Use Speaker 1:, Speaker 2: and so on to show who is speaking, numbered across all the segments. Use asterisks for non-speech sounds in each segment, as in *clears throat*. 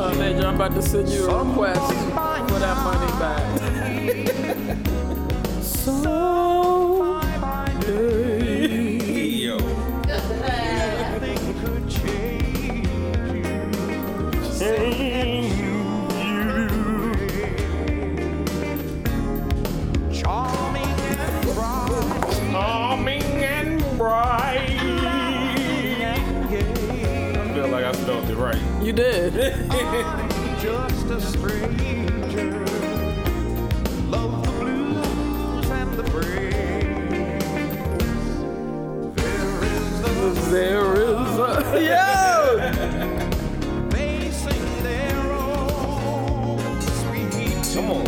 Speaker 1: Uh, about to send you a request for that money back.
Speaker 2: Yo. Charming and bright. I feel like I spelled it right.
Speaker 1: You did.
Speaker 3: Just a stranger. Love the blues and the braves. There is the
Speaker 1: *laughs* There is a yo.
Speaker 3: they sing their own sweet
Speaker 2: Come on.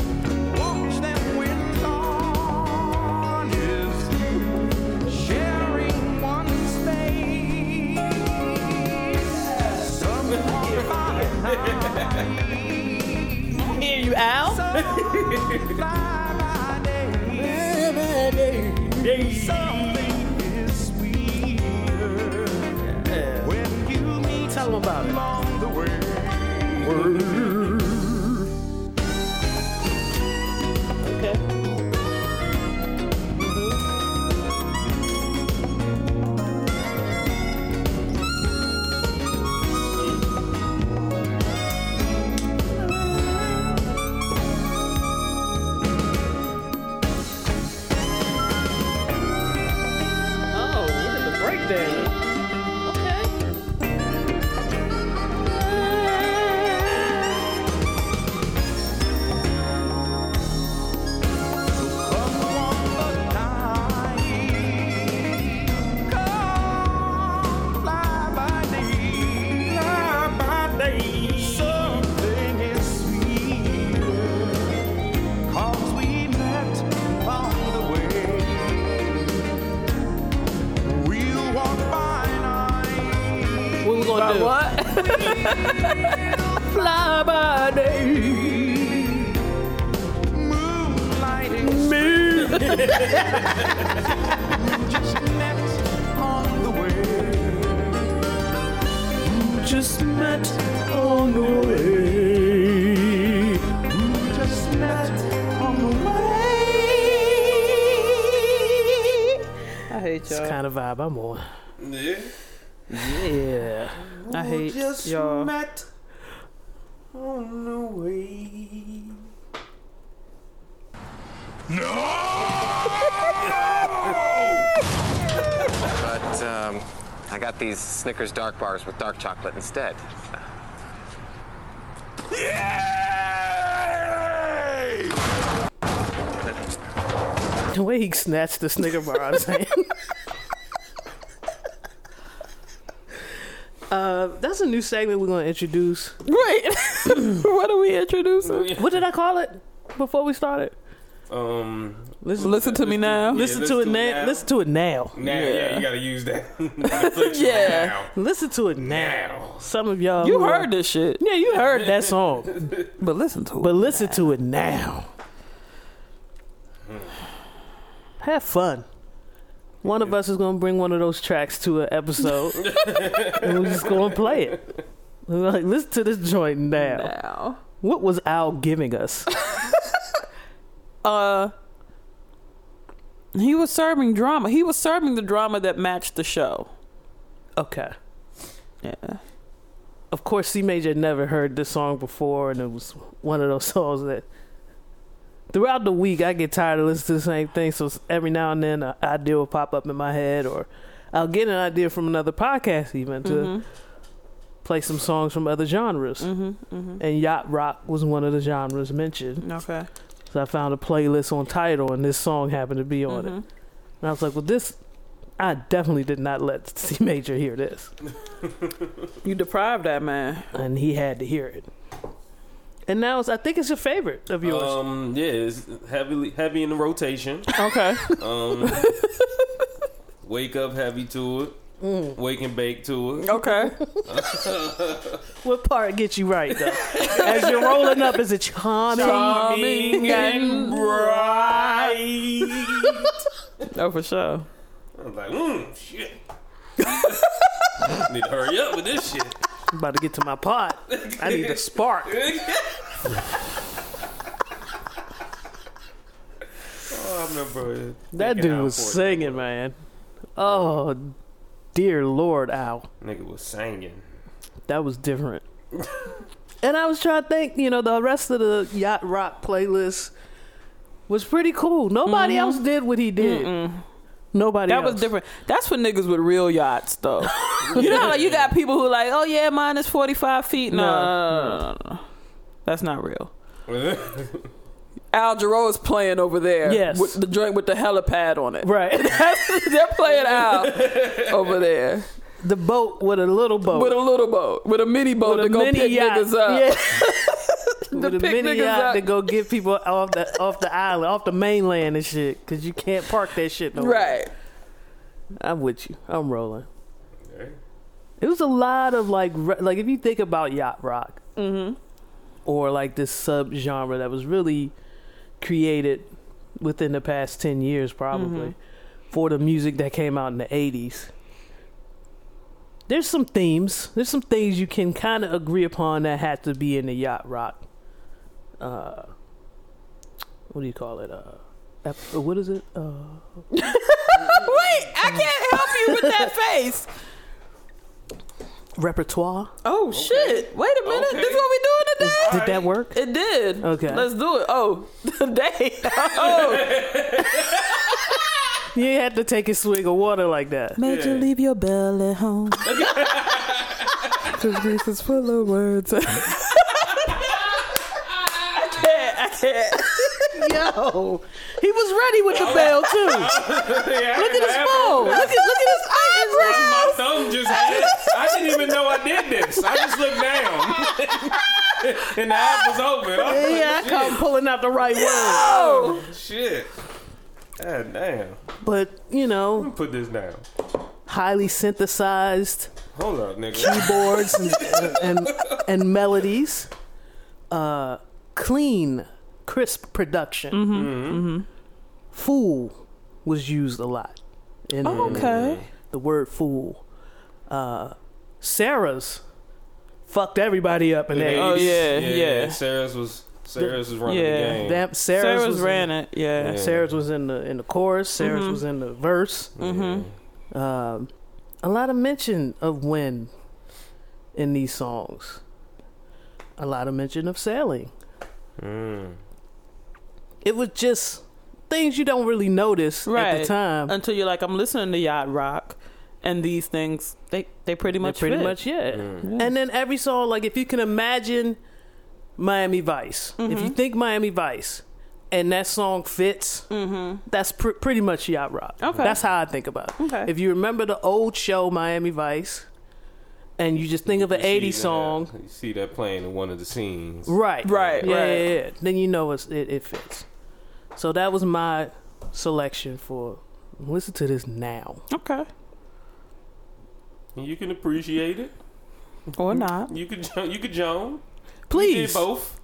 Speaker 3: Watch them win gone is sharing one space.
Speaker 1: *laughs*
Speaker 3: Someone
Speaker 4: Hear you, Al. *laughs*
Speaker 3: by day. Something is sweeter when you meet
Speaker 1: Tell them about it.
Speaker 3: along the way.
Speaker 4: Okay. Oh, look at the breakdown. Okay.
Speaker 1: What we gonna do? What? Fly by day.
Speaker 2: *laughs*
Speaker 1: Just met on the way. Just met on the way.
Speaker 4: I hate
Speaker 1: It's
Speaker 4: y'all.
Speaker 1: kind of vibe I'm on.
Speaker 2: Yeah.
Speaker 1: Yeah.
Speaker 4: I hate
Speaker 2: Just
Speaker 4: y'all.
Speaker 2: met on the way.
Speaker 5: But um, I got these Snickers dark bars with dark chocolate instead.
Speaker 1: The way he snatched the Snicker bar out of his *laughs* hand. Uh, that's a new segment we're gonna introduce. *laughs*
Speaker 4: Right. what are we introducing?
Speaker 1: What did I call it before we started?
Speaker 2: Um.
Speaker 1: Listen,
Speaker 4: Listen to me now.
Speaker 2: Yeah.
Speaker 1: Uh, listen to it now. Listen to it now.
Speaker 2: Now, yeah.
Speaker 4: Yeah.
Speaker 2: you gotta use that. *laughs*
Speaker 1: *laughs*
Speaker 2: Netflix
Speaker 4: Yeah.
Speaker 2: Now.
Speaker 1: Listen to it now.
Speaker 2: Now.
Speaker 1: Some of y'all,
Speaker 4: You
Speaker 1: who are-
Speaker 4: heard this shit,
Speaker 1: yeah, you heard that song,
Speaker 4: but listen to
Speaker 1: but
Speaker 4: it.
Speaker 1: listen to it now. Have fun. One of us is gonna bring one of those tracks to an episode, and we're just gonna play it. We're like, listen to this joint now.
Speaker 4: Now.
Speaker 1: What was Al giving us?
Speaker 4: Uh, he was serving drama. He was serving the drama that matched the show.
Speaker 1: Okay.
Speaker 4: Yeah.
Speaker 1: Of course, C Major never heard this song before, and it was one of those songs that throughout the week I get tired of listening to the same thing. So every now and then, an idea will pop up in my head, or I'll get an idea from another podcast, even
Speaker 4: Mm-hmm.
Speaker 1: to play some songs from other genres.
Speaker 4: Mhm. Mhm.
Speaker 1: And yacht rock was one of the genres mentioned.
Speaker 4: Okay.
Speaker 1: So I found a playlist on title, and this song happened to be on it.
Speaker 4: Mhm.
Speaker 1: And I was like, well, this, I definitely did not let *laughs* C Major hear this.
Speaker 4: You deprived that man.
Speaker 1: and he had to hear it. And now it's, I think it's your favorite of yours.
Speaker 2: Um. Yeah. It's heavily heavy in the rotation.
Speaker 4: Okay.
Speaker 1: *laughs*
Speaker 2: Um. wake up heavy to it.
Speaker 1: Mm.
Speaker 2: Wake and bake to it.
Speaker 4: *laughs* okay.
Speaker 1: what part gets you right though? *laughs* As you're rolling up, is it charming?
Speaker 2: Charming and
Speaker 1: Oh.
Speaker 2: bright.
Speaker 4: Oh, for sure.
Speaker 1: *laughs*
Speaker 2: I'm like, mm, shit. Need to hurry up with this shit.
Speaker 1: I'm *laughs* about to get to my pot. I need a spark.
Speaker 2: *laughs* I remember
Speaker 1: That
Speaker 2: thinking
Speaker 1: dude
Speaker 2: how
Speaker 1: was
Speaker 2: important
Speaker 1: singing, man. Oh, dear Lord, Al.
Speaker 2: Nigga was singing.
Speaker 1: That was different. and I was trying to think, you know, the rest of the yacht rock playlist was pretty cool. Nobody else did what he did. Nobody.
Speaker 4: Mm-hmm. That was
Speaker 1: else.
Speaker 4: different. That's for niggas with real yachts, *laughs* though. you know, how, like you got people who like, oh yeah, mine is forty five feet. No,
Speaker 1: No,
Speaker 4: no, no, no, no, no. that's not real.
Speaker 2: *laughs*
Speaker 4: Al Jarreau is playing over there.
Speaker 1: Yes.
Speaker 4: with the joint with the helipad on it.
Speaker 1: Right. *laughs*
Speaker 4: That's, *laughs* they're playing *laughs* Al over there
Speaker 1: the boat with a little boat.
Speaker 4: with a little boat, Oh. with a mini boat
Speaker 1: With
Speaker 4: to go pick
Speaker 1: yacht.
Speaker 4: niggas up.
Speaker 1: Yeah.
Speaker 4: *laughs* To
Speaker 1: with a
Speaker 4: pick
Speaker 1: mini
Speaker 4: niggas
Speaker 1: yacht
Speaker 4: up.
Speaker 1: to go get people off the off the island, off the mainland and shit, because you can't park that shit no more.
Speaker 4: Right.
Speaker 1: I'm with you. I'm rolling. It was a lot of like, re- like if you think about yacht rock, or like this sub genre that was really created within the past ten years, probably for the music that came out in the '80s. There's some themes. There's some things you can kind of agree upon that had to be in the yacht rock. Uh, what do you call it? Uh, ep- what is it? Uh,
Speaker 4: Wait, I can't help you with that face.
Speaker 1: repertoire.
Speaker 4: *laughs* Oh shit! Wait a minute. This
Speaker 2: Okay.
Speaker 4: is what we doing today?
Speaker 1: Did that work?
Speaker 4: It did.
Speaker 1: Okay.
Speaker 4: Let's do it. Oh, *laughs* today. Oh.
Speaker 1: You had to take a swig of water like that.
Speaker 4: Made you leave your belly
Speaker 1: *laughs*
Speaker 4: home. Cause this is full of words. I can't. I can't.
Speaker 1: Yo, he was ready
Speaker 4: *laughs*
Speaker 1: with the bell too.
Speaker 2: Look
Speaker 1: Look at his
Speaker 4: Oh,
Speaker 1: phone. Look at look
Speaker 4: *laughs*
Speaker 1: at his eyebrows.
Speaker 2: My thumb just. I didn't even know I did this. I just looked down, *laughs* and the app was open. I was
Speaker 1: Yeah, I come *laughs* pulling out the right word.
Speaker 4: Oh,
Speaker 2: like, shit. God damn.
Speaker 1: But you know,
Speaker 2: Put this down.
Speaker 1: highly synthesized
Speaker 2: Hold up,
Speaker 1: *laughs* Oh,
Speaker 2: nigga.
Speaker 1: keyboards and and, and melodies, uh, clean, crisp production. Mm-hmm. Fool was used a lot. In
Speaker 4: Oh,
Speaker 1: in
Speaker 4: okay.
Speaker 1: The word fool. Uh, Sarah's fucked everybody up in there.
Speaker 4: Oh, yeah, yeah.
Speaker 2: Sarah's was Sarah's was running
Speaker 4: Yeah.
Speaker 2: the game.
Speaker 1: Damn, Sarah's,
Speaker 4: Sarah's,
Speaker 1: was in-
Speaker 4: ran it. Mm-hmm. Yeah.
Speaker 2: Yeah.
Speaker 1: Sarah's was in the in the chorus. Sarah's was in the verse.
Speaker 4: Mm-hmm.
Speaker 1: Um, a lot of mention of wind in these songs. A lot of mention of sailing.
Speaker 2: Mm.
Speaker 1: It was just things you don't really notice at the
Speaker 4: Right.
Speaker 1: time.
Speaker 4: Until you're like, I'm listening to yacht rock, and these things they they pretty
Speaker 1: They're
Speaker 4: much
Speaker 1: pretty
Speaker 4: fit.
Speaker 1: much yeah. And then every song, like if you can imagine Miami Vice,
Speaker 4: Mm-hmm.
Speaker 1: if you think Miami Vice, and that song fits, that's pr- pretty much yacht rock.
Speaker 4: Mm-hmm. Okay.
Speaker 1: that's how I think about it.
Speaker 4: Okay.
Speaker 1: If you remember the old show Miami Vice, and you just think of an
Speaker 2: You see
Speaker 1: '80s
Speaker 2: that-
Speaker 1: song,
Speaker 2: You see that playing in one of the scenes.
Speaker 1: right,
Speaker 4: Right,
Speaker 1: yeah,
Speaker 4: right.
Speaker 1: yeah, yeah. Then you know it's, it, it fits. So that was my selection for. Listen to this now.
Speaker 4: Okay.
Speaker 2: And You can appreciate it.
Speaker 1: Mm.
Speaker 4: Or not.
Speaker 2: You could *laughs* jo- you could Joan. You did
Speaker 1: Please,
Speaker 2: both.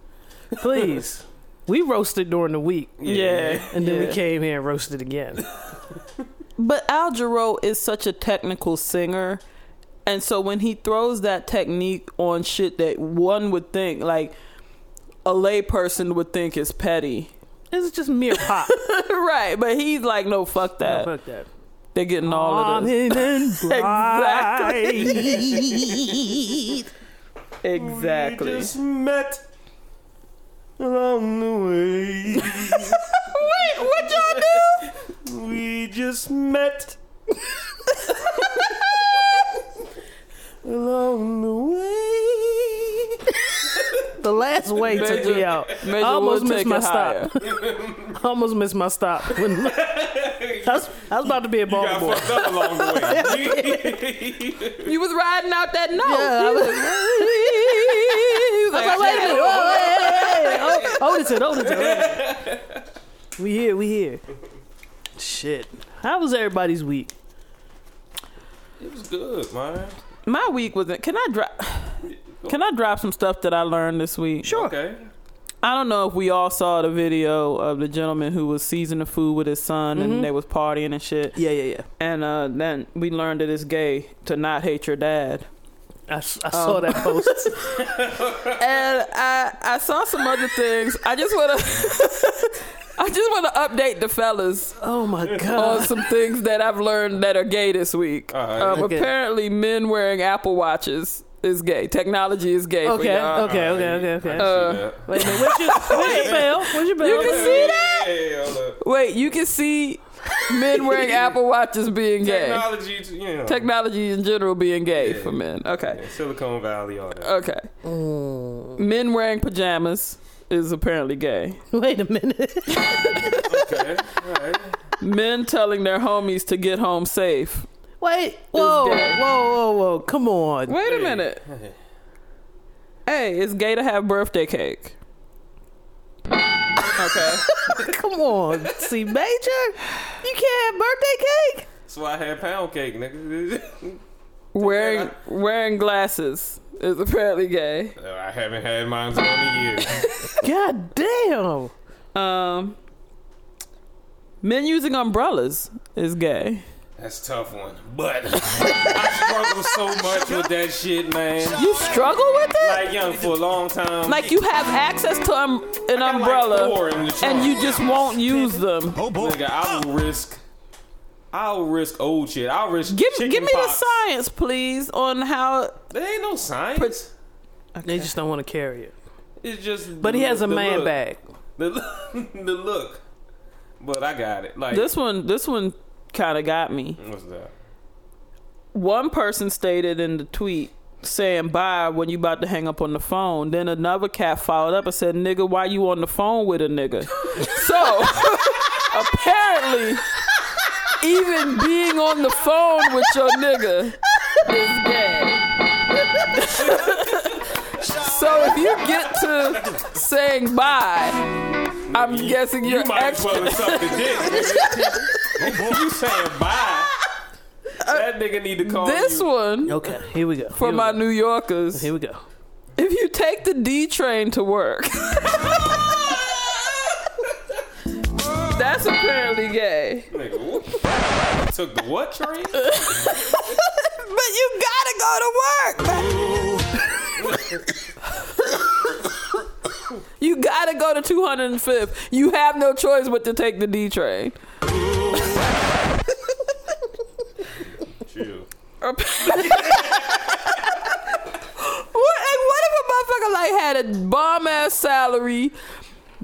Speaker 1: please. We roasted during the week.
Speaker 4: Yeah.
Speaker 1: And then
Speaker 4: Yeah.
Speaker 1: we came here and roasted again.
Speaker 4: But Al Jarreau is such a technical singer. And so when he throws that technique on shit that one would think, like a layperson would think is petty.
Speaker 1: It's just mere pop.
Speaker 4: right. But he's like, no, fuck
Speaker 1: No,
Speaker 4: *laughs* that.
Speaker 1: fuck that.
Speaker 4: They're getting all of this.
Speaker 1: Morning and bright.
Speaker 4: *laughs* Exactly. Exactly.
Speaker 2: We just met along the
Speaker 4: *laughs* Wait, what y'all do?
Speaker 2: way. we just met along the way.
Speaker 1: the last way took me
Speaker 4: Major-
Speaker 1: out. I
Speaker 4: Major
Speaker 1: almost
Speaker 4: would
Speaker 1: missed
Speaker 4: take
Speaker 1: my
Speaker 4: it higher.
Speaker 1: stop. I almost missed my
Speaker 2: *laughs*
Speaker 1: stop. When- I was, I was about to be a
Speaker 2: Got
Speaker 1: Baltimore.
Speaker 2: *laughs* fucked up
Speaker 1: *laughs*
Speaker 2: along the way. *laughs*
Speaker 4: You was riding out that note.
Speaker 1: Yeah, I was-
Speaker 4: He was like,
Speaker 1: I was like, wait a minute.
Speaker 4: "I
Speaker 1: Whoa, hey, hey, hey. Oh, Otis it, Otis it, Otis it. We here, we here. Shit. How was everybody's week?
Speaker 2: it was good, man.
Speaker 4: can't-" My week wasn't. Can I drop? Can I drop some stuff that I learned this week?
Speaker 2: Okay.
Speaker 4: I don't know if we all saw the video of the gentleman who was seasoning the food with his son
Speaker 1: Mm-hmm.
Speaker 4: and they was partying and shit.
Speaker 1: Yeah, yeah, yeah.
Speaker 4: And uh, then we learned that it's gay to not hate your dad.
Speaker 1: I, s- I saw that post.
Speaker 4: and I I saw some other things. I just wanna *laughs* I just wanna update the fellas
Speaker 1: *laughs* Oh my
Speaker 4: on
Speaker 1: god!
Speaker 4: some things that I've learned that are gay this week.
Speaker 2: All right.
Speaker 4: Um,
Speaker 1: Okay.
Speaker 4: Apparently, men wearing Apple watches is gay. Technology is gay. for
Speaker 1: Okay,
Speaker 4: y'all.
Speaker 1: okay, okay, okay, okay.
Speaker 4: Uh,
Speaker 1: Wait a minute, where's your, where's your bell? Where's your bell?
Speaker 4: You can see that.
Speaker 2: Hey, hold up.
Speaker 4: Wait, you can see men
Speaker 1: *laughs*
Speaker 4: wearing Apple watches being gay.
Speaker 2: Technology, you know.
Speaker 4: Technology in general being gay
Speaker 2: Yeah.
Speaker 4: for men. Okay.
Speaker 2: Silicon Valley, all that.
Speaker 4: Okay.
Speaker 1: Mm.
Speaker 4: Men wearing pajamas is apparently gay.
Speaker 1: *laughs* Wait a minute.
Speaker 2: Okay, all right.
Speaker 4: Men telling their homies to get home safe.
Speaker 1: Wait. Whoa,
Speaker 4: gay.
Speaker 1: whoa, whoa, whoa! Come on.
Speaker 4: Wait a minute. Hey, it's gay to have birthday cake. Okay.
Speaker 2: *laughs*
Speaker 1: Come on, see major. You can't have birthday cake.
Speaker 2: That's why I had pound cake, nigga. *laughs*
Speaker 4: wearing wearing glasses is apparently gay.
Speaker 2: I haven't had mine in 20 years.
Speaker 1: God damn.
Speaker 4: Um, men using umbrellas is gay.
Speaker 2: That's a tough one. But *laughs* I struggle so much with that shit, man.
Speaker 4: You struggle with it?
Speaker 2: Like young for a long time.
Speaker 4: Like you have access to um, an
Speaker 2: I got like four
Speaker 4: umbrella
Speaker 2: in the trunk.
Speaker 4: and you just won't use them.
Speaker 2: Nigga, I will risk. I'll risk old shit. I'll risk.
Speaker 4: Give
Speaker 2: chicken
Speaker 4: give me the
Speaker 2: pox.
Speaker 4: science, please, on how.
Speaker 2: There ain't no science.
Speaker 1: They just don't want to carry it.
Speaker 2: it's just.
Speaker 1: But he
Speaker 2: the-
Speaker 1: has a
Speaker 2: the
Speaker 1: man
Speaker 2: look.
Speaker 1: bag.
Speaker 2: The, look- *laughs* the look. But I got it. Like
Speaker 4: This one this one kind of got me.
Speaker 2: What's that?
Speaker 4: one person stated in the tweet saying bye when you about to hang up on the phone. Then another cat followed up and said, nigga, why you on the phone with
Speaker 2: *laughs*
Speaker 4: a nigga? so *laughs* apparently even being on the phone with your
Speaker 2: *laughs*
Speaker 4: nigga is gay. *laughs* so if you get to saying bye, I'm guessing
Speaker 2: You
Speaker 4: you're
Speaker 2: might as
Speaker 4: extra.
Speaker 2: well have sucked the
Speaker 4: *laughs*
Speaker 2: dick. nigga. you saying bye? That nigga need to call
Speaker 4: This
Speaker 2: you.
Speaker 4: one
Speaker 1: Okay, here we go. Here
Speaker 4: for
Speaker 1: we
Speaker 4: my
Speaker 1: go.
Speaker 4: New Yorkers.
Speaker 1: Here we go.
Speaker 4: If you take the D train to work, that's apparently gay.
Speaker 2: Nigga, what? Took the what train? Nigga,
Speaker 4: But you gotta go to work. you gotta go to 205th. You have no choice but to take the D train.
Speaker 2: Chill.
Speaker 4: *laughs* what, like, what if a motherfucker like had a bomb ass salary,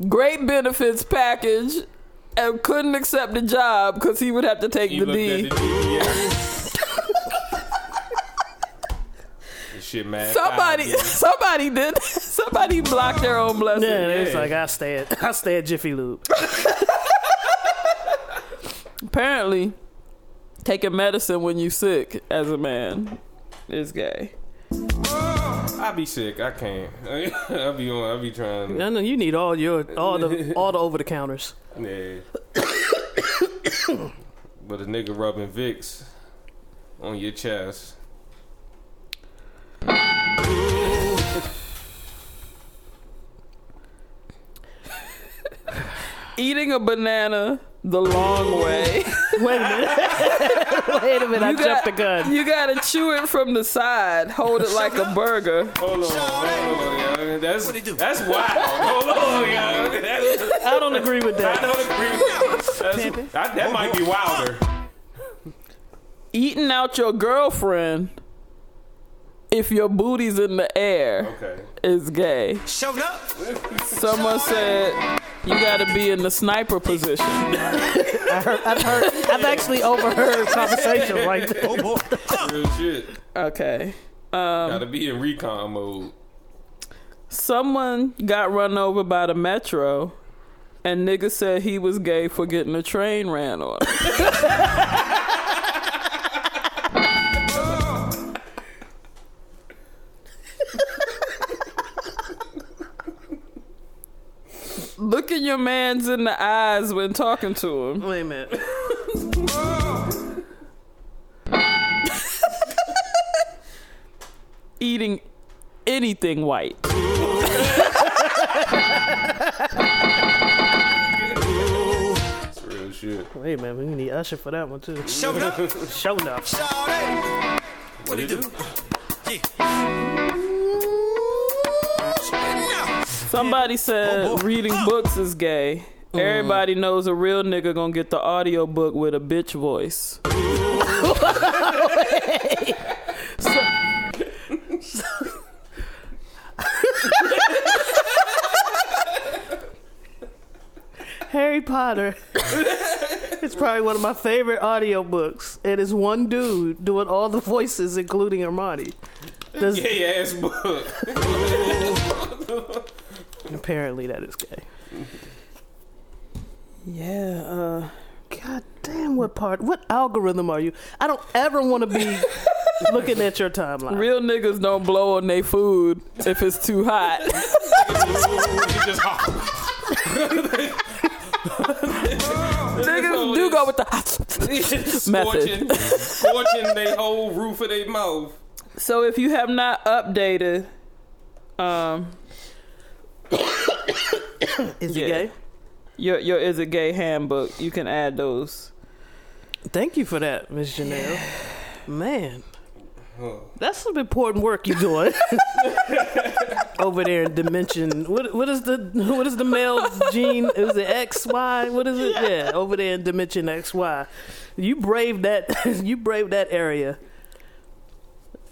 Speaker 4: great benefits package, and couldn't accept the job because he would have to take
Speaker 2: He
Speaker 4: the
Speaker 2: looked
Speaker 4: D?
Speaker 2: at the D, yeah. This shit mad.
Speaker 4: Somebody, *laughs*
Speaker 2: foul, dude.
Speaker 4: somebody did. *laughs* Somebody blocked their own blessing.
Speaker 1: Yeah, it's
Speaker 2: Yeah.
Speaker 1: like I stay at *laughs* I stay at Jiffy Lube.
Speaker 4: Apparently, taking medicine when you sick as a man is gay.
Speaker 2: I be sick. I can't. *laughs* I be on. I be trying.
Speaker 1: No, no, you need all your all the all the over the counters.
Speaker 2: Yeah. *coughs* but a nigga rubbing Vicks on your chest.
Speaker 4: Eating a banana the long
Speaker 1: *laughs*
Speaker 4: way.
Speaker 1: *laughs* Wait a minute. *laughs* Wait a minute. I
Speaker 4: You
Speaker 1: jumped
Speaker 4: got-
Speaker 1: the gun.
Speaker 4: You gotta chew it from the side,
Speaker 2: *laughs*
Speaker 4: hold it like a burger.
Speaker 2: Hold on, hold on, yo. That's that's wild. Hold on, yo. That's,
Speaker 1: I don't agree with
Speaker 2: I
Speaker 1: that.
Speaker 2: don't agree with that. That's, I, that might be wilder.
Speaker 4: Eating out your girlfriend if your booty's in the air
Speaker 2: Okay.
Speaker 4: is gay.
Speaker 3: Showed up.
Speaker 4: Someone said you gotta be in the sniper position.
Speaker 1: I heard, I've heard. I've actually overheard conversations *laughs* like that.
Speaker 2: Real shit.
Speaker 4: Okay. Um.
Speaker 2: Gotta be in recon mode.
Speaker 4: Someone got run over by the metro and nigga said he was gay for getting a train ran *laughs* on. Looking your man's in the eyes when talking to him.
Speaker 1: Wait a minute.
Speaker 4: Eating anything white.
Speaker 2: That's real shit.
Speaker 1: Wait a minute. We need Usher for that one too.
Speaker 3: Showed up.
Speaker 1: Show enough.
Speaker 3: Shawty. What it do?
Speaker 4: Somebody said reading books is gay. Everybody knows a real nigga gonna get the audio book with a bitch voice.
Speaker 1: Harry *laughs* Potter. it's probably one of my favorite audiobooks. And it's one dude doing all the voices, including Armani. Does,
Speaker 2: Gay ass *laughs* book.
Speaker 1: Apparently, that is gay.
Speaker 4: Yeah, uh
Speaker 1: God damn, what part? What algorithm are you? I don't ever want to
Speaker 4: *laughs*
Speaker 1: be looking at your timeline.
Speaker 4: real niggas don't blow on their food if it's too *laughs* hot.
Speaker 2: You just hop.
Speaker 4: niggas do go with
Speaker 2: *laughs*
Speaker 4: the
Speaker 2: scorching, scorching they whole roof of their mouth.
Speaker 4: *laughs* So if you have not updated um
Speaker 1: Is
Speaker 4: yeah.
Speaker 1: it gay?
Speaker 4: your your is a gay handbook, you can add those.
Speaker 1: Thank you for that, Miss Janelle. Man, that's some important work you're doing *laughs* over there in Dimension. What what is the what is the male gene? Is it X Y? What is it? Yeah, over there in Dimension X Y. You brave that. *laughs* You brave that area.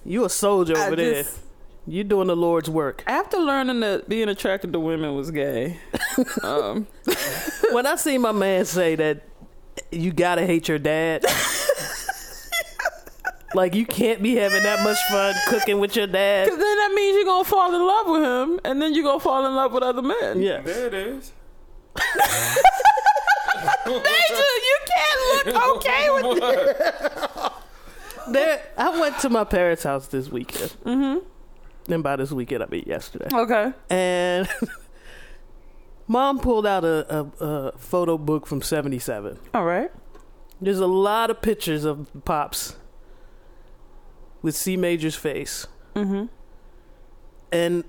Speaker 1: You a soldier
Speaker 4: I
Speaker 1: over there.
Speaker 4: just-
Speaker 1: You're doing the Lord's work.
Speaker 4: After learning that being attracted to women was gay, *laughs* um,
Speaker 1: when I see my man say that you gotta hate your dad, like you can't be having that much fun cooking with your dad.
Speaker 4: then that means you're gonna fall in love with him, and then you're gonna fall in love with other men.
Speaker 1: Yeah,
Speaker 2: There it is.
Speaker 4: Major, you can't *laughs* look okay with
Speaker 2: What?
Speaker 1: there. I went to my parents' house this weekend. Mm-hmm. And by this weekend, I mean yesterday.
Speaker 4: Okay.
Speaker 1: And *laughs* mom pulled out a, a, a photo book from '77.
Speaker 4: All right.
Speaker 1: There's a lot of pictures of pops with C Major's face,
Speaker 4: Mm-hmm.
Speaker 1: and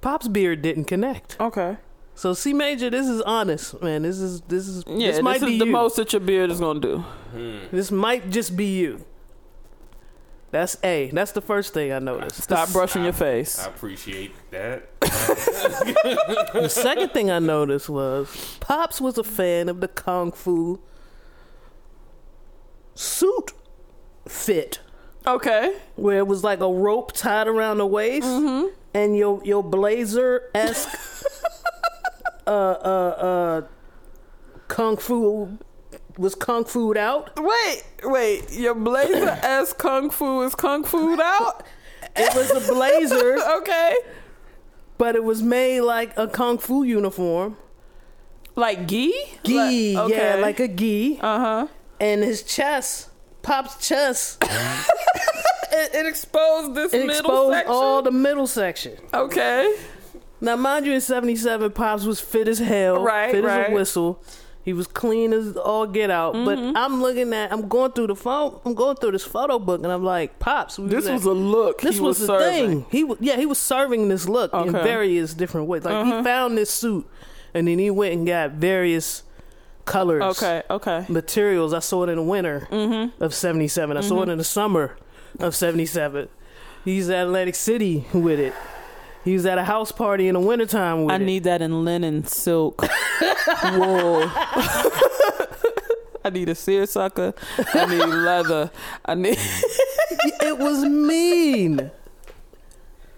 Speaker 1: pops' beard didn't connect.
Speaker 4: Okay.
Speaker 1: So C major, this is honest, man. This is this is
Speaker 4: Yeah,
Speaker 1: this
Speaker 4: this,
Speaker 1: might
Speaker 4: is
Speaker 1: be
Speaker 4: the
Speaker 1: you.
Speaker 4: most that your beard is gonna do.
Speaker 1: This might just be you. That's A. That's the first thing I noticed.
Speaker 4: Stop
Speaker 1: The
Speaker 4: brushing your face.
Speaker 2: I appreciate that.
Speaker 1: The second thing I noticed was Pops was a fan of the kung fu suit fit,
Speaker 4: Okay.
Speaker 1: where it was like a rope tied around the waist,
Speaker 4: Mm-hmm.
Speaker 1: and your your blazer esque
Speaker 4: *laughs*
Speaker 1: uh, uh, uh, kung fu was kung fu'd out.
Speaker 4: Wait, wait. Your *coughs* blazer ass kung fu is kung fu'd out.
Speaker 1: It was a
Speaker 4: *laughs*
Speaker 1: blazer,
Speaker 4: okay.
Speaker 1: but it was made like a kung fu uniform.
Speaker 4: Like gi.
Speaker 1: Gi,
Speaker 4: Like-
Speaker 1: yeah, like a gi.
Speaker 4: uh huh.
Speaker 1: And his chest, Pop's
Speaker 4: *laughs*
Speaker 1: chest,
Speaker 4: It, it exposed this
Speaker 1: it
Speaker 4: middle
Speaker 1: exposed
Speaker 4: section.
Speaker 1: all the middle section.
Speaker 4: okay.
Speaker 1: Now, mind you, in 77, Pops was fit as hell,
Speaker 4: Right,
Speaker 1: fit as
Speaker 4: right.
Speaker 1: a whistle. He was clean as all get out.
Speaker 4: Mm-hmm.
Speaker 1: But I'm looking at, I'm going through the phone, I'm going through this photo book, and I'm like, Pops, we
Speaker 4: This
Speaker 1: at-
Speaker 4: was a look.
Speaker 1: this
Speaker 4: he
Speaker 1: was,
Speaker 4: was,
Speaker 1: the
Speaker 4: serving.
Speaker 1: thing. He was, yeah, he was serving this look in
Speaker 4: Okay. Uh-huh.
Speaker 1: various different ways. Like he found this suit, and then he went and got various colors,
Speaker 4: Okay. Mm-hmm. Okay.
Speaker 1: materials. I saw it in the winter of '77. I saw
Speaker 4: Mm-hmm.
Speaker 1: it in the summer of '77. He's at Atlantic City with it. He was at a house party in the wintertime with
Speaker 4: I
Speaker 1: it.
Speaker 4: need that in linen, *laughs* silk, *laughs* wool. I need a seersucker. I need leather. I need. *laughs*
Speaker 1: it was mean,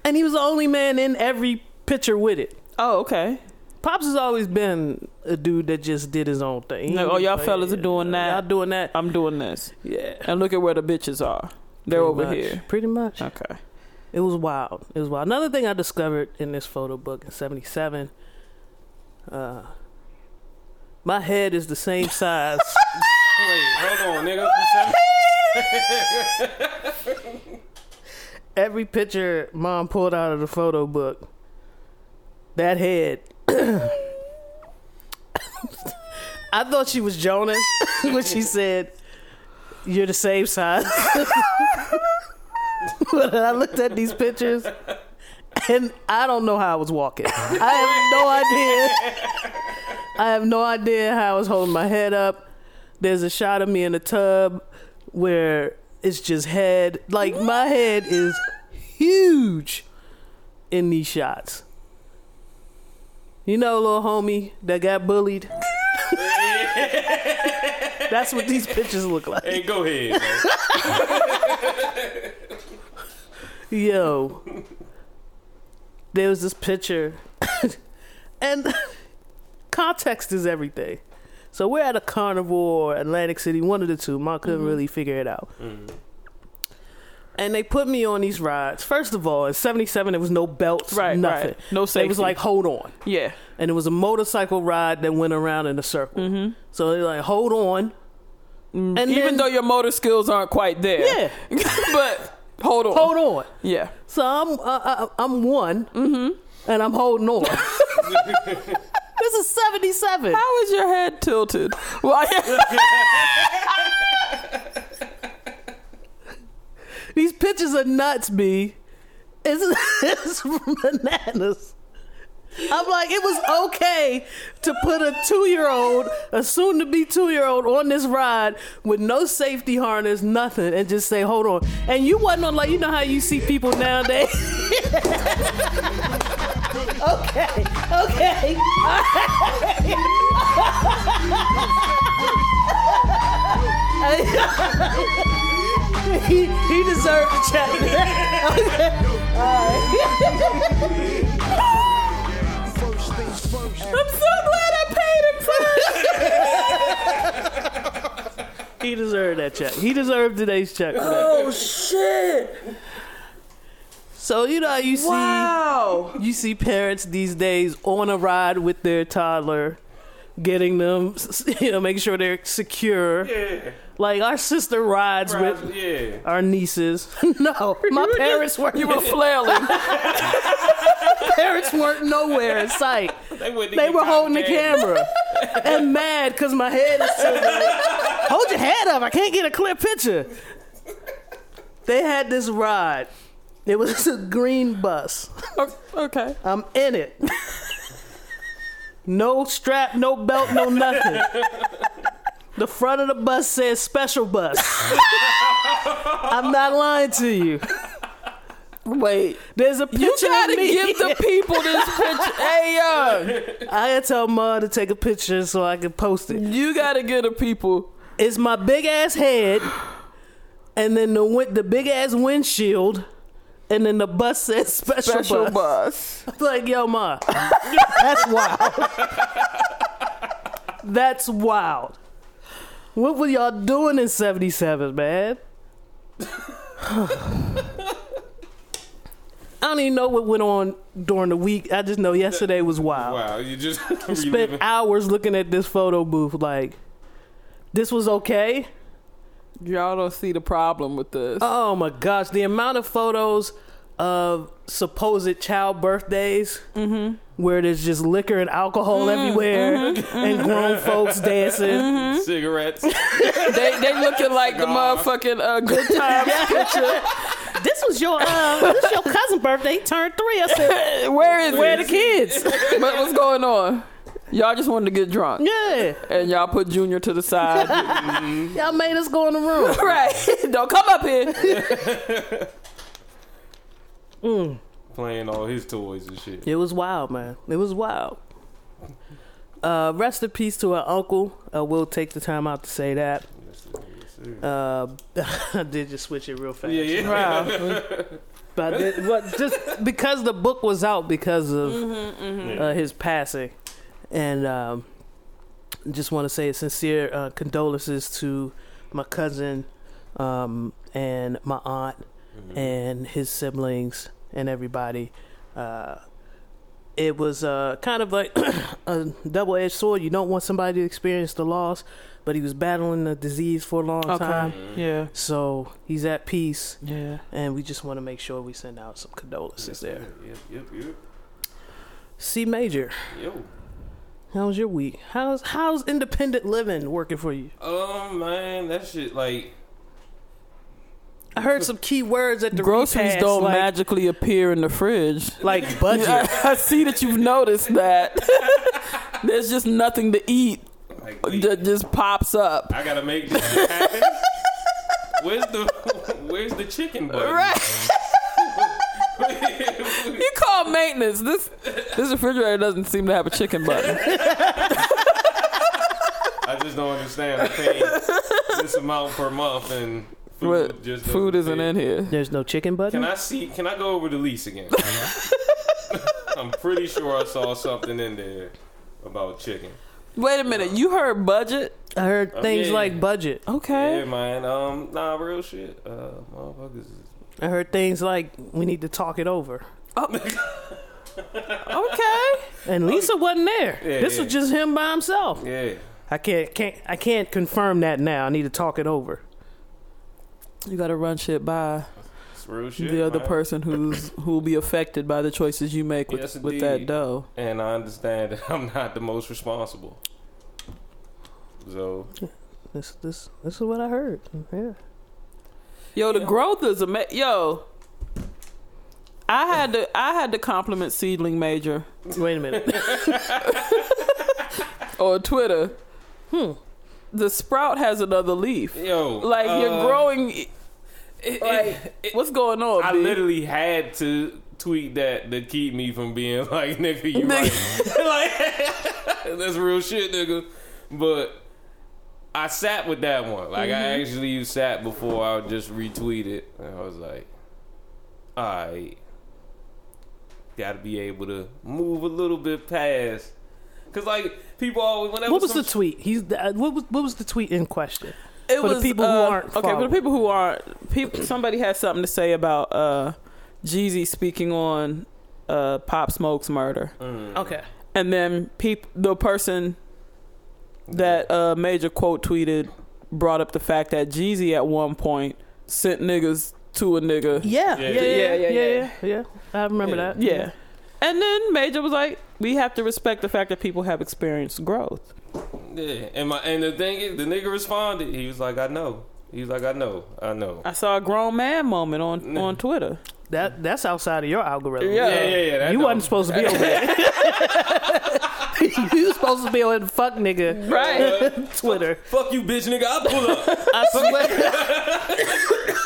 Speaker 1: and he was the only man in every picture with it.
Speaker 4: Oh, okay.
Speaker 1: Pops has always been a dude that just did his own thing. He
Speaker 4: Like, oh,
Speaker 1: was
Speaker 4: y'all
Speaker 1: like,
Speaker 4: fellas are doing that. Uh,
Speaker 1: Y'all doing that.
Speaker 4: I'm doing this.
Speaker 1: Yeah.
Speaker 4: And look at where the bitches are. They're over here.
Speaker 1: Pretty much.
Speaker 4: Okay.
Speaker 1: It was wild. It was wild. Another thing I discovered in this photo book in 77 uh, my head is the
Speaker 4: *laughs*
Speaker 1: same size.
Speaker 2: Wait, hold on, nigga.
Speaker 1: Every picture mom pulled out of the photo book, that head. *coughs* I thought she was *laughs* Jonah when she said, You're the same *laughs* size. but I looked at these pictures and I don't know how I was walking. I have no idea. I have no idea how I was holding my head up. There's a shot of me in the tub where It's just head. Like my head is huge in these shots. You know, little homie that got bullied. *laughs* That's what these pictures look like.
Speaker 2: Hey, go ahead. man.
Speaker 1: Yo, there was this picture, *coughs* and *coughs* context is everything. So we're at a carnival or Atlantic City, one of the two. Mom couldn't
Speaker 4: Mm-hmm.
Speaker 1: really figure it out. And they put me on these rides. First of all, in 77, there was no belts,
Speaker 4: Right,
Speaker 1: nothing.
Speaker 4: right. No
Speaker 1: It was
Speaker 4: safety.
Speaker 1: like, hold on.
Speaker 4: Yeah.
Speaker 1: And it was a motorcycle ride that went around in a circle. So they're like, hold on. And
Speaker 4: Mm-hmm. Mm. Even
Speaker 1: then-
Speaker 4: though your motor skills aren't quite there.
Speaker 1: Yeah.
Speaker 4: *laughs* but hold on.
Speaker 1: hold on.
Speaker 4: Yeah.
Speaker 1: So I'm uh, uh, I'm one, and I'm holding on. this is seventy seven.
Speaker 4: How is your head tilted? Why? *laughs*
Speaker 1: These pictures are nuts, B. It's, *laughs* it's bananas. I'm like, it was okay to put a two year old, a soon to be two year old, on this ride with no safety harness, nothing, and just say, hold on. And you wasn't on, like, you know how you see people nowadays? okay, okay. he, he deserved the check. *laughs* I'm so glad I paid him first. *laughs* he deserved that check. He deserved today's check for that.
Speaker 4: oh shit!
Speaker 1: So you know how you see
Speaker 4: Wow.
Speaker 1: you see parents these days on a ride with their toddler, getting them, *laughs* you know, making sure they're secure.
Speaker 2: Yeah.
Speaker 1: Like our sister rides with
Speaker 2: Yeah.
Speaker 1: our nieces. *laughs* no, my parents weren't.
Speaker 4: You were flailing.
Speaker 1: *laughs* parents weren't nowhere in sight.
Speaker 2: They, went to
Speaker 1: They
Speaker 2: get
Speaker 1: were
Speaker 2: Tom
Speaker 1: holding the
Speaker 2: Hanks.
Speaker 1: camera and mad because my head is so big. Hold your head up. I can't get a clear picture. They had this ride. It was *laughs* a green bus.
Speaker 4: O- okay.
Speaker 1: I'm in it. No strap, no belt, no nothing. The front of the bus says special bus. I'm not lying to you.
Speaker 4: Wait.
Speaker 1: There's a picture
Speaker 4: You gotta
Speaker 1: of me.
Speaker 4: give
Speaker 1: *laughs*
Speaker 4: *laughs* the people this picture. hey, yo.
Speaker 1: I had to tell mom to take a picture so I could post it.
Speaker 4: You gotta give the people.
Speaker 1: It's my big ass head, and then the win- the big ass windshield, and then the bus says special,
Speaker 4: Special
Speaker 1: bus.
Speaker 4: bus.
Speaker 1: It's Like yo, ma, *laughs* that's wild. *laughs* that's wild. What were y'all doing in '77, man? *sighs* I don't even know what went on during the week. I just know yesterday was wild.
Speaker 2: Wow, you just *laughs*
Speaker 1: Spent
Speaker 2: reliving.
Speaker 1: hours looking at this photo booth. Like, this was okay.
Speaker 4: Y'all don't see the problem with this.
Speaker 1: Oh my gosh, the amount of photos of supposed child birthdays where there's just liquor and alcohol everywhere and grown folks dancing.
Speaker 2: cigarettes.
Speaker 4: they *laughs* they looking like the
Speaker 2: God.
Speaker 4: motherfucking *laughs* uh, good times picture.
Speaker 1: This was your uh, this your cousin's birthday. He turned three. I *laughs* said,
Speaker 4: Where is
Speaker 1: "Where
Speaker 4: it?
Speaker 1: the kids?"
Speaker 4: But what's going on? Y'all just wanted to get drunk.
Speaker 1: Yeah,
Speaker 4: and y'all put Junior to the side.
Speaker 1: y'all made us go in the room.
Speaker 4: *laughs* right. *laughs* Don't come up here.
Speaker 2: Playing all his toys and shit.
Speaker 1: It was wild, man. It was wild. Uh, rest in peace to our uncle. Uh, we'll take the time out to say that. Uh, *laughs* I did just switch it real fast.
Speaker 2: Yeah, yeah.
Speaker 1: But I did- what- just because the book was out because of uh, his passing, and um, just want to say sincere uh, condolences to my cousin um, and my aunt and his siblings and everybody. Uh, it was uh, kind of like *clears throat* a double-edged sword. You don't want somebody to experience the loss, but he was battling the disease for a long time,
Speaker 2: Mm-hmm.
Speaker 4: Yeah.
Speaker 1: so he's at peace
Speaker 4: Yeah.
Speaker 1: and we just want to make sure we send out some condolences there.
Speaker 2: Yep, yep, yep.
Speaker 1: C Major,
Speaker 2: Yo.
Speaker 1: how was your week? How's how's independent living working for you?
Speaker 2: Oh man, that shit like
Speaker 1: I heard some key words at the
Speaker 4: Groceries
Speaker 1: repass,
Speaker 4: don't
Speaker 1: like,
Speaker 4: magically appear in the fridge.
Speaker 1: like
Speaker 4: *laughs*
Speaker 1: budget.
Speaker 4: I, I see that you've noticed that. *laughs* There's just nothing to eat
Speaker 2: like
Speaker 4: that just pops up.
Speaker 2: I gotta make this shit happen. Where's the *laughs* Where's the chicken button?
Speaker 4: Right. You call maintenance. This this refrigerator doesn't seem to have a chicken button.
Speaker 2: *laughs* *laughs* I just don't understand. I pay this amount per month and food
Speaker 4: But
Speaker 2: just doesn't
Speaker 4: food isn't
Speaker 2: fit.
Speaker 4: in here.
Speaker 1: There's no chicken button.
Speaker 2: Can I see? Can I go over the lease
Speaker 4: *laughs*
Speaker 2: again? I'm pretty sure I saw something in there about chicken.
Speaker 4: Wait a minute. You heard budget?
Speaker 1: I heard things
Speaker 2: yeah.
Speaker 1: like budget.
Speaker 4: Okay.
Speaker 2: Yeah, man. Um, nah, real shit. Uh, motherfuckers. is-
Speaker 1: I heard things like we need to talk it over.
Speaker 4: Okay.
Speaker 1: And Lisa wasn't there.
Speaker 2: Yeah,
Speaker 1: this
Speaker 2: yeah.
Speaker 1: was just him by himself.
Speaker 2: Yeah.
Speaker 1: I can't can't I can't confirm that now. I need to talk it over.
Speaker 4: You gotta run shit by
Speaker 2: It's real shit.
Speaker 4: the other
Speaker 2: man.
Speaker 4: person who's who'll be affected by the choices you make with,
Speaker 2: Yes,
Speaker 4: with that
Speaker 2: indeed.
Speaker 4: dough.
Speaker 2: And I understand that *laughs* I'm not the most responsible. So
Speaker 1: This this this is what I heard. Yeah.
Speaker 4: Yo, the growth is amazing. Yo, I had to I had to compliment Seedling Major
Speaker 1: Wait a minute.
Speaker 4: or Twitter. Hmm. The sprout has another leaf.
Speaker 2: yo,
Speaker 4: Like you're
Speaker 2: uh,
Speaker 4: growing.
Speaker 2: it-
Speaker 4: Like
Speaker 2: it-
Speaker 4: what's going on?
Speaker 2: I
Speaker 4: B? *laughs*
Speaker 2: literally *laughs* had to tweet that to keep me from being *laughs* like, nigga, you right. like, *laughs* that's real shit, nigga. But I sat with that one. Like,
Speaker 1: Mm-hmm.
Speaker 2: I actually sat before I just retweeted. And I was like, all right. Gotta be able to move a little bit past. Cause like people always whenever
Speaker 1: what was
Speaker 2: some
Speaker 1: the tweet? He's uh, what was what was the tweet in question?
Speaker 4: It
Speaker 1: for the
Speaker 4: was,
Speaker 1: people who
Speaker 4: uh,
Speaker 1: aren't
Speaker 4: okay. For the
Speaker 1: following.
Speaker 4: people who aren't, people, somebody had something to say about uh, Jeezy speaking on uh, Pop Smoke's murder.
Speaker 1: Okay.
Speaker 4: and then peop- the person that uh, major quote tweeted brought up the fact that Jeezy at one point sent niggas to a nigga. Yeah.
Speaker 1: Yeah. Yeah. Yeah. Yeah. Yeah.
Speaker 4: yeah, yeah.
Speaker 1: yeah. I remember that.
Speaker 4: And then Major was like, we have to respect the fact that people have experienced growth.
Speaker 2: Yeah, and my and the thing is, the nigga responded. He was like, "I know." He was like, "I know, I know." *laughs*
Speaker 4: I saw a grown man moment on, on Twitter.
Speaker 1: That that's outside of your algorithm.
Speaker 4: Yeah.
Speaker 2: yeah, yeah, yeah. that
Speaker 1: You
Speaker 2: don't-
Speaker 1: wasn't supposed to be over there. *laughs* you was supposed to be on the fuck nigga
Speaker 4: Right.
Speaker 1: *laughs* Twitter.
Speaker 2: Fuck you, bitch, nigga. I pull up.
Speaker 1: I swear. *laughs*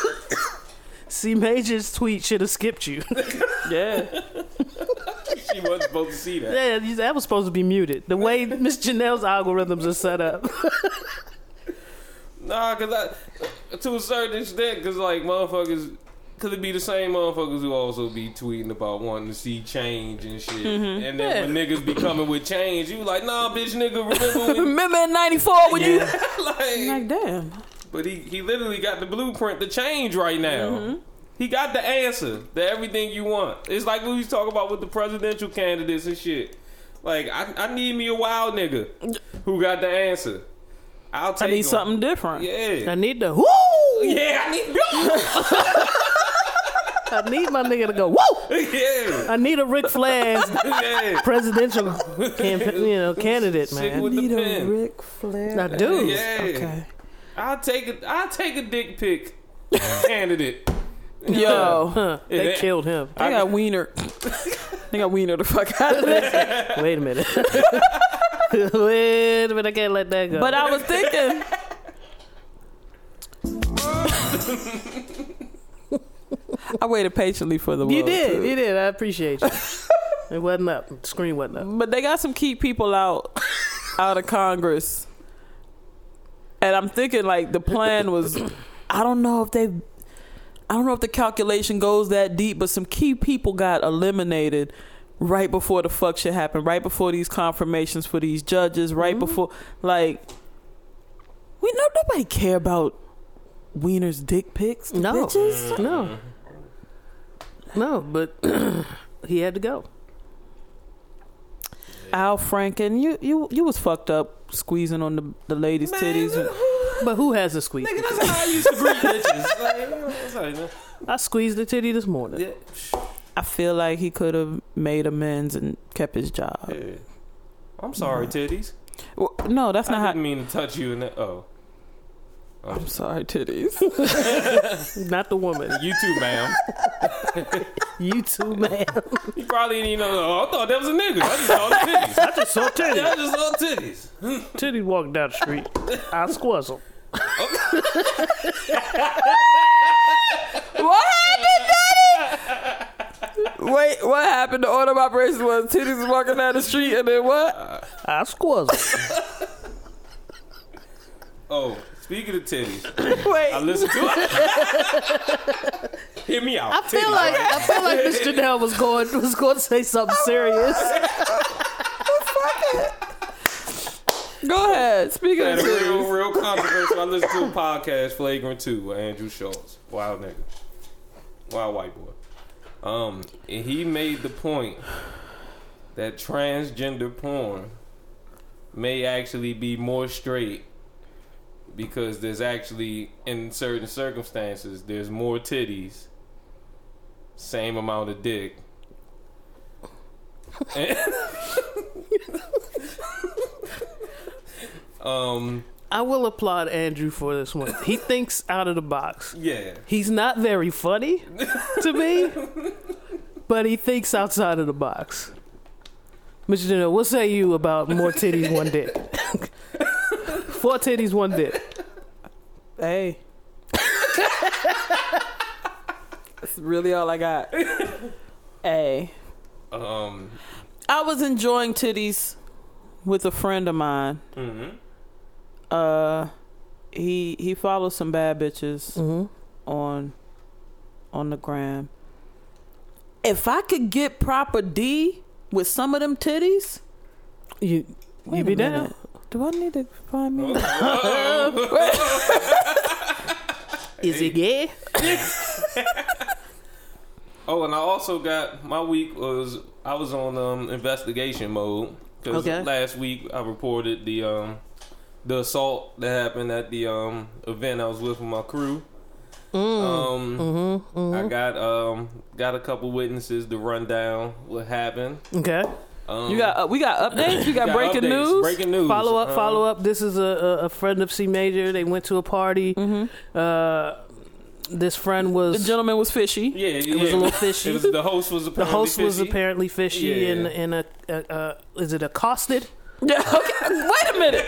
Speaker 1: See, Major's tweet should have skipped you. *laughs*
Speaker 4: yeah.
Speaker 2: *laughs* she wasn't supposed to see that.
Speaker 1: Yeah, you- that was supposed to be muted. The way Miss Janelle's algorithms are set up.
Speaker 2: *laughs* Nah, cause I, to a certain extent, cause like motherfuckers, cause it be the same motherfuckers who also be tweeting about wanting to see change and shit. And then when niggas be coming with change, you like, nah, bitch, *laughs* nigga. Remember when?
Speaker 4: *laughs* Remember in 94 when you.
Speaker 2: like,
Speaker 4: Like, damn.
Speaker 2: but he he literally got the blueprint to change right now.
Speaker 4: Mm-hmm.
Speaker 2: He got the answer to everything you want. It's like what we talk about with the presidential candidates and shit. Like I, I need me a wild nigga who got the answer. I'll
Speaker 4: I
Speaker 2: take.
Speaker 4: need
Speaker 2: him.
Speaker 4: something different.
Speaker 1: I
Speaker 2: Yeah.
Speaker 1: need the whoo.
Speaker 2: *laughs* Yeah, I need.
Speaker 1: I need my nigga to go whoa.
Speaker 2: *laughs* yeah.
Speaker 1: I need a Ric Flair's
Speaker 2: Yeah.
Speaker 1: presidential campa- you know, candidate,
Speaker 2: Sick
Speaker 1: man.
Speaker 2: with the pen.
Speaker 4: Ric Flair.
Speaker 1: I do.
Speaker 2: Yeah.
Speaker 4: Okay.
Speaker 2: I'll take a I'll take a dick
Speaker 4: *laughs*
Speaker 2: pic candidate.
Speaker 4: Yo.
Speaker 1: Huh, they
Speaker 2: Yeah.
Speaker 1: killed him.
Speaker 4: They got wiener. they got wiener the fuck out of *laughs* there.
Speaker 1: Wait a minute. *laughs* Wait a minute. I can't let that go.
Speaker 4: But I was thinking. I waited patiently for the
Speaker 1: you
Speaker 4: world,
Speaker 1: did.
Speaker 4: too.
Speaker 1: You did. I appreciate you. *laughs* it wasn't up. The screen wasn't up.
Speaker 4: But they got some key people out *laughs* out of Congress. And I'm thinking like the plan was I don't know if they I don't know if the calculation goes that deep, but some key people got eliminated right before the fuck shit happened, right before these confirmations for these judges, right before like we know nobody care about Wiener's dick pics.
Speaker 1: No. Mm-hmm.
Speaker 4: Bitches.
Speaker 1: No. No, but *clears throat* he had to go.
Speaker 4: Al Franken, you you you was fucked up squeezing on the, the ladies' titties.
Speaker 1: But who has a squeeze?
Speaker 2: Nigga, that's how I used to greet bitches. Like, you know, that's how you know.
Speaker 1: I squeezed the titty this morning.
Speaker 2: Yeah.
Speaker 4: I feel like he could have made amends and kept his job.
Speaker 2: Yeah. I'm sorry, titties.
Speaker 4: Well, no, that's
Speaker 2: I
Speaker 4: not
Speaker 2: didn't
Speaker 4: how.
Speaker 2: mean to touch you in that. Oh,
Speaker 4: I'm sorry, *laughs* titties.
Speaker 1: Not the woman.
Speaker 2: you too, ma'am.
Speaker 1: You *laughs* too, man.
Speaker 2: You probably didn't even know. Oh, I thought that was a nigga. I just saw *laughs* titties.
Speaker 1: I just saw titty.
Speaker 2: I just saw titties.
Speaker 1: Titty walked down the street. I squazzled.
Speaker 4: happened to auto operations was titties was walking down the street and then what?
Speaker 1: I squazzle.
Speaker 2: Oh, speaking of titties,
Speaker 4: Wait,
Speaker 2: I listen to it. Hear me out.
Speaker 1: I feel like I feel like Miss Janelle was going was going to say something serious.
Speaker 4: go ahead. Speaking of
Speaker 2: had a
Speaker 4: titties,
Speaker 2: real, real controversial. I listened to a podcast, Flagrant 2, with Andrew Schultz. Wild nigga. Wild white boy. Um, and he made the point that transgender porn may actually be more straight because there's actually, in certain circumstances, there's more titties, same amount of dick. And- um,
Speaker 1: I will applaud Andrew for this one. He thinks out of the box.
Speaker 2: yeah.
Speaker 1: He's not very funny to me, but he thinks outside of the box. Mr. Janelle, what say you about more titties, one dick? *laughs* Four titties, one dick.
Speaker 4: *laughs* hey. That's really all I *laughs* got. Hey.
Speaker 2: Um,
Speaker 4: I was enjoying titties with a friend of mine.
Speaker 2: mhm.
Speaker 4: Uh, he he follows some bad bitches
Speaker 1: hmm
Speaker 4: on on the gram. If I could get proper D with some of them titties,
Speaker 1: You,
Speaker 4: Wait
Speaker 1: you
Speaker 4: a
Speaker 1: be down?
Speaker 4: minute. Do I need to find me?
Speaker 1: Is it gay?
Speaker 2: Oh, and I also got my week was I was on um, investigation mode because
Speaker 1: Okay.
Speaker 2: last week I reported the um, the assault that happened at the um, event I was with with my crew.
Speaker 1: Mm.
Speaker 2: um,
Speaker 1: Mm-hmm,
Speaker 2: I got um, got a couple witnesses to run down what happened.
Speaker 1: Okay.
Speaker 2: Um,
Speaker 4: You got uh, we *laughs* got updates. We got,
Speaker 2: got
Speaker 4: breaking
Speaker 2: updates,
Speaker 4: news.
Speaker 2: Breaking news.
Speaker 1: Follow up,
Speaker 2: Um,
Speaker 1: follow up. This is a, a, a friend of C Major. They went to a party. Uh, this friend
Speaker 4: the
Speaker 1: was
Speaker 4: gentleman was fishy.
Speaker 2: Yeah, it
Speaker 1: was a
Speaker 2: *laughs*
Speaker 1: little fishy.
Speaker 2: It was, the host was
Speaker 1: the
Speaker 2: apparently
Speaker 1: host was
Speaker 2: fishy.
Speaker 1: apparently fishy
Speaker 2: Yeah.
Speaker 1: and and a, a, a is it accosted?
Speaker 4: Yeah. *laughs* Okay. Wait a *laughs* minute.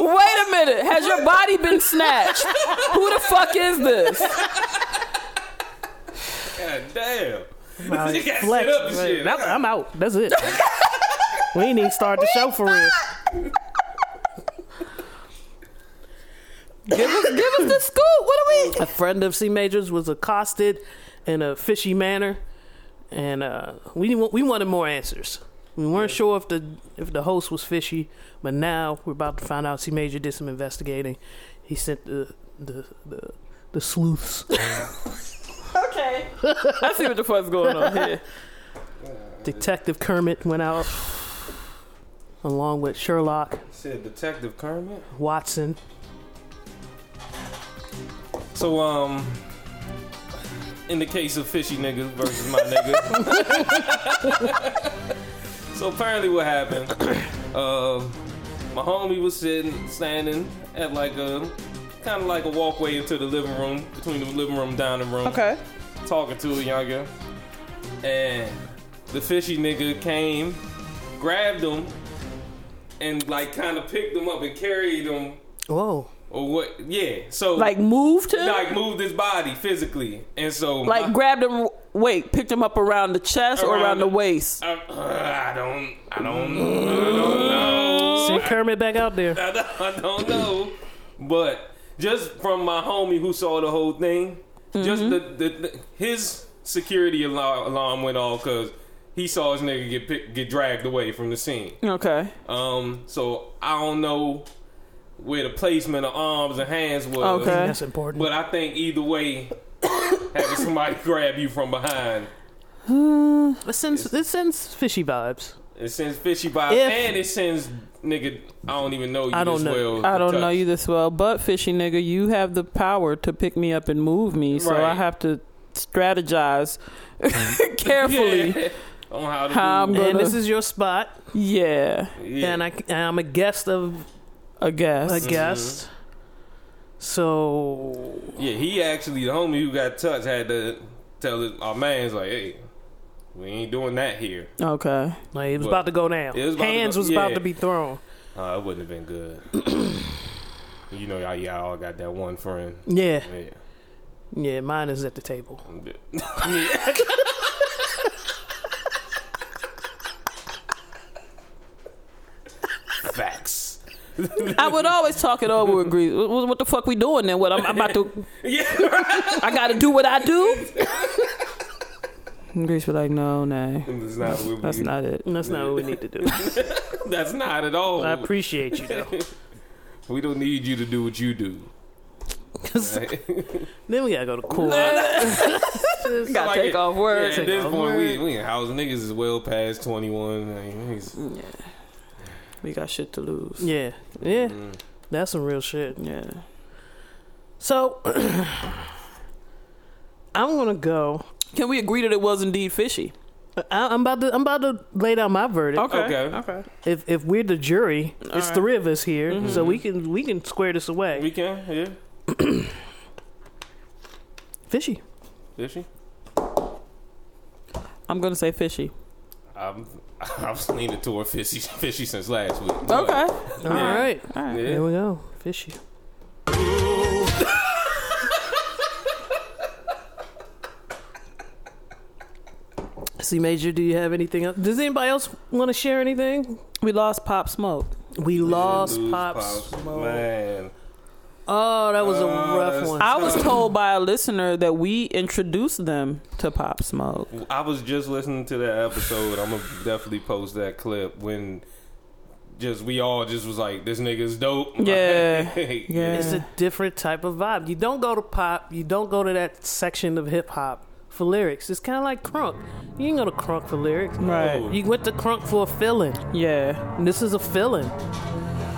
Speaker 4: Wait a minute. Has your body been *laughs* snatched? Who the fuck is this?
Speaker 2: God damn.
Speaker 1: Right.
Speaker 2: *laughs* You gotta sit
Speaker 1: Flex.
Speaker 2: up and
Speaker 1: Right.
Speaker 2: shit.
Speaker 1: I'm, I'm out. That's it. we ain't even start the show for real.
Speaker 4: Give us, give us the scoop.
Speaker 1: *laughs*
Speaker 4: What are
Speaker 1: A friend of C Majors was accosted in a fishy manner, and uh, we wa- we wanted more answers. We weren't sure if the if the host was fishy, but now we're about to find out. C Major did some investigating. He sent the the the, the sleuths
Speaker 4: we? Okay. I see what the fuck's going on here.
Speaker 1: Detective Kermit went out along with Sherlock
Speaker 2: Said Detective Kermit.
Speaker 1: Watson.
Speaker 2: So, um, in the case of fishy niggas versus my nigga. *laughs* so apparently, what happened? Uh, my homie was sitting, standing at like a kind of like a walkway into the living room, between the living room, and dining room.
Speaker 4: Okay.
Speaker 2: Talking to a young girl, and the fishy nigga came, grabbed him, and like kind of picked him up and carried him.
Speaker 1: Whoa.
Speaker 2: Or what? Yeah. So
Speaker 4: Like moved him. Like,
Speaker 2: like moved his body physically, and so my-
Speaker 4: grabbed him. Wait, picked him up around the chest or
Speaker 2: Around
Speaker 4: around the
Speaker 2: the-
Speaker 4: waist.
Speaker 2: I, uh, I don't, I don't, I don't know, *laughs*
Speaker 1: Send Kermit back out there.
Speaker 2: I don't, I don't know. But just from my homie who saw the whole thing, just the, the, the his security alarm, alarm went off because he saw his nigga get pick, get dragged away from the scene.
Speaker 4: Okay.
Speaker 2: Um, so I don't know where the placement of arms and hands was.
Speaker 4: Okay.
Speaker 1: That's important.
Speaker 2: But I think either way, *coughs* having somebody *coughs* grab you from behind
Speaker 1: This sends this sends fishy vibes.
Speaker 2: It sends fishy vibes
Speaker 1: If-
Speaker 2: and it sends nigga. I don't even know you.
Speaker 1: I don't
Speaker 2: this
Speaker 1: know-
Speaker 2: Well
Speaker 4: I
Speaker 2: to
Speaker 4: don't
Speaker 2: touch.
Speaker 4: know you this well, but fishy nigga, you have the power to pick me up and move me, so I
Speaker 2: Right.
Speaker 4: have to strategize *laughs* carefully.
Speaker 2: *laughs* Yeah. on how to
Speaker 4: How I'm
Speaker 2: do.
Speaker 4: gonna-
Speaker 1: And this is your spot.
Speaker 4: Yeah,
Speaker 2: Yeah. Mm-hmm.
Speaker 1: And I and I'm a guest of
Speaker 4: I guess.
Speaker 1: a guest. So
Speaker 2: yeah, he actually the homie who got touched had to tell it, our man's like, hey, we ain't doing that here.
Speaker 4: Okay.
Speaker 1: like, it was
Speaker 2: Well,
Speaker 1: about to go down.
Speaker 2: it was about to
Speaker 1: Hands
Speaker 2: go-
Speaker 1: was about
Speaker 2: yeah.
Speaker 1: to be thrown.
Speaker 2: Uh, it wouldn't have been good. *coughs* you know, y'all, y'all all got that one
Speaker 4: *laughs*
Speaker 2: friend.
Speaker 1: Yeah,
Speaker 2: Yeah. *laughs*
Speaker 1: yeah. Mine is at the table.
Speaker 2: I'm good.
Speaker 4: I would always talk it over with Grease. What, what the fuck we doing then? What I'm, I'm about *laughs* to? I got to do what I *laughs* do. And Grease was like, no, nah,
Speaker 2: That's not what we-
Speaker 4: that's not it.
Speaker 1: That's not what we need to
Speaker 2: *laughs*
Speaker 1: do.
Speaker 2: That's not at all.
Speaker 1: I appreciate you though.
Speaker 2: we don't need you to do what you do.
Speaker 1: *laughs* Then we gotta go to court.
Speaker 2: *laughs*
Speaker 4: *laughs* Got to
Speaker 2: like
Speaker 4: take
Speaker 2: it.
Speaker 4: off
Speaker 2: Yeah,
Speaker 4: words.
Speaker 2: at this
Speaker 1: off
Speaker 2: point, we
Speaker 1: work.
Speaker 2: we in house niggas is well past twenty one. Like, niggas-
Speaker 4: We got shit to lose.
Speaker 1: Yeah, yeah,
Speaker 2: Mm.
Speaker 1: that's some real shit.
Speaker 4: Yeah.
Speaker 1: So *clears throat* I'm gonna go.
Speaker 4: Can we agree that it was indeed fishy?
Speaker 1: I, I'm about to. I'm about to lay down my verdict.
Speaker 2: Okay.
Speaker 4: Okay.
Speaker 1: If if we're the jury, it's
Speaker 4: right.
Speaker 1: three of us here, so we can we can square this away.
Speaker 2: we can. Yeah,
Speaker 1: Fishy.
Speaker 2: did she?
Speaker 4: I'm gonna say fishy.
Speaker 2: I'm *laughs* I've leaning toward *laughs* fishy fishy since last week. but-
Speaker 4: Okay.
Speaker 1: All right.
Speaker 2: Yeah.
Speaker 1: There we go. Fishy. *laughs* See, Major, do you have anything else? Does anybody else want to share anything?
Speaker 4: We lost Pop Smoke.
Speaker 1: We lost
Speaker 2: Lose
Speaker 1: Pops.
Speaker 2: Pops, Man,
Speaker 1: Oh, that was a
Speaker 2: Uh,
Speaker 1: rough
Speaker 2: that's-
Speaker 1: one.
Speaker 4: I was told by a listener that we introduced them to Pop Smoke.
Speaker 2: I was just listening to that episode. I'm gonna definitely post that clip when just we all just was like, this nigga's dope. *laughs*
Speaker 4: Yeah.
Speaker 2: Like, *laughs*
Speaker 4: Yeah.
Speaker 1: It's a different type of vibe. You don't go to pop. You don't go to that section of hip hop for lyrics. It's kind of like crunk. You ain't go to crunk for lyrics.
Speaker 4: Right.
Speaker 1: You went to crunk for a feeling.
Speaker 4: Oh. Yeah.
Speaker 1: And this is a feeling,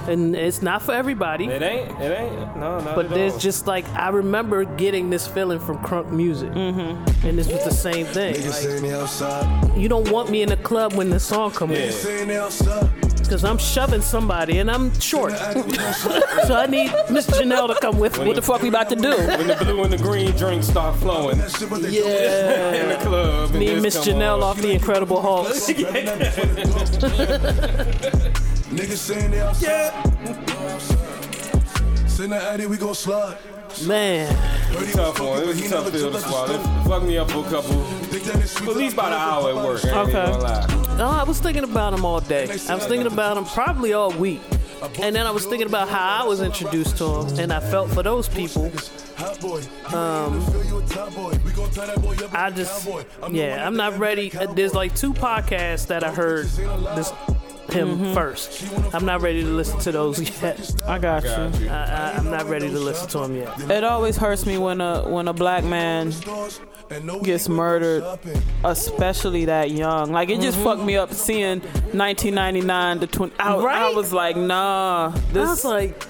Speaker 1: and it's not for everybody.
Speaker 2: It ain't. It ain't. No, no.
Speaker 1: But there's just like I remember getting this feeling from crunk music, mm-hmm. and this was the same thing. Like, you don't want me in the club when the song comes in because I'm shoving somebody and I'm short, *laughs* so I need Miss Janelle to come with me.
Speaker 4: What the fuck we about to do?
Speaker 2: when the blue and the green drinks start flowing
Speaker 1: Yeah,
Speaker 2: in the club. and
Speaker 1: me and Miss
Speaker 2: this come
Speaker 1: Janelle
Speaker 2: on.
Speaker 1: off the Incredible Hulk.
Speaker 6: Niggas saying they outside. Send the addy, we gon' slide.
Speaker 1: Man,
Speaker 2: Tough one. It was a tough pill to swallow. It fucked me up for a couple, at least about an hour at work. I ain't
Speaker 4: Okay.
Speaker 2: gonna lie.
Speaker 1: no, I was thinking about him all day. I was thinking about him probably all week. And then I was thinking about how I was introduced to him, and I felt for those people.
Speaker 6: Um,
Speaker 1: I just, yeah, I'm not ready. Uh, There's like two podcasts that I heard this him first. I'm not ready to listen to those *laughs* yet.
Speaker 4: *laughs* I got you.
Speaker 2: Got you.
Speaker 1: I, I, I'm not ready to listen to him yet.
Speaker 4: It always hurts me when a when a black man gets murdered, especially that young. Like it just fucked me up seeing 1999 to 20. I, I
Speaker 1: Right?
Speaker 4: was like, nah,
Speaker 1: I
Speaker 4: this
Speaker 1: was like,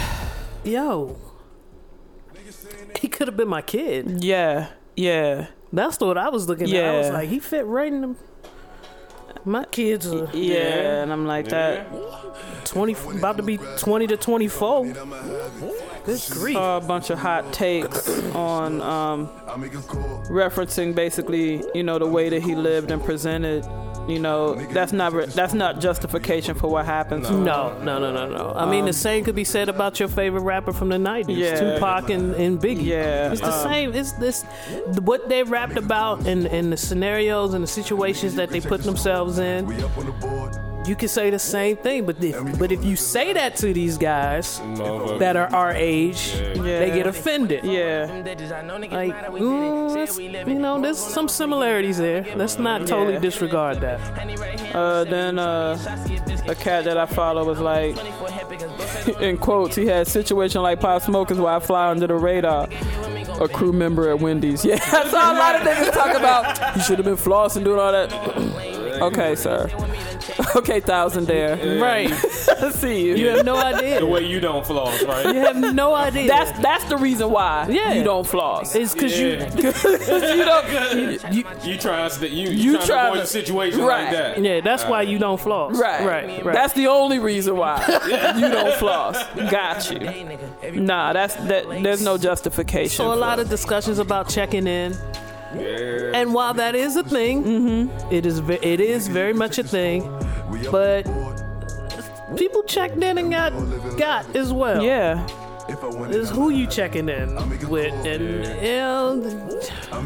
Speaker 1: *sighs* yo, he could have been my kid.
Speaker 4: yeah, yeah,
Speaker 1: That's the what I was looking at. I was
Speaker 4: Yeah.
Speaker 1: like, he fit right in the. My kids are
Speaker 4: yeah, and I'm like that.
Speaker 1: twenty, about to be twenty to twenty-four. Good grief!
Speaker 4: Saw a uh, bunch of hot takes on um, referencing basically, you know, the way that he lived and presented. You know, that's not re- that's not justification for what happens.
Speaker 1: No, no, no, no, no. I mean, the same could be said about your favorite rapper from the '90s,
Speaker 4: um, Yeah.
Speaker 1: Tupac and, and Biggie.
Speaker 4: Yeah, Uh,
Speaker 1: it's the same. It's this what they rapped about and and the scenarios and the situations that they put themselves in. You could say the same thing, but if, but if you say that to these guys
Speaker 2: Motherfucker.
Speaker 1: that are our age,
Speaker 4: Yeah.
Speaker 1: they get offended.
Speaker 4: Yeah,
Speaker 1: Like, mm, that's- you know, there's some similarities there. Let's not totally
Speaker 4: Yeah.
Speaker 1: disregard that.
Speaker 4: uh, then uh, a cat that I follow was like, *laughs* in quotes, he had situation like pop smokers where I fly under the radar. A crew member at Wendy's. *laughs* Yeah, I saw a lot of niggas talk about you should have been flossing doing all that. *clears throat* okay, sir. *laughs* Okay, thousand there.
Speaker 1: Right.
Speaker 4: See you.
Speaker 1: You have no
Speaker 2: The *laughs*
Speaker 1: idea.
Speaker 2: way you don't floss, right?
Speaker 1: You have no idea.
Speaker 4: That's that's the reason why
Speaker 1: Yeah.
Speaker 4: you don't floss.
Speaker 1: It's because *laughs*
Speaker 2: Yeah.
Speaker 1: you,
Speaker 4: 'Cause you don't.
Speaker 2: You, you trying to you, you,
Speaker 4: You
Speaker 2: trying
Speaker 4: tryna-
Speaker 2: to avoid a situation
Speaker 4: right.
Speaker 2: like that.
Speaker 1: yeah, that's why you don't floss.
Speaker 4: Right.
Speaker 1: right, right.
Speaker 4: That's the only reason *laughs* why you don't floss. Got you. Nah, that's that. There's no justification.
Speaker 1: so a
Speaker 4: for
Speaker 1: lot
Speaker 4: it.
Speaker 1: of discussions about checking in,
Speaker 2: Yeah.
Speaker 1: and while that is a thing,
Speaker 4: Mm-hmm.
Speaker 1: it is ve- it is very much a thing, but people checked in and got got as well.
Speaker 4: yeah,
Speaker 1: It's who you checking in with, and and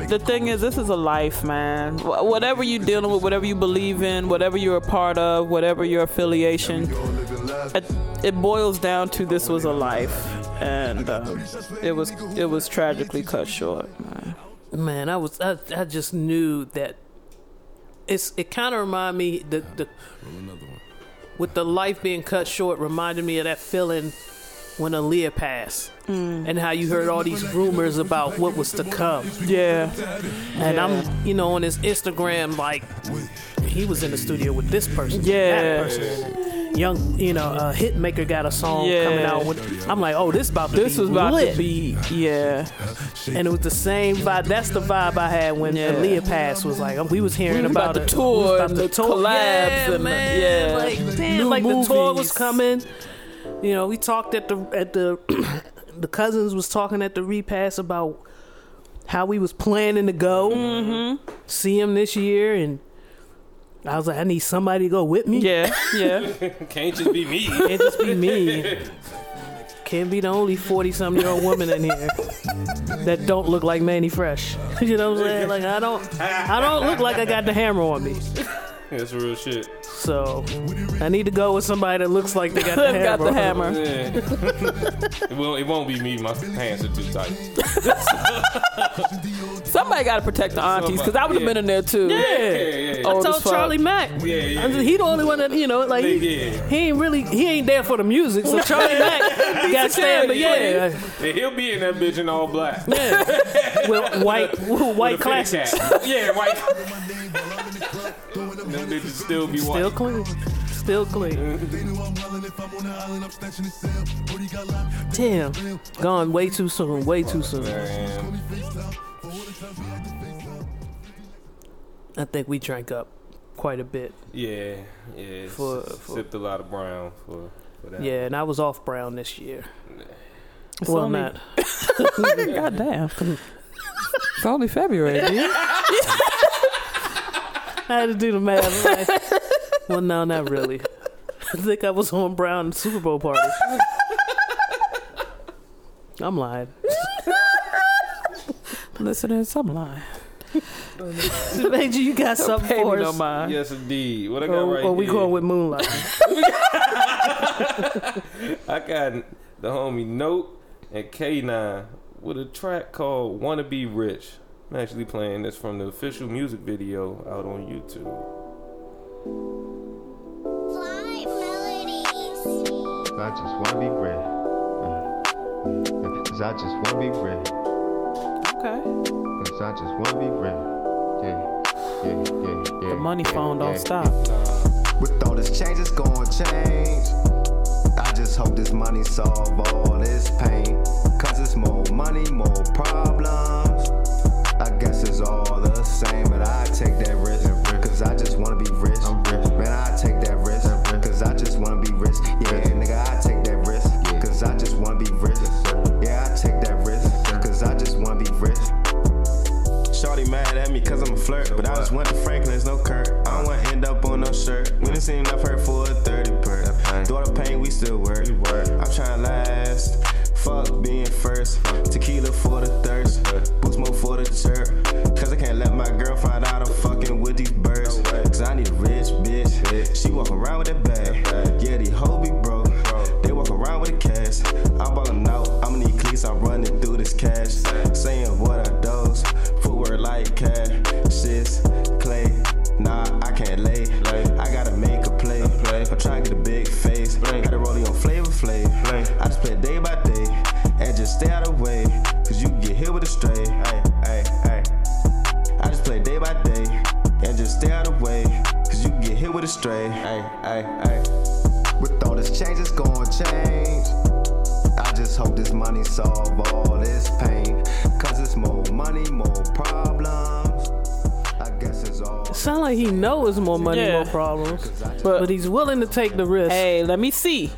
Speaker 4: the thing is, this is a life, man. Wh- Whatever you're dealing with, whatever you believe in, whatever you're a part of, whatever your affiliation, it, it boils down to this was a life, and um, it was it was tragically cut short. man.
Speaker 1: Man, I was I, I just knew that it's it kind of reminded me the the
Speaker 2: Another one.
Speaker 1: with the life being cut short reminded me of that feeling when Aaliyah passed
Speaker 4: Mm.
Speaker 1: and how you heard all these rumors about what was to come.
Speaker 4: Yeah,
Speaker 1: And I'm, you know, on his Instagram, like he was in the studio with this person,
Speaker 4: Yeah.
Speaker 1: that person. Young, you know, uh, Hitmaker got a song
Speaker 4: Yeah.
Speaker 1: coming out. With, I'm like, oh, this about to
Speaker 4: this
Speaker 1: be
Speaker 4: was about
Speaker 1: lit.
Speaker 4: to be yeah.
Speaker 1: and it was the same vibe. That's the vibe I had when
Speaker 4: Yeah.
Speaker 1: Aaliyah passed. Was like, um, we was hearing about,
Speaker 4: about the
Speaker 1: it.
Speaker 4: tour
Speaker 1: We was
Speaker 4: and the collabs
Speaker 1: yeah,
Speaker 4: and the-
Speaker 1: man,
Speaker 4: yeah.
Speaker 1: like damn,
Speaker 4: New
Speaker 1: like the tour
Speaker 4: movies.
Speaker 1: was coming. You know, we talked at the at the *coughs* the cousins was talking at the repass about how we was planning to go
Speaker 4: Mm-hmm.
Speaker 1: see him this year, and I was like, I need somebody to go with me.
Speaker 4: Yeah,
Speaker 1: *laughs*
Speaker 4: yeah.
Speaker 2: Can't just be me.
Speaker 1: Can't just be me. Can't be the only forty-something-year-old woman in here that don't look like Manny Fresh. *laughs* you know what I'm saying? Like I don't, I don't look like I got the hammer on me.
Speaker 2: That's real shit.
Speaker 1: So I need to go with somebody that looks like they got the hammer.
Speaker 4: *laughs* Got the
Speaker 1: on them.
Speaker 4: hammer.
Speaker 2: Yeah. it, won't, it won't be me. My pants are too tight.
Speaker 4: Somebody got to protect the aunties because I would have
Speaker 2: Yeah.
Speaker 4: been in there too.
Speaker 2: Yeah, yeah, yeah.
Speaker 4: Oh,
Speaker 1: I
Speaker 4: old
Speaker 1: told
Speaker 4: as fuck.
Speaker 1: Charlie Mack.
Speaker 2: Yeah, yeah,
Speaker 1: I said, He the only one that you know, like he,
Speaker 2: Yeah.
Speaker 1: he ain't really, he ain't there for the music. So Charlie Mack got stand, but yeah, like,
Speaker 2: Yeah, He'll be in that bitch in all black.
Speaker 1: with white, with white
Speaker 2: With a fitted
Speaker 1: classics, *laughs*
Speaker 2: cap. Yeah, white. Them bitches still be
Speaker 1: still
Speaker 2: white.
Speaker 1: clean, still clean. Damn, gone way too soon, way too soon.
Speaker 2: Man.
Speaker 1: I think we drank up quite a bit.
Speaker 2: Yeah, yeah.
Speaker 1: For-
Speaker 2: s-
Speaker 1: for-
Speaker 2: sipped a lot of brown for, for that.
Speaker 1: Yeah, and I was off brown this year.
Speaker 4: It's
Speaker 1: well,
Speaker 4: only-
Speaker 1: not.
Speaker 4: God damn. It's
Speaker 1: *laughs*
Speaker 4: only February, dude.
Speaker 1: I had to do the math. I'm like, well, no, not really. I think I was on brown at the Super Bowl party. I'm lying.
Speaker 4: Listeners, I'm lying.
Speaker 1: Major, you got something
Speaker 4: Pay me
Speaker 1: for
Speaker 4: no
Speaker 1: us?
Speaker 4: mind.
Speaker 2: Yes, indeed. What I got
Speaker 1: Or,
Speaker 2: right
Speaker 1: or we
Speaker 2: here-
Speaker 1: going with Moonlight?
Speaker 2: I got the homie Note and K9 with a track called Wanna Be Rich. I'm actually playing this from the official music video out on YouTube.
Speaker 7: Fly melodies.
Speaker 8: I just wanna be rich. Uh, Cause I just wanna be rich.
Speaker 4: Okay.
Speaker 8: Cause I just wanna be rich. Yeah, yeah, yeah, yeah.
Speaker 4: The money
Speaker 8: yeah,
Speaker 4: phone don't
Speaker 8: yeah.
Speaker 4: stop.
Speaker 8: With all this change, it's gonna change. I just hope this money solve all this pain. Cause it's more money, more problems. I guess it's all the same, but I take that risk. Cause I just wanna be rich. I'm rich. Man, I take that risk. Cause I just wanna be rich. Yeah, nigga, I take that risk. Cause I just wanna be rich. Yeah, I take that risk. Cause I just wanna be rich. Shorty mad at me cause I'm a flirt. But I just went to Franklin's, no Kirk. I don't wanna end up on no shirt. We done seen enough hurt for a 30 per. Through the pain, we still work. I'm tryna last. Fuck being first. Tequila for the thirst. Boost more for the chirp. Cause I can't let my girl find out I'm fucking with these birds. Cause I need a rich bitch. She walk around with that bag. Yeah, these hoes be broke. They walk around with the cash. I'm ballin' out. I'ma need cleats. I'm running through this cash. Saying what I does. Footwear like cash. Shits, clay. Nah, I can't lay. I gotta make a play. I'm trying to get a big face. Gotta roll it on flavor flay. I just play day by day. And just stay out of the way. Cause you can get hit with a stray. Ay, ay, ay. I just play day by day. And just stay out of the way. Cause you can get hit with a stray. Ay, ay, ay. With all this change, it's gonna change. I just hope this money solve all this pain. Cause it's more money, more problems. I guess it's all.
Speaker 1: Sound like he knows more money,
Speaker 4: Yeah.
Speaker 1: more problems,
Speaker 4: But-
Speaker 1: but, he's willing to take the risk.
Speaker 4: Hey, let me see.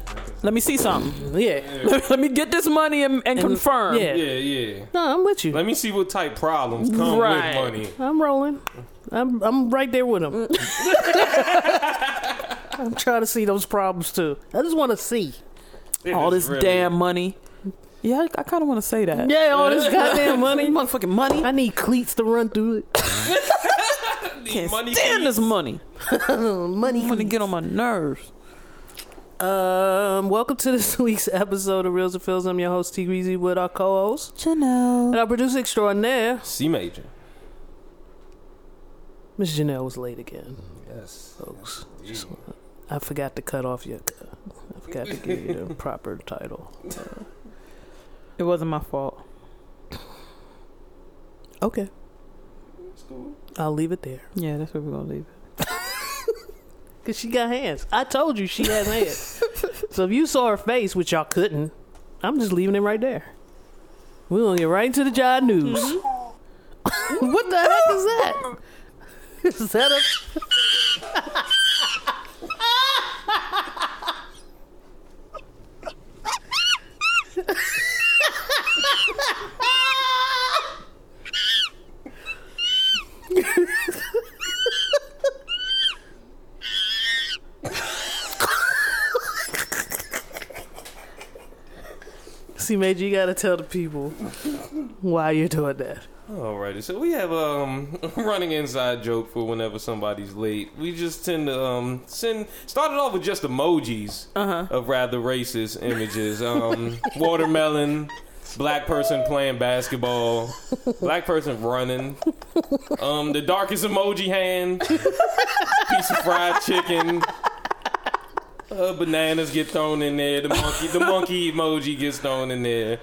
Speaker 4: Let me see something. *laughs*
Speaker 1: Yeah,
Speaker 4: let me get this money and, and, confirm.
Speaker 1: yeah.
Speaker 2: Yeah, yeah.
Speaker 1: no, I'm with you.
Speaker 2: Let me see what type problems come
Speaker 4: Right.
Speaker 2: with money.
Speaker 1: I'm rolling. I'm I'm right there with him. *laughs* I'm trying to see those problems too. I just want to see.
Speaker 4: All
Speaker 2: It's
Speaker 4: this
Speaker 2: really-
Speaker 4: damn money. Yeah, I, I kind of want to say that.
Speaker 1: Yeah, all this goddamn money.
Speaker 4: Motherfucking money.
Speaker 1: *laughs* I
Speaker 4: I
Speaker 1: need cleats to run through it. *coughs*
Speaker 4: can't
Speaker 2: money
Speaker 4: stand
Speaker 2: keys.
Speaker 4: this money.
Speaker 1: Money.
Speaker 4: I'm going to get on my nerves.
Speaker 1: Um, welcome to this *laughs* week's episode of Reels and Fills. I'm your host T Greasy with our co-host
Speaker 4: Janelle.
Speaker 1: and our producer extraordinaire,
Speaker 2: C major.
Speaker 1: Miss Janelle was late again,
Speaker 2: Yes.
Speaker 1: folks. Just- I forgot to cut off your. I forgot to give you the proper title.
Speaker 4: It wasn't my fault.
Speaker 1: Okay, I'll leave it there.
Speaker 4: Yeah, that's where we're gonna leave
Speaker 1: Cause she got hands. I told you she has hands. so if you saw her face, which y'all couldn't, I'm just leaving it right there. We're gonna get right into the job news. *laughs* what the heck is that? *laughs* Is that a see major you gotta tell the people why you're doing that.
Speaker 2: Alrighty, so we have um *laughs* a running inside joke for whenever somebody's late. We just tend to um send started off with just emojis of rather racist images. Um watermelon, black person playing basketball, black person running, um the darkest emoji hand, piece of fried chicken. Uh, bananas get thrown in there. The monkey, the monkey emoji gets thrown in there.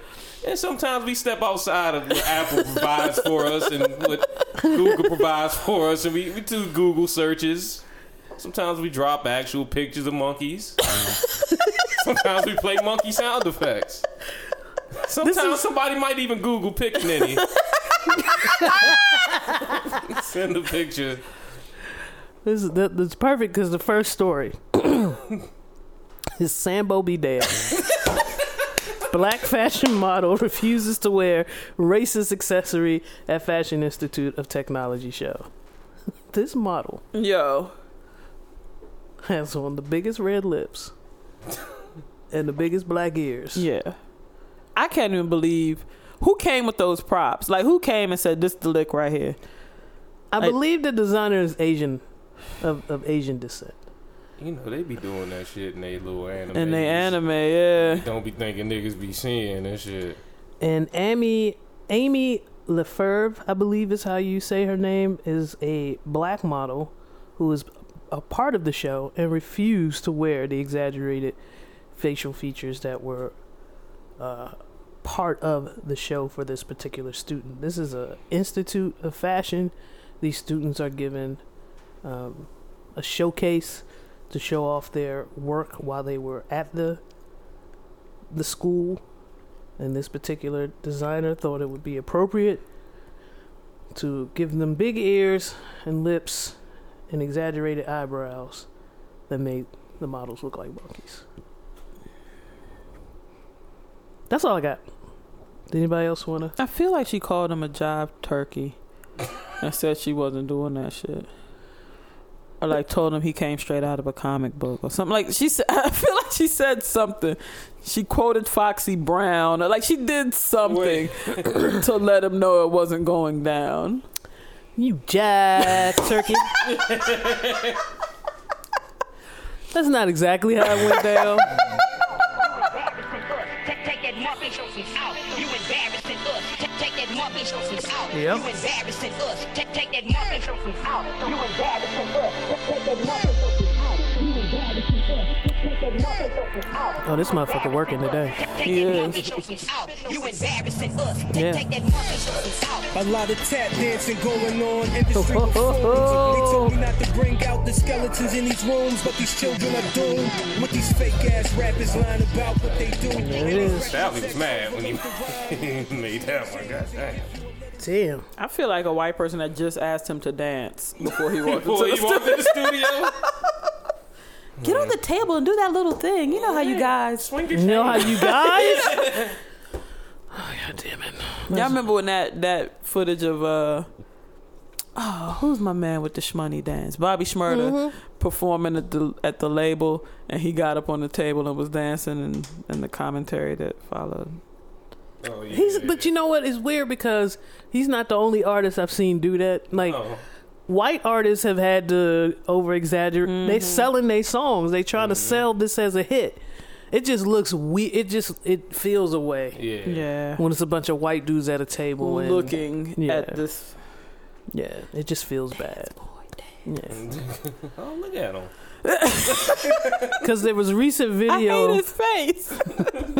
Speaker 2: And sometimes we step outside of what Apple provides for us and what Google provides for us, and we, we do Google searches. Sometimes we drop actual pictures of monkeys. Sometimes we play monkey sound effects. Sometimes somebody might even Google picking any. Send a picture.
Speaker 1: This is that, that's perfect because the first story *coughs* is Sambo be dead. *laughs* Black fashion model refuses to wear racist accessory at Fashion Institute of Technology show. *laughs* This model
Speaker 4: it. Yo.
Speaker 1: has on the biggest red lips and the biggest black ears.
Speaker 4: Yeah. I can't even believe who came with those props. Like who came and said this the lick right here.
Speaker 1: I
Speaker 4: I-
Speaker 1: believe the designer is Asian, of, of Asian descent.
Speaker 2: You know, they be doing that shit in they little anime.
Speaker 4: And they anime, yeah.
Speaker 2: Don't be thinking niggas be seeing that shit.
Speaker 1: And Amy Amy Lefebvre, I believe is how you say her name, is a black model who is a part of the show and refused to wear the exaggerated facial features that were uh, part of the show for this particular student. This is a institute of fashion. These students are given um, a showcase to show off their work while they were at the the school and this particular designer thought it would be appropriate to give them big ears and lips and exaggerated eyebrows that made the models look like monkeys. That's all I got. Did anybody else want to?
Speaker 4: I feel like she called him a job turkey. and said she wasn't doing that shit. Or like told him he came straight out of a comic book or something. Like she said *laughs* I feel like she said something. She quoted Foxy Brown or like she did something to let him know it wasn't going down.
Speaker 1: You jack turkey. *laughs* That's not exactly how it went down.
Speaker 9: Take, take that monkey shorts out. You embarrassing us. Take, take that monkey shorts out.
Speaker 1: Yep.
Speaker 9: You embarrassing us. Take, take that monkey shorts out. You embarrassing us. Take, take that monkey shorts out. You embarrassing us. Take that monkey shorts out.
Speaker 1: Oh, this motherfucker working today.
Speaker 9: Take that monkey shorts out. You embarrassing us. Take,
Speaker 1: Yeah.
Speaker 9: take that monkey shorts out.
Speaker 10: A lot of tap dancing going on in the street before. They told me not to bring out the skeletons in these rooms, but these children are doomed. With these fake ass rappers lying about what they do.
Speaker 1: it is.
Speaker 2: Sally was mad when he *laughs* made that one. God damn.
Speaker 1: Damn.
Speaker 4: I feel like a white person that just asked him to dance before *laughs* he walked
Speaker 2: Boy, you
Speaker 4: into the
Speaker 2: walked in the studio.
Speaker 1: *laughs*
Speaker 4: Get on the table and do that little thing. You know how you guys.
Speaker 2: Swing
Speaker 1: You
Speaker 2: your
Speaker 1: know how you guys?
Speaker 4: *laughs*
Speaker 1: oh, God damn it.
Speaker 4: Y'all remember when that that footage of uh oh who's my man with the shmoney dance? Bobby Schmurda performing at the at the label, and he got up on the table and was dancing, and and the commentary that followed.
Speaker 2: Oh, yeah.
Speaker 1: He's, but you know what? It's weird because he's not the only artist I've seen do that. Like
Speaker 2: Oh.
Speaker 1: white artists have had to over exaggerate. They
Speaker 4: Mm-hmm.
Speaker 1: selling their songs. They trying to sell this as a hit. It just looks we. It just it feels away
Speaker 2: Yeah.
Speaker 4: Yeah.
Speaker 1: when it's a bunch of white dudes at a table and
Speaker 4: Looking
Speaker 1: yeah.
Speaker 4: at this.
Speaker 1: Yeah, it just feels bad. Yeah,
Speaker 2: *laughs* Oh, look at him.
Speaker 1: because there was recent
Speaker 4: *laughs* I hate
Speaker 1: video.
Speaker 4: his face. *laughs*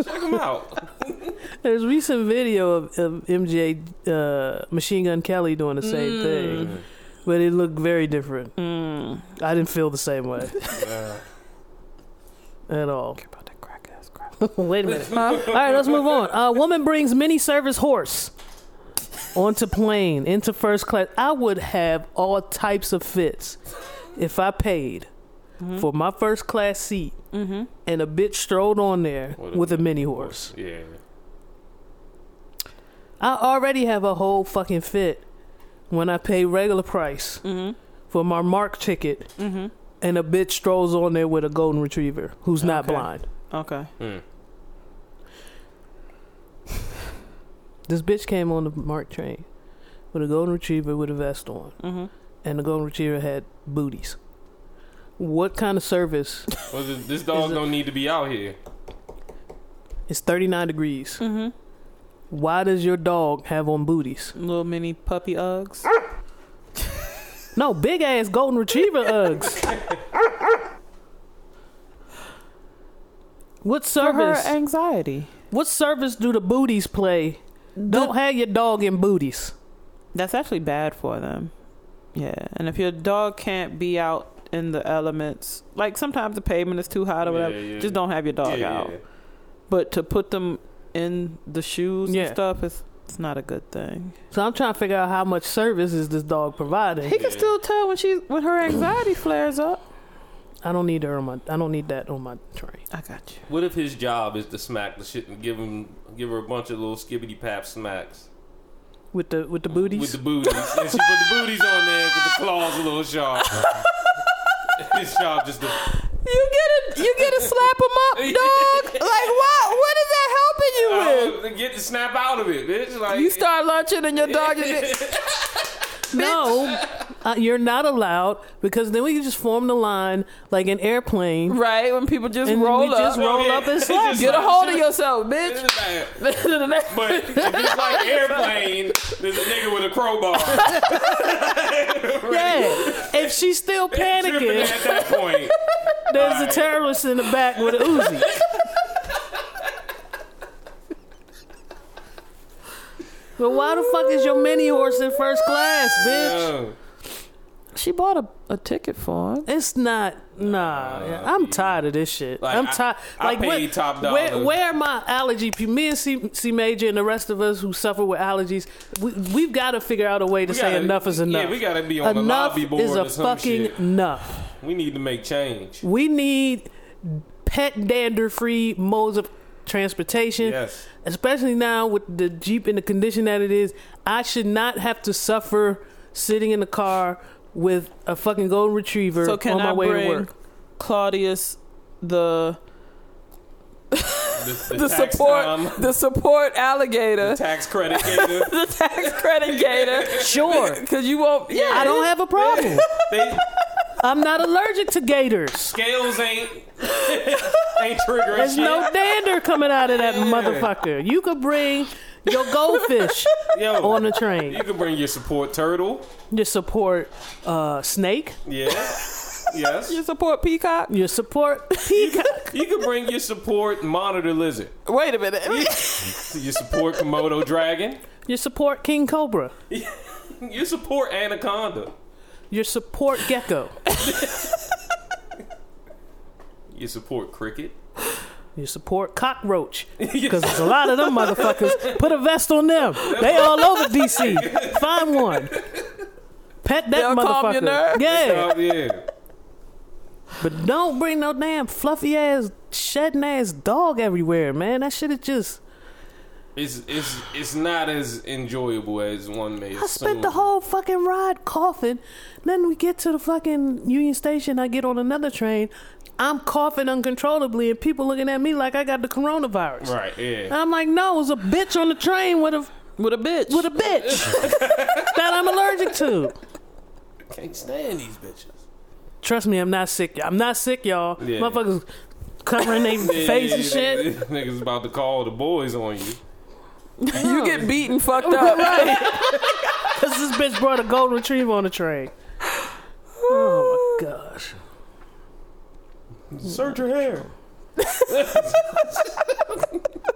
Speaker 2: Check
Speaker 1: *laughs*
Speaker 2: him out.
Speaker 1: There's recent video of, of MJ uh, Machine Gun Kelly doing the same thing, but it looked very different.
Speaker 4: Mm.
Speaker 1: I didn't feel the same way
Speaker 2: Uh,
Speaker 1: at all.
Speaker 4: About to crack ass crap.
Speaker 1: *laughs* Wait a minute. All right, let's move on. Uh, woman brings mini service horse onto plane into first class. I would have all types of fits if I paid
Speaker 4: Mm-hmm.
Speaker 1: for my first class seat and a bitch strolled on there
Speaker 2: With a
Speaker 1: with a mini horse.
Speaker 2: yeah.
Speaker 1: I already have a whole fucking fit when I pay regular price
Speaker 4: Mm-hmm.
Speaker 1: for my mark ticket and a bitch strolls on there with a golden retriever who's not
Speaker 4: Okay.
Speaker 1: blind.
Speaker 4: Okay.
Speaker 1: This bitch came on the Mark train with a golden retriever with a vest on,
Speaker 4: Mm-hmm.
Speaker 1: and the golden retriever had booties. What kind of service? *laughs*
Speaker 2: Well, this, this dog
Speaker 1: Is it-
Speaker 2: don't need to be out here.
Speaker 1: It's 39 degrees.
Speaker 4: Mm-hmm.
Speaker 1: Why does your dog have on booties?
Speaker 4: Little mini puppy Uggs.
Speaker 1: No, big ass golden
Speaker 4: *laughs*
Speaker 1: retriever Uggs. What
Speaker 4: For her
Speaker 1: service?
Speaker 4: anxiety.
Speaker 1: What service do the booties play? Don't have your dog in booties.
Speaker 4: That's actually bad for them. Yeah. And if your dog can't be out in the elements, like sometimes the pavement is too hot or
Speaker 2: Yeah,
Speaker 4: whatever,
Speaker 2: yeah.
Speaker 4: just don't have your dog
Speaker 2: yeah,
Speaker 4: out.
Speaker 2: yeah.
Speaker 4: But to put them in the shoes
Speaker 1: Yeah.
Speaker 4: and stuff is it's not a good thing.
Speaker 1: So I'm trying to figure out how much service is this dog providing.
Speaker 4: He can still tell when she when her anxiety flares up.
Speaker 1: I don't need her on my. I don't need that on my train.
Speaker 4: I got you.
Speaker 2: What if his job is to smack the shit and give him, give her a bunch of little skibbity pap smacks
Speaker 1: With the with the booties.
Speaker 2: with the booties, and she put the booties on there because the claws a
Speaker 1: *laughs*
Speaker 2: little sharp. *laughs* His job just to
Speaker 4: You get a you get a slap him up, dog. Like what? What is that helping you with?
Speaker 2: Oh, get the snap out of it, bitch. Like
Speaker 4: You start lunching and your dog is
Speaker 1: no, uh, you're not allowed because then we can just form the line like an airplane.
Speaker 4: right when people just
Speaker 1: And then
Speaker 4: roll
Speaker 1: we just
Speaker 4: up.
Speaker 1: roll
Speaker 2: Yeah.
Speaker 1: up and
Speaker 2: It's
Speaker 1: slap.
Speaker 2: *laughs* just
Speaker 1: Get
Speaker 4: Get
Speaker 1: a
Speaker 4: a
Speaker 2: like-
Speaker 4: hold
Speaker 2: *laughs*
Speaker 4: of yourself, bitch. *laughs*
Speaker 2: It's like-
Speaker 4: To the
Speaker 1: *laughs*
Speaker 2: But
Speaker 4: next-
Speaker 2: if it's like airplane, there's a nigga with a
Speaker 1: *laughs*
Speaker 2: crowbar. Right?
Speaker 1: yeah. If she's still
Speaker 2: Tripping
Speaker 1: panicking,
Speaker 2: at that point.
Speaker 1: there's a terrorist in the back with a Uzi. But why the fuck is your mini horse in first class, bitch?
Speaker 2: Oh,
Speaker 4: She bought a, a ticket for him.
Speaker 1: It's not. Nah, I'm tired of this shit.
Speaker 2: Like,
Speaker 1: I'm
Speaker 2: I-
Speaker 1: tired.
Speaker 2: I
Speaker 1: Like,
Speaker 2: pay
Speaker 1: what-
Speaker 2: you top
Speaker 1: Where,
Speaker 2: dollar.
Speaker 1: where are my allergy? pe- Me and C, C Major and the rest of us who suffer with allergies, we, we've got to figure out a way to *laughs*
Speaker 2: we
Speaker 1: say
Speaker 2: gotta-
Speaker 1: enough is enough.
Speaker 2: Yeah, we gotta be on the
Speaker 1: enough
Speaker 2: lobby board
Speaker 1: is a
Speaker 2: or some
Speaker 1: fucking
Speaker 2: shit.
Speaker 1: enough.
Speaker 2: We need to
Speaker 1: *laughs*
Speaker 2: make change.
Speaker 1: We need pet dander free modes of transportation.
Speaker 2: Yes.
Speaker 1: Especially now with the Jeep in the condition that it is, I should not have to suffer sitting in the car with a fucking golden retriever
Speaker 4: So can
Speaker 1: on my
Speaker 4: I
Speaker 1: way
Speaker 4: bring
Speaker 1: to work.
Speaker 4: Claudius the
Speaker 2: The,
Speaker 4: the
Speaker 2: tax
Speaker 4: support
Speaker 2: time,
Speaker 4: the support alligator
Speaker 2: tax credit gator.
Speaker 4: the tax credit gator
Speaker 1: Sure.
Speaker 4: because you won't yeah
Speaker 1: I don't have a problem.
Speaker 2: They,
Speaker 1: I'm not allergic to gators.
Speaker 2: scales ain't *laughs* ain't triggering
Speaker 1: There's
Speaker 2: shit.
Speaker 1: no dander coming out of that motherfucker. You could bring your goldfish
Speaker 2: Yo,
Speaker 1: on the
Speaker 2: you *laughs*
Speaker 1: train.
Speaker 2: can bring your support turtle.
Speaker 1: Your support uh, snake.
Speaker 2: Yeah. Yes.
Speaker 4: you support peacock
Speaker 1: Your support peacock.
Speaker 2: You can bring your support monitor lizard.
Speaker 4: wait a minute
Speaker 2: Your support Komodo dragon.
Speaker 1: Your support king cobra.
Speaker 2: You support Anaconda.
Speaker 1: Your support gecko.
Speaker 2: You support cricket.
Speaker 1: Your support
Speaker 4: *laughs*
Speaker 1: cockroach. Because there's a lot of them motherfuckers. Put a vest on them. They all over DC. Find one. Pet that
Speaker 4: They'll
Speaker 1: motherfucker.
Speaker 4: calm your nerves.
Speaker 1: Yeah.
Speaker 2: Oh yeah.
Speaker 1: But don't bring no damn fluffy ass, shedding ass dog everywhere, man. That shit is just.
Speaker 2: It's it's it's not as enjoyable as one may.
Speaker 1: I spent the whole fucking ride coughing. Then we get to the fucking Union Station. I get on another train. I'm coughing uncontrollably, and people looking at me like I got the coronavirus.
Speaker 2: right.
Speaker 1: And
Speaker 2: Yeah.
Speaker 1: I'm like, no, it was a bitch on the train with a
Speaker 4: with a bitch
Speaker 1: with a bitch that I'm allergic to.
Speaker 2: Can't stand these bitches.
Speaker 1: Trust me, I'm not sick. I'm not sick, y'all.
Speaker 2: Yeah.
Speaker 1: Motherfuckers covering their *laughs* face and shit.
Speaker 2: Niggas about to call the boys on you.
Speaker 4: You get beaten, fucked up.
Speaker 1: Cause this bitch brought a golden retriever on the train. Oh my gosh.
Speaker 2: Search your hair.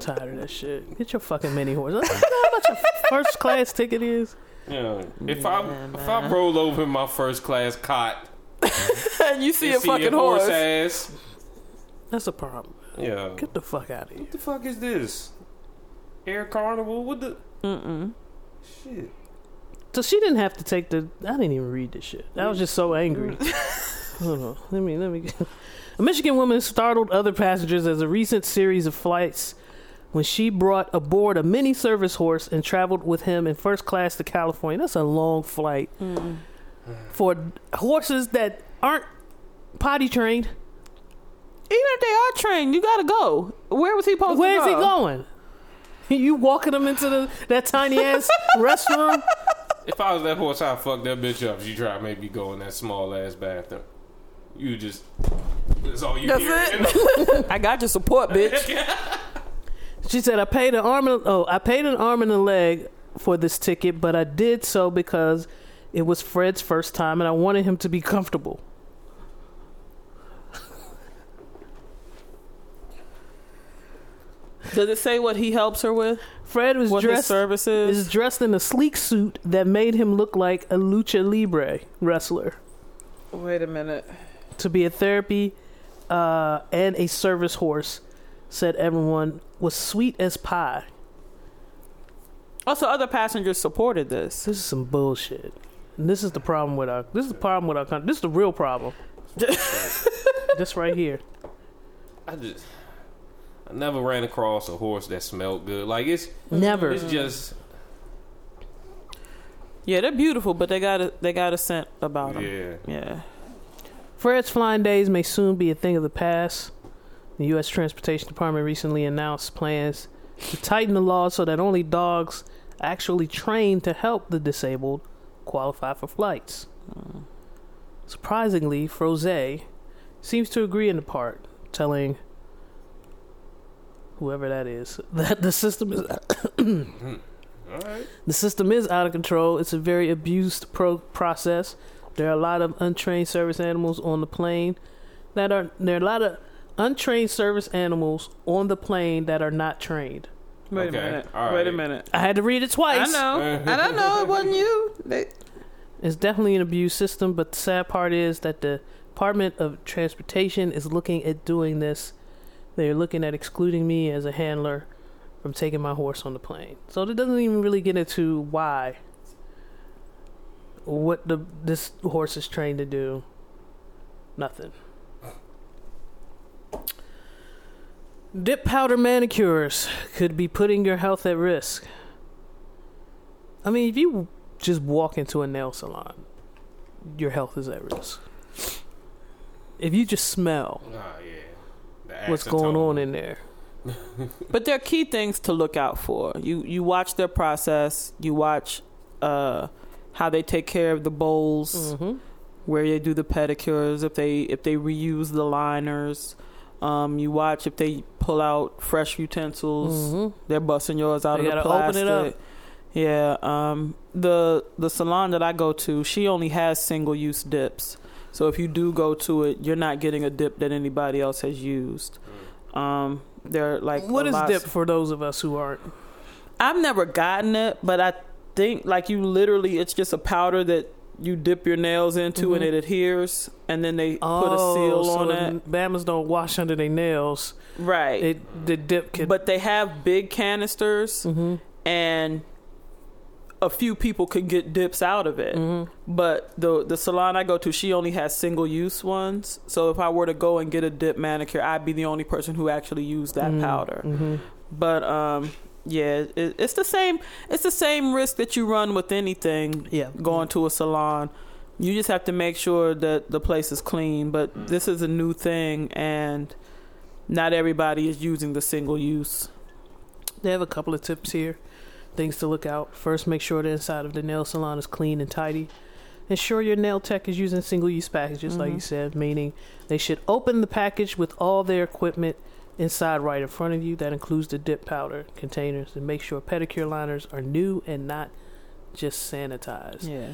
Speaker 1: tired of that shit. Get your fucking mini horse. I don't know how much a first class ticket is.
Speaker 2: Yeah. If I if I roll over in my first
Speaker 1: *laughs*
Speaker 2: class cot,
Speaker 4: and you see
Speaker 2: and
Speaker 4: a fucking
Speaker 2: your
Speaker 4: horse.
Speaker 2: ass.
Speaker 1: That's a problem.
Speaker 2: Yeah. What
Speaker 1: Get the fuck out of here.
Speaker 2: the fuck is this? Air Carnival? What the
Speaker 4: Mm-mm.
Speaker 2: shit?
Speaker 1: So she didn't have to take the. I didn't even read this shit. I was just so angry. Hold on. Let me. Let me. Get, a Michigan woman startled other passengers as a recent series of flights when she brought aboard a mini service horse and traveled with him in first class to California. That's a long flight for horses that aren't potty trained.
Speaker 4: Even if they are trained, you gotta go. Where was he supposed
Speaker 1: Where
Speaker 4: to
Speaker 1: is
Speaker 4: go?
Speaker 1: he going? *laughs* You walking him into the that tiny ass restroom?
Speaker 2: If I was that horse, I'd fuck that bitch up. She tried to make me go in that small ass bathroom. You just. That's all you
Speaker 4: That's
Speaker 2: hear.
Speaker 4: *laughs* it. I got your support, bitch.
Speaker 1: She said, "I paid an arm and oh, I paid an arm and a leg for this ticket, but I did so because it was Fred's first time, and I wanted him to be comfortable."
Speaker 4: *laughs* Does it say what he helps her with?
Speaker 1: Fred was
Speaker 4: What his
Speaker 1: dressed
Speaker 4: services?
Speaker 1: is dressed in a sleek suit that made him look like a lucha libre wrestler
Speaker 4: Wait a minute.
Speaker 1: to be a therapy uh, and a service horse. Said everyone was sweet as pie.
Speaker 4: Also, other passengers supported this.
Speaker 1: This is some bullshit. And this is the problem with our. This is the problem with our country. This is the real problem. this right here.
Speaker 2: I just. I never ran across a horse that smelled good. Like, it's.
Speaker 1: Never.
Speaker 4: Mm.
Speaker 2: It's just.
Speaker 4: Yeah, they're beautiful, but they got a they got a scent about them.
Speaker 2: Yeah.
Speaker 4: Yeah.
Speaker 1: Fred's flying days may soon be a thing of the past. The U.S. Transportation Department recently announced plans to tighten the law so that only dogs actually trained to help the disabled qualify for flights. Surprisingly, Froze seems to agree in the part, telling whoever that is *laughs* that the system is
Speaker 2: Alright.
Speaker 1: the system is out of control. It's a very abused pro- process. There are a lot of untrained service animals on the plane that are there are a lot of untrained service animals on the plane that are not trained.
Speaker 4: Wait
Speaker 2: Okay,
Speaker 4: a minute.
Speaker 2: all
Speaker 4: Wait a
Speaker 2: right.
Speaker 4: minute.
Speaker 1: I had to read it
Speaker 4: I
Speaker 1: twice.
Speaker 4: know. *laughs* and I know it wasn't you. They,
Speaker 1: It's definitely an abused system, but the sad part is that the Department of Transportation is looking at doing this. They're looking at excluding me as a handler from taking my horse on the plane. So it doesn't even really get into why, what the this horse is trained to do. Nothing. Dip powder manicures could be putting your health at risk. I mean, if you just walk into a nail salon, your health is at risk. If you just smell
Speaker 2: Ah, yeah. The
Speaker 1: what's going
Speaker 2: acetone.
Speaker 1: on
Speaker 2: *laughs*
Speaker 1: in there,
Speaker 4: But there are key things to look out for. You you watch their process. You watch uh, how they take care of the bowls,
Speaker 1: Mm.
Speaker 4: where they do the pedicures. If they if they reuse the liners, um, you watch if they pull out fresh utensils. They're busting yours out
Speaker 1: Mm-hmm. They
Speaker 4: of the
Speaker 1: gotta open
Speaker 4: plastic.
Speaker 1: it up.
Speaker 4: Yeah. Um, the the salon that I go to, she only has single use dips. So if you do go to it, you're not getting a dip that anybody else has used. Um, they're like
Speaker 1: what
Speaker 4: a
Speaker 1: is
Speaker 4: lot-
Speaker 1: dip for those of us who aren't?
Speaker 4: I've never gotten it, but I think like you literally, it's just a powder that you dip your nails into and it adheres, and then they put a seal
Speaker 1: Mm-hmm. Oh, so
Speaker 4: on
Speaker 1: n-
Speaker 4: it.
Speaker 1: Bama's don't wash under their nails.
Speaker 4: Right.
Speaker 1: It the dip can. Mm.
Speaker 4: but they have big canisters, and a few people can get dips out of it.
Speaker 1: Mm.
Speaker 4: But the the salon I go to, she only has single use ones. So if I were to go and get a dip manicure, I'd be the only person who actually used that
Speaker 1: Mm.
Speaker 4: powder. But um, yeah, it, it's the same. It's the same risk that you run with anything.
Speaker 1: Yeah.
Speaker 4: going to a salon. You just have to make sure that the place is clean, but this is a new thing, and not everybody is using the single use.
Speaker 1: they have a couple of tips here, things to look out. First, make sure the inside of the nail salon is clean and tidy. Ensure your nail tech is using single use packages, like you said, meaning they should open the package with all their equipment inside right in front of you. That includes the dip powder containers. And make sure pedicure liners are new and not just sanitized.
Speaker 4: Yeah.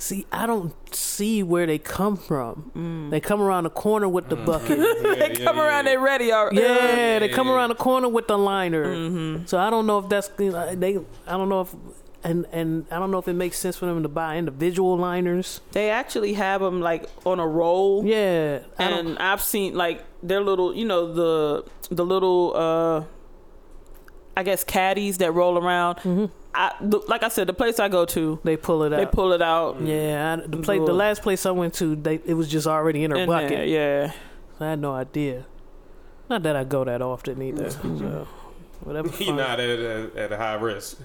Speaker 1: See, I don't see where they come from. They come around the corner with the bucket.
Speaker 4: they come
Speaker 2: *laughs*
Speaker 4: around, they ready already.
Speaker 1: Yeah, they come around the corner with the liner.
Speaker 4: Mm-hmm.
Speaker 1: So I don't know if that's you know, they. I don't know if and and I don't know if it makes sense for them to buy individual liners.
Speaker 4: They actually have them like on a roll.
Speaker 1: Yeah, I don't-
Speaker 4: and I've seen like their little, you know, the the little uh I guess caddies that roll around. I the, like I said, the place I go to,
Speaker 1: they pull it out.
Speaker 4: they pull it out.
Speaker 1: yeah, I, the place, the
Speaker 4: Look.
Speaker 1: last place I went to, they, it was just already in her
Speaker 4: in
Speaker 1: bucket.
Speaker 4: there, yeah.
Speaker 1: I had no idea. Not that I go that often
Speaker 4: *laughs*
Speaker 1: either. So whatever.
Speaker 2: He not at, at, at a high risk.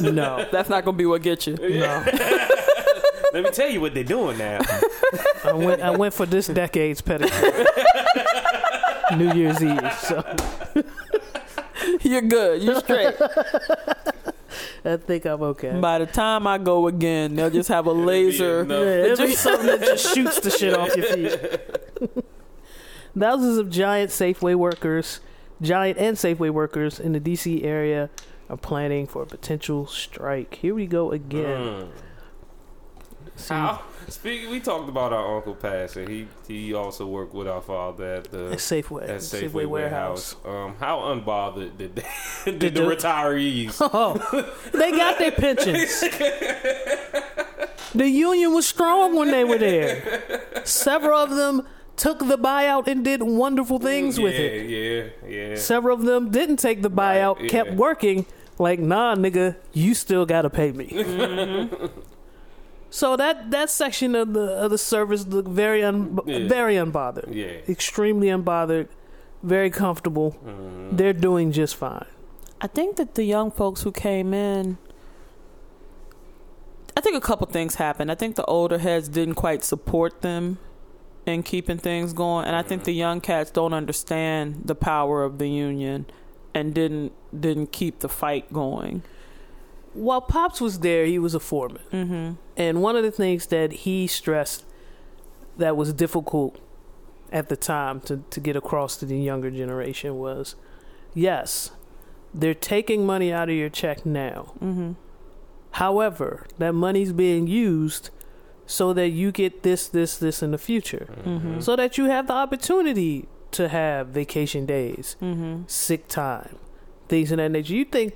Speaker 1: No,
Speaker 4: That's not gonna be what get you. *laughs*
Speaker 1: no.
Speaker 2: Let me tell you what they're doing *laughs* now.
Speaker 1: I went. I went for this decade's pedicure. New Year's Eve. So.
Speaker 4: You're good. You're straight.
Speaker 1: I think I'm okay.
Speaker 4: By the time I go again, they'll just have a laser.
Speaker 2: enough.
Speaker 1: Yeah, it'll be
Speaker 4: just-
Speaker 1: something that *laughs* just shoots the shit off your feet. *laughs* Thousands of giant Safeway workers, giant and Safeway workers in the DC area are planning for a potential strike. Here we go again.
Speaker 2: Mm.
Speaker 1: See,
Speaker 2: How? Speaking, we talked about our uncle passing. He he also worked with our father at the
Speaker 1: at
Speaker 4: *laughs*
Speaker 1: Safeway.
Speaker 2: at Safeway, warehouse. Um, how unbothered did they, did, the *laughs*
Speaker 1: the-
Speaker 2: retirees?
Speaker 1: *laughs* Oh, they got their pensions. the union was strong when they were there.
Speaker 2: *laughs*
Speaker 1: Several of them took the buyout and did wonderful things with it.
Speaker 2: Yeah, yeah, yeah.
Speaker 1: Several of them didn't take the buyout,
Speaker 2: Right, yeah.
Speaker 1: kept working. Like, nah, nigga, you still gotta pay me. *laughs* so that that section of the of the service looked very un
Speaker 2: Yeah.
Speaker 1: very unbothered,
Speaker 2: yeah.
Speaker 1: extremely unbothered, very comfortable.
Speaker 2: Mm-hmm.
Speaker 1: They're doing just fine.
Speaker 4: I think that the young folks who came in, I think a couple things happened. I think the older heads didn't quite support them in keeping things going, and I think the young cats don't understand the power of the union and didn't didn't keep the fight going.
Speaker 1: While Pops was there, he was a foreman.
Speaker 4: Mm-hmm.
Speaker 1: And one of the things that he stressed that was difficult at the time to, to get across to the younger generation was yes, they're taking money out of your check now.
Speaker 4: Mhm.
Speaker 1: However, that money's being used so that you get this, this, this in the future, so that you have the opportunity to have vacation days, sick time, things of that nature. You think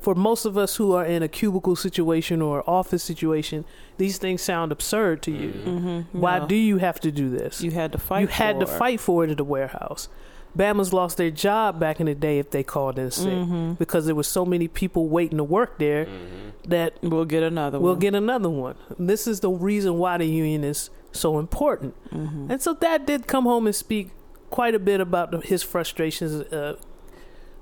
Speaker 1: for most of us who are in a cubicle situation or office situation, these things sound absurd to you. Why
Speaker 4: Yeah.
Speaker 1: do you have to do this?
Speaker 4: You had to fight.
Speaker 1: You had to
Speaker 4: for it.
Speaker 1: fight for it at the warehouse. Bama's lost their job back in the day if they called in sick
Speaker 4: Mm-hmm.
Speaker 1: because there were so many people waiting to work there that
Speaker 4: We'll get another
Speaker 1: we'll
Speaker 4: one.
Speaker 1: get another one. This is the reason why the union is so important.
Speaker 4: Mm-hmm.
Speaker 1: And so Dad did come home and speak quite a bit about the, his frustrations uh,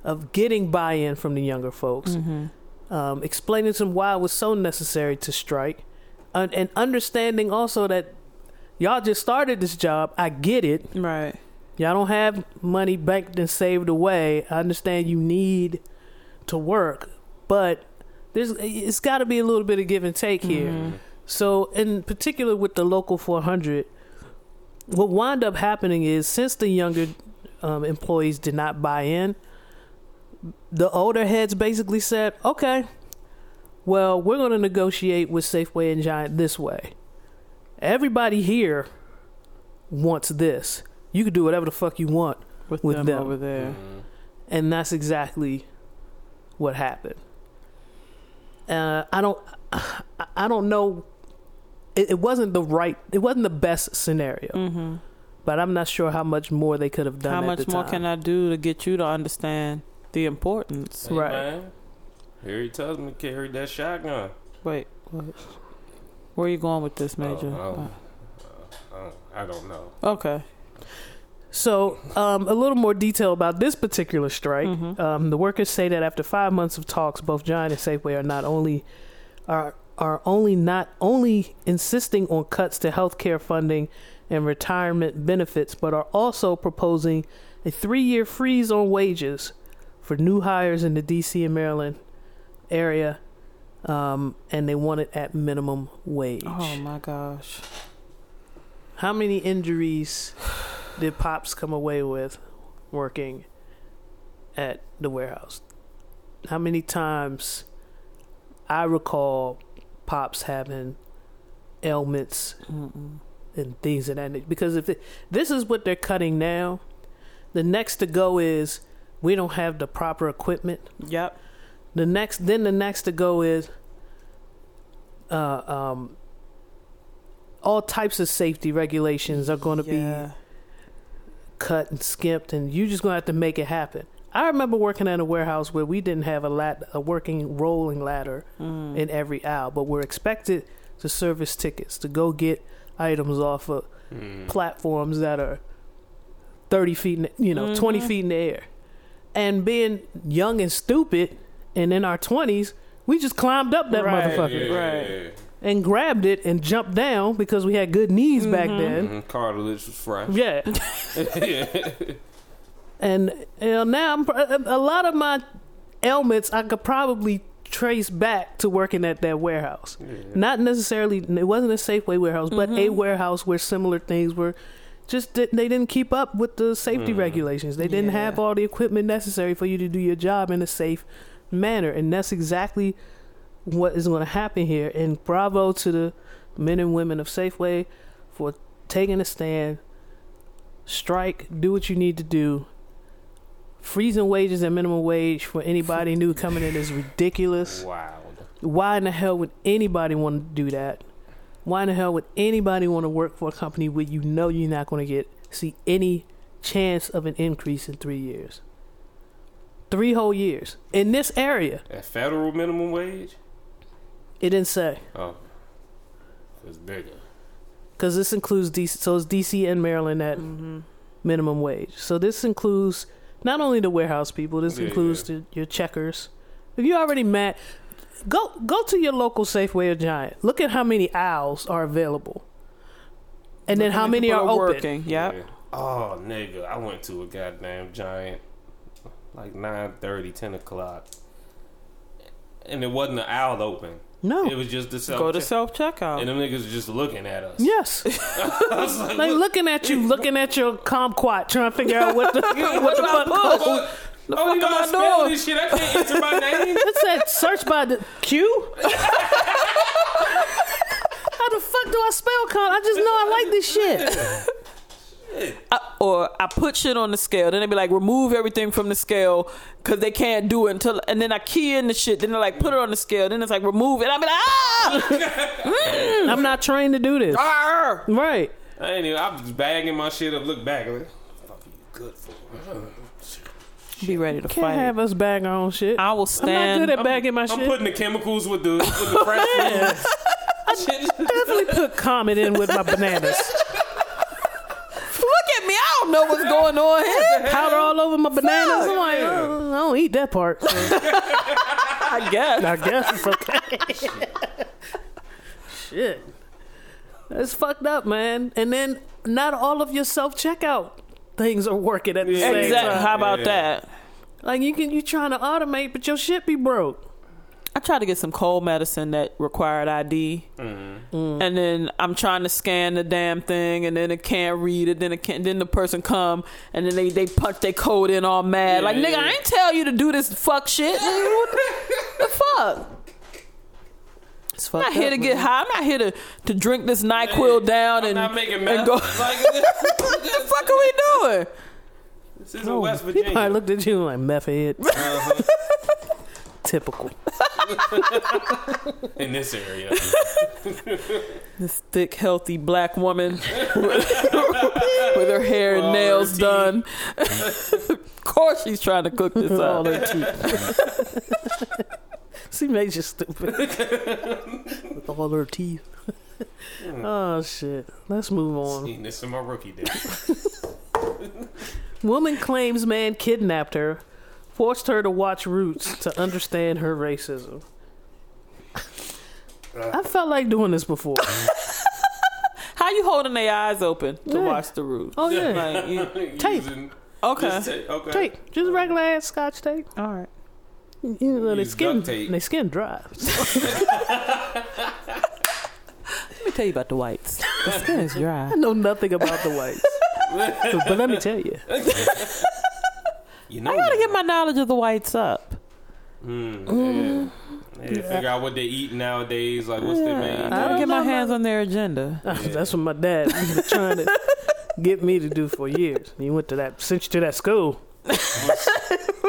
Speaker 1: of getting buy-in from the younger folks,
Speaker 4: Mm-hmm.
Speaker 1: um, explaining to them why it was so necessary to strike, and, and understanding also that y'all just started this job. I get it.
Speaker 4: right.
Speaker 1: Y'all don't have money banked and saved away. I understand you need to work, but there's it's got to be a little bit of give and take here. So, in particular with the local 400, what wound up happening is since the younger um, employees did not buy in, the older heads basically said, "Okay, well, we're going to negotiate with Safeway and Giant this way. Everybody here wants this. You can do whatever the fuck you want
Speaker 4: With,
Speaker 1: with
Speaker 4: them,
Speaker 1: them.
Speaker 4: over there.
Speaker 1: and that's exactly what happened. Uh, I don't, *sighs* I- I don't know. It, it wasn't the right, it wasn't the best scenario, but I'm not sure how much more they could have done.
Speaker 4: Mm-hmm. How
Speaker 1: at
Speaker 4: much
Speaker 1: the
Speaker 4: more
Speaker 1: time.
Speaker 4: can I do to get you to understand the importance?
Speaker 2: Hey,
Speaker 1: right.
Speaker 2: Man. Harry tells me carry that shotgun.
Speaker 4: Wait, what? Where are you going with this, Major?
Speaker 2: Oh, oh, I don't know.
Speaker 4: Uh, okay.
Speaker 1: So, um, a little more detail about this particular strike. Um, the workers say that after five months of talks, both Giant and Safeway are not only are are only not only insisting on cuts to health care funding and retirement benefits, but are also proposing a three year freeze on wages for new hires in the D.C. and Maryland area um, and they want it at minimum wage.
Speaker 4: Oh my gosh.
Speaker 1: How many injuries did Pops come away with working at the warehouse? How many times I recall Pops having ailments and things of that nature? Because if it, this is what they're cutting now, the next to go is we don't have the proper equipment.
Speaker 4: Yep.
Speaker 1: The next, then the next to go is uh, um, all types of safety regulations are going to
Speaker 4: Yeah.
Speaker 1: be cut and skimped, and you just going to have to make it happen. I remember working at a warehouse where we didn't have a lat- a working rolling ladder in every aisle, but we're expected to service tickets to go get items off of platforms that are thirty feet, in the, you know, twenty feet in the air. And being young and stupid, and in our twenties, we just climbed up that
Speaker 4: Right.
Speaker 1: motherfucker
Speaker 4: Right.
Speaker 1: and grabbed it and jumped down because we had good knees back then.
Speaker 2: Mhm, Cartilage was fresh.
Speaker 1: Yeah. *laughs* and you know, now I'm, pr- uh, a lot of my ailments I could probably trace back to working at that warehouse. Not necessarily it wasn't a Safeway warehouse, but a warehouse where similar things were just di- they didn't keep up with the safety regulations. They didn't have
Speaker 4: Yeah.
Speaker 1: all the equipment necessary for you to do your job in a safe manner, and that's exactly what is going to happen here. And bravo to the men and women of Safeway for taking a stand, strike, do what you need to do. Freezing wages and minimum wage for anybody new coming in is ridiculous.
Speaker 2: Wild.
Speaker 1: Why in the hell would anybody want to do that? Why in the hell would anybody want to work for a company where you know you're not going to get see any chance of an increase in three years? Three whole years in this area.
Speaker 2: That federal minimum wage?
Speaker 1: It didn't say
Speaker 2: Oh. It's bigger.
Speaker 1: because this includes DC. So it's DC and Maryland at minimum wage. So this includes not only the warehouse people. This
Speaker 2: Yeah,
Speaker 1: includes The, your checkers. If you already mad, go go to your local Safeway or Giant. Look at how many aisles are available, and then how many are
Speaker 4: People
Speaker 1: open.
Speaker 4: working? Yep.
Speaker 2: Yeah. Oh, nigga. I went to a goddamn giant like 9 10 o'clock. And it wasn't an aisle open.
Speaker 1: No.
Speaker 2: It was just the self
Speaker 4: Go to
Speaker 2: And
Speaker 4: self *laughs* checkout.
Speaker 2: them niggas was just looking at
Speaker 1: *laughs*
Speaker 2: us.
Speaker 1: Yes,
Speaker 2: *laughs* I was like,
Speaker 1: like
Speaker 2: what
Speaker 1: looking at you, looking at your Comquat, trying to figure out what *laughs* the what the fuck.
Speaker 2: the fuck? Oh, you know,
Speaker 1: am I
Speaker 2: I spell
Speaker 1: doing?
Speaker 2: this shit. I can't enter my name.
Speaker 1: It said search by the Q. How the fuck do I spell con? I just know I like this shit.
Speaker 4: I- or I put shit on the scale. Then they be like, remove everything from the scale because they can't do it until. And then I key in the shit. Then they're like, put it on the scale. Then it's like, "Ah!" remove it. I be like,
Speaker 1: I'm not trained to do this.
Speaker 4: ah!
Speaker 1: Right.
Speaker 2: I ain't even, I was bagging my shit up, look back. Like, fuck you good for?
Speaker 4: *laughs* be ready to
Speaker 1: Can't
Speaker 4: fight.
Speaker 1: have us bag our own shit.
Speaker 4: I will
Speaker 1: I'm not
Speaker 4: stand.
Speaker 1: good at bagging my
Speaker 2: I'm
Speaker 1: shit.
Speaker 2: putting the chemicals with the with the fresh food. Shit.
Speaker 1: definitely put comment in with my bananas.
Speaker 4: *laughs* Look at me. I don't know what's going on here.
Speaker 1: Powder all over my bananas. I'm like, oh, I don't eat that part. So
Speaker 4: I guess.
Speaker 1: I guess *laughs* it's okay. shit. That's fucked up, man. And then not all of your self checkout things are working at the same
Speaker 4: Exactly.
Speaker 1: time.
Speaker 4: How about
Speaker 2: Yeah.
Speaker 4: that?
Speaker 1: Like you can you trying to automate, but your shit be broke.
Speaker 4: I tried to get some cold medicine that required ID,
Speaker 2: Mm-hmm.
Speaker 4: and then I'm trying to scan the damn thing, and then it can't read it. Then it can't. Then the person come, and then they they punch their code in all mad. like
Speaker 2: Yeah,
Speaker 4: nigga,
Speaker 2: yeah,
Speaker 4: I
Speaker 2: yeah.
Speaker 4: ain't tell you to do this
Speaker 2: *laughs*
Speaker 4: fuck shit. Nigga, what the, the fuck?
Speaker 1: It's
Speaker 4: I'm
Speaker 1: fucked
Speaker 4: not here
Speaker 1: up,
Speaker 4: to
Speaker 1: man.
Speaker 4: get high. I'm not here to to drink this Nyquil down
Speaker 2: I'm
Speaker 4: and
Speaker 2: not making
Speaker 4: and
Speaker 2: meth.
Speaker 4: go.
Speaker 2: Like, *laughs*
Speaker 4: what the fuck are we doing?
Speaker 2: this is in West
Speaker 1: He probably
Speaker 2: Virginia.
Speaker 1: looked at you like meth head. Uh-huh. *laughs* Typical.
Speaker 2: *laughs* In this area.
Speaker 4: This thick, healthy black woman *laughs* with her hair and
Speaker 2: All her
Speaker 4: nails
Speaker 2: teeth.
Speaker 4: done. *laughs* of course, she's trying to cook this
Speaker 1: *laughs* All
Speaker 4: up.
Speaker 1: their teeth. *laughs* she made you stupid. With all her teeth. oh shit. Let's move on.
Speaker 2: Eating this in my rookie day. *laughs*
Speaker 1: Woman claims man kidnapped her, forced her to watch Roots to understand her racism. I felt like doing this before.
Speaker 4: How you holding their eyes open to
Speaker 1: Yeah.
Speaker 4: watch the roof?
Speaker 1: Oh yeah.
Speaker 4: Like, you-
Speaker 2: Using-
Speaker 1: Tape.
Speaker 2: just
Speaker 4: okay.
Speaker 2: tape, Okay.
Speaker 1: Tape. Just regular ass scotch tape.
Speaker 4: All right.
Speaker 1: You know, they
Speaker 2: Use
Speaker 1: skin,
Speaker 2: duct tape.
Speaker 1: they skin dry. *laughs*
Speaker 4: Let me tell you about the whites. The skin is dry.
Speaker 1: I know nothing about the
Speaker 2: *laughs*
Speaker 1: whites, So- but let me tell you,
Speaker 2: You know,
Speaker 4: *laughs* I gotta get my knowledge of the whites up.
Speaker 2: Mm, yeah. Yeah, Figure out what they eat nowadays. Like, what's their main?
Speaker 4: I gotta
Speaker 1: don't
Speaker 4: get my
Speaker 1: know,
Speaker 4: hands on their agenda.
Speaker 1: that's what my dad was trying to get me to do for years. He went to that, sent you to that school.
Speaker 2: What-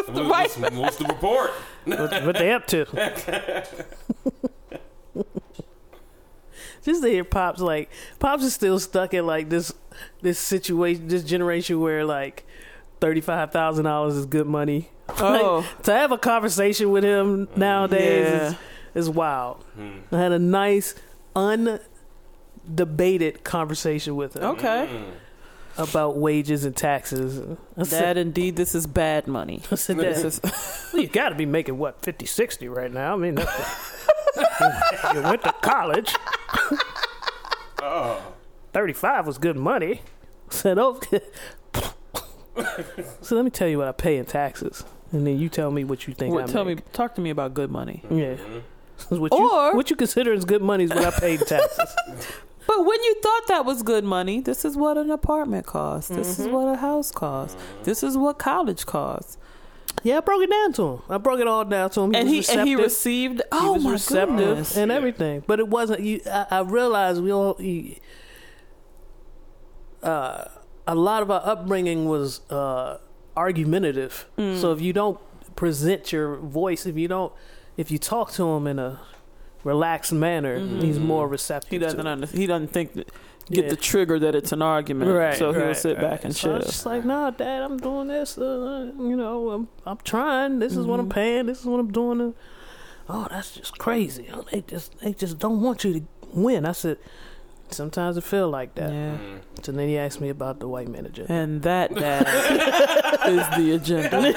Speaker 2: What's, what's the report?
Speaker 1: What, what they up to? *laughs* Just to hear pops like pops is still stuck in like this this situation this generation where like thirty five thousand dollars is good money. *laughs* Like,
Speaker 4: Oh.
Speaker 1: to have a conversation with him nowadays
Speaker 4: Yeah.
Speaker 1: is, is wild. I had a nice undebated conversation with
Speaker 4: Oh.
Speaker 1: him
Speaker 4: Okay.
Speaker 1: about wages and taxes. I said,
Speaker 4: That indeed, this is
Speaker 1: *laughs*
Speaker 4: bad money.
Speaker 1: I said
Speaker 4: This *laughs*
Speaker 1: "Dad,
Speaker 4: is
Speaker 1: well, you got to be making what 50 60 right now. I mean, that's *laughs* you went to college. 35 was good money. Said, oh. *laughs* so let me tell you what I pay in taxes, and then you tell me what you think.
Speaker 4: Well,
Speaker 1: I
Speaker 4: tell
Speaker 1: make.
Speaker 4: me, talk to me about good money.
Speaker 1: yeah. What you,
Speaker 4: Or-
Speaker 1: what you consider as good money is what I paid in
Speaker 4: *laughs*
Speaker 1: taxes.
Speaker 4: But when you thought that was good money, this is what an apartment costs. This
Speaker 1: Mm-hmm.
Speaker 4: is what a house costs. This is what college costs.
Speaker 1: yeah, I broke it down to him. I broke it all down to him.
Speaker 4: and he
Speaker 1: was
Speaker 4: and he
Speaker 1: receptive.
Speaker 4: received.
Speaker 1: he
Speaker 4: Oh
Speaker 1: was
Speaker 4: my
Speaker 1: receptive
Speaker 4: goodness!
Speaker 1: and everything. But it wasn't. You, I, I realized we all. You, uh, a lot of our upbringing was uh, argumentative.
Speaker 4: Mm.
Speaker 1: So if you don't present your voice, if you don't, if you talk to him in a relaxed manner, he's more receptive.
Speaker 4: Mm-hmm. He doesn't.
Speaker 1: to it.
Speaker 4: Under, he doesn't think. That, get
Speaker 1: Yeah.
Speaker 4: the trigger that it's an argument,
Speaker 1: Right,
Speaker 4: so he'll
Speaker 1: right,
Speaker 4: sit back and
Speaker 1: So I
Speaker 4: chill.
Speaker 1: was just like, nah, Dad, I'm doing this. Uh, you know, I'm, I'm trying. This is what
Speaker 4: Mm-hmm.
Speaker 1: I'm paying. This is what I'm doing. Oh, that's just crazy. Oh, They just they just don't want you to win. I said, sometimes it feel like that.
Speaker 4: yeah.
Speaker 1: So then he asked me about the white manager.
Speaker 4: And that dad is the *laughs* agenda.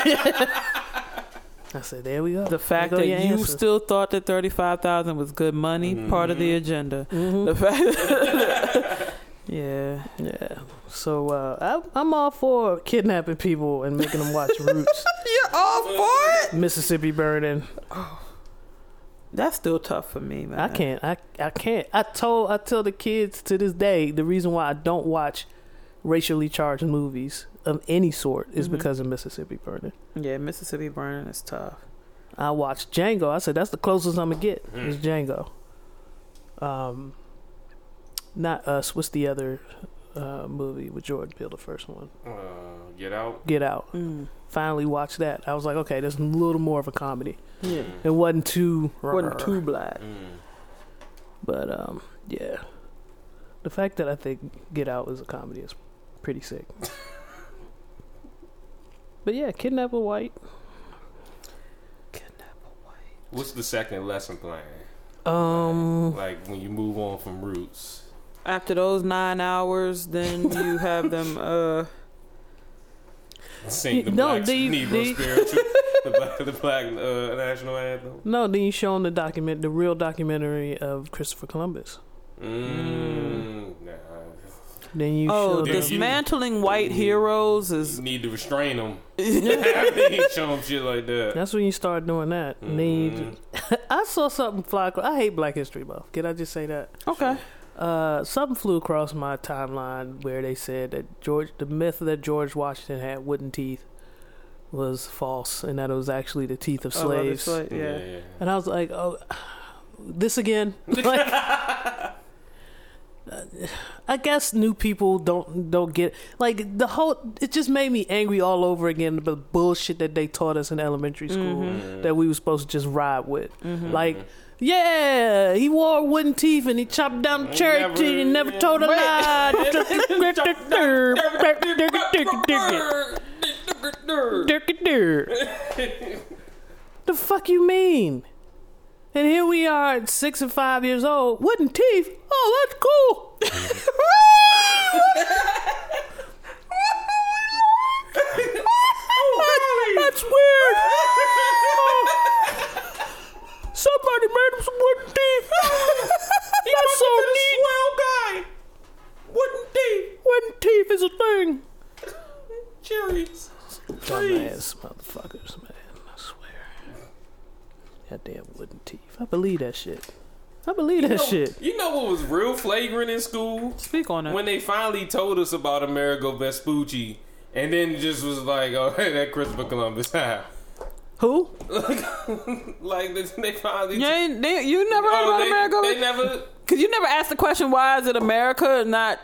Speaker 1: I said, there we go.
Speaker 4: The fact
Speaker 1: There
Speaker 4: that
Speaker 1: go your
Speaker 4: you
Speaker 1: answers.
Speaker 4: still thought that thirty five thousand was good money, part of the agenda.
Speaker 1: Mm-hmm.
Speaker 4: *laughs* The fact *laughs* Yeah.
Speaker 1: yeah. So uh, I, I'm all for kidnapping people and making them
Speaker 4: *laughs*
Speaker 1: watch Roots,
Speaker 4: You're all for it?
Speaker 1: Mississippi Burning.
Speaker 4: That's still tough for me, man.
Speaker 1: I can't. I I can't. I told I tell the kids to this day the reason why I don't watch racially charged movies of any sort is
Speaker 4: Mm-hmm.
Speaker 1: because of Mississippi Burning.
Speaker 4: Yeah, Mississippi burning is tough.
Speaker 1: I watched Django. I said that's the closest I'm gonna get
Speaker 4: Mm-hmm.
Speaker 1: is Django. Um, not us. What's the other uh, movie with Jordan Peele? The first one,
Speaker 2: Uh, get out.
Speaker 1: Get Out.
Speaker 4: Mm.
Speaker 1: Finally watched that. I was like, okay, there's a little more of a comedy.
Speaker 4: Yeah.
Speaker 1: It wasn't too
Speaker 4: Wasn't too black.
Speaker 2: Mm.
Speaker 1: But um, yeah, the fact that I think Get Out is a comedy is pretty sick. but yeah, Kidnap a White.
Speaker 2: What's the second lesson plan?
Speaker 1: Um,
Speaker 2: Like when you move on from roots.
Speaker 4: After those nine hours, then you have them *laughs* uh
Speaker 2: Sing the
Speaker 1: No,
Speaker 2: black
Speaker 1: they-
Speaker 2: *laughs* Negro
Speaker 1: they-
Speaker 4: *laughs*
Speaker 2: spiritual, the black, the black uh, national anthem.
Speaker 1: no, then you show 'em the document, the real documentary of Christopher Columbus.
Speaker 2: Mm, nah.
Speaker 1: Then you
Speaker 4: Oh,
Speaker 1: show
Speaker 2: this-
Speaker 1: them.
Speaker 4: dismantling white heroes is
Speaker 2: You need to restrain them. *laughs* you show them shit like that. Mm,
Speaker 1: That's when you start doing that. And Then
Speaker 2: Mm-hmm.
Speaker 1: you, I saw something fly. acro- I hate Black History Month. Can I just say that?
Speaker 4: *laughs* Okay.
Speaker 1: Uh, something flew across my timeline where they said that George, the myth that George Washington had wooden teeth, was false, and that it was actually the teeth of
Speaker 4: Oh, well,
Speaker 1: slaves.
Speaker 4: it's like- yeah.
Speaker 1: and I was like, "Oh, this again." Like, uh, I guess new people don't don't get like the whole. It just made me angry all over again. The bullshit that they taught us in elementary school that we were supposed to just ride with, like. Yeah, he wore wooden teeth and he chopped down the cherry
Speaker 2: Never-
Speaker 1: tree and never told a lie. the fuck you mean? And here we are at six and five years old, wooden teeth. Oh, that's cool. Oh, that- that's weird. Oh. Somebody made him some wooden teeth. That's so neat. Swell guy. Wooden teeth. Wooden teeth is a thing. Cherries. Dumbass motherfuckers, man. I swear. believe that shit. I believe that
Speaker 2: know-
Speaker 1: shit.
Speaker 2: You know what was real flagrant in school?
Speaker 4: Speak on it.
Speaker 2: When they finally told us about Amerigo Vespucci, and then just was like, *laughs* "Oh, hey, that Christopher Columbus." *laughs*
Speaker 1: Who?
Speaker 2: like *laughs* they- they finally.
Speaker 4: you, ain't, they, you never heard
Speaker 2: Oh,
Speaker 4: about
Speaker 2: they,
Speaker 4: America?
Speaker 2: they never.
Speaker 4: Cause you never asked the question, why is it America and not?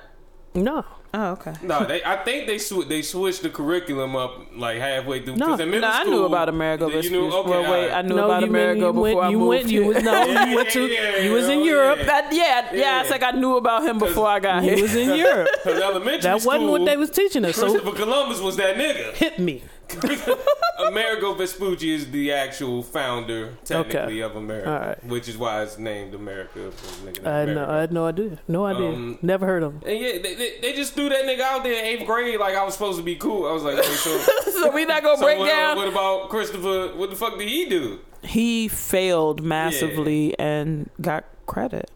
Speaker 1: No.
Speaker 4: Oh, okay.
Speaker 2: No, they. I think they sw- they switched the curriculum up like halfway through.
Speaker 1: No,
Speaker 2: 'Cause in middle
Speaker 4: no, I knew
Speaker 2: school,
Speaker 4: about America.
Speaker 2: You knew,
Speaker 4: Vespucci.
Speaker 2: okay,
Speaker 4: well, wait,
Speaker 2: alright.
Speaker 4: I knew
Speaker 1: no,
Speaker 4: about
Speaker 1: you mean
Speaker 4: America
Speaker 1: you
Speaker 4: before
Speaker 1: went,
Speaker 4: I
Speaker 1: you
Speaker 4: moved
Speaker 1: went, you
Speaker 4: here.
Speaker 1: was no,
Speaker 2: Yeah,
Speaker 1: you went to,
Speaker 2: yeah, yeah,
Speaker 1: you was in
Speaker 2: yeah. oh,
Speaker 1: Europe.
Speaker 4: That- yeah, yeah, It's like I knew about him before I got
Speaker 1: You
Speaker 4: here.
Speaker 1: was in
Speaker 2: *laughs*
Speaker 1: Europe.
Speaker 2: 'Cause elementary
Speaker 1: That wasn't what
Speaker 2: school,
Speaker 1: they was teaching us. So
Speaker 2: Christopher Columbus was that
Speaker 1: *laughs*
Speaker 2: nigga. *laughs*
Speaker 1: hit me.
Speaker 2: Amerigo Vespucci is the actual founder, technically, of America,
Speaker 1: All right.
Speaker 2: which is why it's named America. for nigga named
Speaker 1: I had Uh, no,
Speaker 2: America.
Speaker 1: I had no idea. No idea.
Speaker 2: Um,
Speaker 1: Never heard of him.
Speaker 2: And yeah, they, they, they just threw that nigga out there in eighth grade like I was supposed to be cool. I was like, okay,
Speaker 4: *laughs*
Speaker 2: so, so
Speaker 4: *laughs* so we not gonna break
Speaker 2: what,
Speaker 4: down.
Speaker 2: what about Christopher? What the fuck did he do?
Speaker 4: he failed massively and got credit.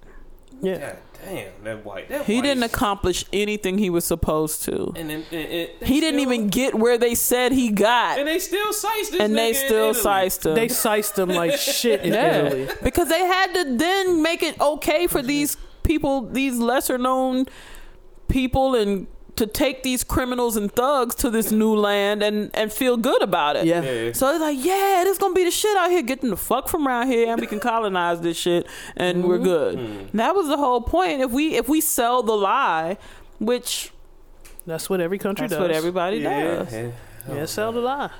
Speaker 1: Yeah.
Speaker 2: God damn, that white. That
Speaker 4: He
Speaker 2: white
Speaker 4: didn't
Speaker 2: is-
Speaker 4: accomplish anything he was supposed to.
Speaker 2: And, then- and- and-
Speaker 4: He didn't
Speaker 2: still-
Speaker 4: even get where they said he got,
Speaker 2: And they still sized this.
Speaker 4: and they
Speaker 2: nigga in
Speaker 4: still
Speaker 2: Italy.
Speaker 4: sized him.
Speaker 1: They sized him like shit in
Speaker 4: Yeah.
Speaker 1: Italy.
Speaker 4: because they had to then make it
Speaker 2: Mm-hmm.
Speaker 4: okay for these people, these lesser known people, and to take these criminals and thugs to this new land and and feel good about it.
Speaker 1: Yeah.
Speaker 2: Yeah.
Speaker 4: So it's like, yeah, this gonna be the shit out here. Getting the fuck from around here, and we can colonize this shit, and we're
Speaker 2: Mm-hmm.
Speaker 4: good. That was the whole point. If we if we sell the lie, which
Speaker 1: That's what every country
Speaker 4: that's
Speaker 1: does.
Speaker 4: what everybody does.
Speaker 2: Yeah.
Speaker 1: Yeah,
Speaker 2: Oh,
Speaker 1: sell the lie.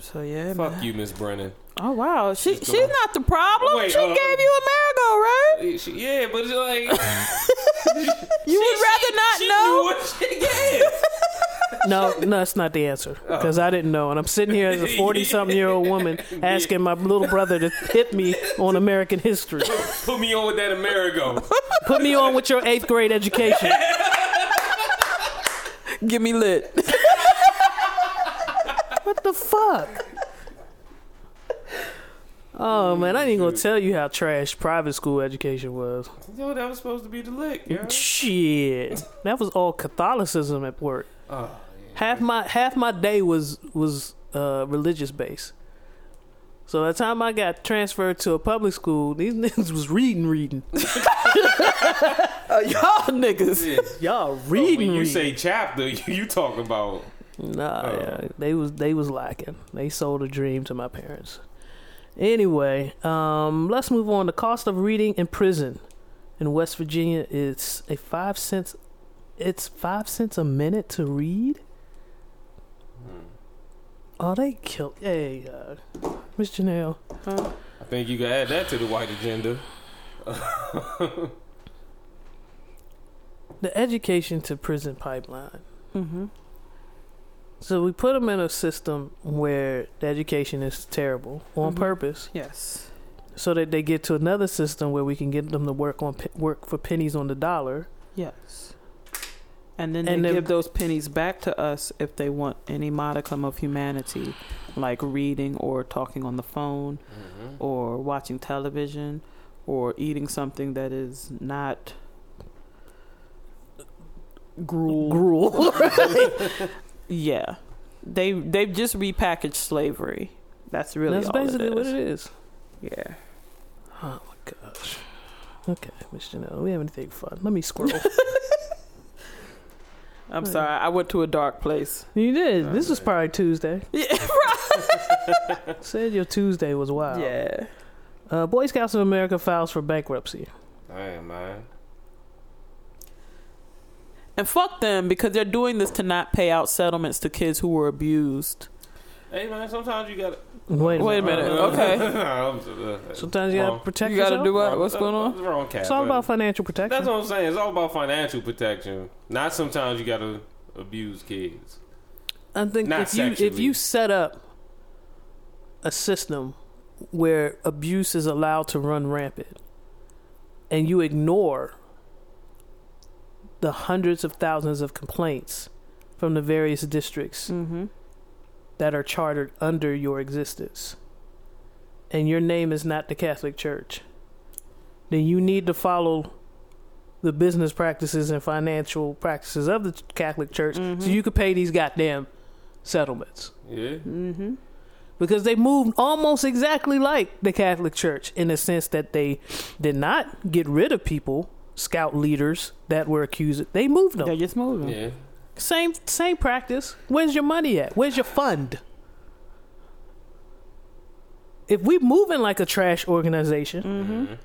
Speaker 4: So yeah, man.
Speaker 2: Fuck you, Miss Brennan.
Speaker 4: oh wow, she she's
Speaker 2: going.
Speaker 4: not the problem.
Speaker 2: Wait,
Speaker 4: she
Speaker 2: uh,
Speaker 4: gave you Amerigo, right?
Speaker 2: She- Yeah, but it's like
Speaker 4: *laughs* You would rather not
Speaker 2: she
Speaker 4: know.
Speaker 2: knew what she
Speaker 4: *laughs*
Speaker 2: yeah.
Speaker 1: No, no, that's not the answer
Speaker 2: *laughs* Oh.
Speaker 1: because I didn't know, and I'm sitting here as a 40 something year old woman asking my little brother to hit me on American history.
Speaker 2: Put me on with that
Speaker 4: *laughs*
Speaker 2: Amerigo.
Speaker 1: Put me on with your eighth grade education.
Speaker 4: Get me lit.
Speaker 1: What the fuck? Oh man, I ain't even gonna tell you how trash private school education was.
Speaker 2: Yo, that was supposed to be the lick. Yeah.
Speaker 1: Shit, that was all Catholicism at work.
Speaker 2: Oh,
Speaker 1: half my half my day was was uh, religious based. So by the time I got transferred to a public school, these *laughs* niggas was reading, reading.
Speaker 4: Uh, *laughs* Y'all *laughs* niggas.
Speaker 2: yeah.
Speaker 1: Y'all
Speaker 2: But
Speaker 1: reading,
Speaker 2: Oh, when you
Speaker 1: reading.
Speaker 2: say chapter, *laughs* you, you talk about
Speaker 1: Nah,
Speaker 2: Oh.
Speaker 1: yeah, they was they was lacking. They sold a dream to my parents. Anyway, um, let's move on. The cost of reading in prison in West Virginia is a five cents. It's five cents a minute to read. Oh, they killed. Hey, uh, Miss Janelle.
Speaker 2: I think you can add that to the white agenda.
Speaker 1: the education to prison pipeline. Mm-hmm. So we put them in a system where the education is terrible on purpose,
Speaker 4: Yes.
Speaker 1: so that they get to another system where we can get them to work on pe- work for pennies on the dollar.
Speaker 4: Yes. And then
Speaker 1: And
Speaker 4: they
Speaker 1: then-
Speaker 4: give those pennies back to us if they want any modicum of humanity, like reading or talking on the phone or watching television or eating something that is not gruel.
Speaker 1: Gruel.
Speaker 4: *laughs* Yeah. They they've just repackaged slavery. That's really
Speaker 1: That's
Speaker 4: all
Speaker 1: basically
Speaker 4: it is.
Speaker 1: what it is.
Speaker 4: Yeah.
Speaker 1: Oh my gosh. Okay, Miss Janelle, we have anything fun? Let me
Speaker 4: *laughs*
Speaker 1: scroll.
Speaker 4: I'm sorry. I went to a dark place.
Speaker 1: you did. This was probably
Speaker 4: *laughs*
Speaker 1: Tuesday. *laughs* Said your Tuesday was wild.
Speaker 4: Yeah.
Speaker 1: Uh, Boy Scouts of America files for bankruptcy.
Speaker 2: Damn, man.
Speaker 4: And fuck them because they're doing this to not pay out settlements to kids who were abused.
Speaker 2: Hey, man, sometimes you gotta. Uh,
Speaker 1: Wait,
Speaker 4: Wait a minute.
Speaker 2: *laughs*
Speaker 4: Okay.
Speaker 1: Sometimes you gotta
Speaker 2: Wrong- Uh,
Speaker 1: protect
Speaker 4: You gotta
Speaker 1: yourself.
Speaker 4: do what? What's going on?
Speaker 2: Wrong cat.
Speaker 1: It's all
Speaker 2: buddy.
Speaker 1: about financial protection.
Speaker 2: That's what I'm saying. It's all about financial protection. Not sometimes you gotta abuse kids.
Speaker 1: I think
Speaker 2: Not
Speaker 1: if you if
Speaker 2: sexually.
Speaker 1: you set up a system where abuse is allowed to run rampant, and you ignore the hundreds of thousands of complaints from the various districts
Speaker 4: Mm-hmm.
Speaker 1: that are chartered under your existence, and your name is not the Catholic Church, then you need to follow the business practices and financial practices of the
Speaker 2: Mm-hmm.
Speaker 4: Mm.
Speaker 1: Catholic Church so you could pay these goddamn settlements.
Speaker 2: Yeah.
Speaker 1: because they moved almost exactly like the Catholic Church in the sense that they did not get rid of people, scout leaders that were accused. They moved them.
Speaker 4: They just moving.
Speaker 2: Yeah.
Speaker 1: Same same practice. Where's your money at? Where's your fund? If we moving like a trash organization,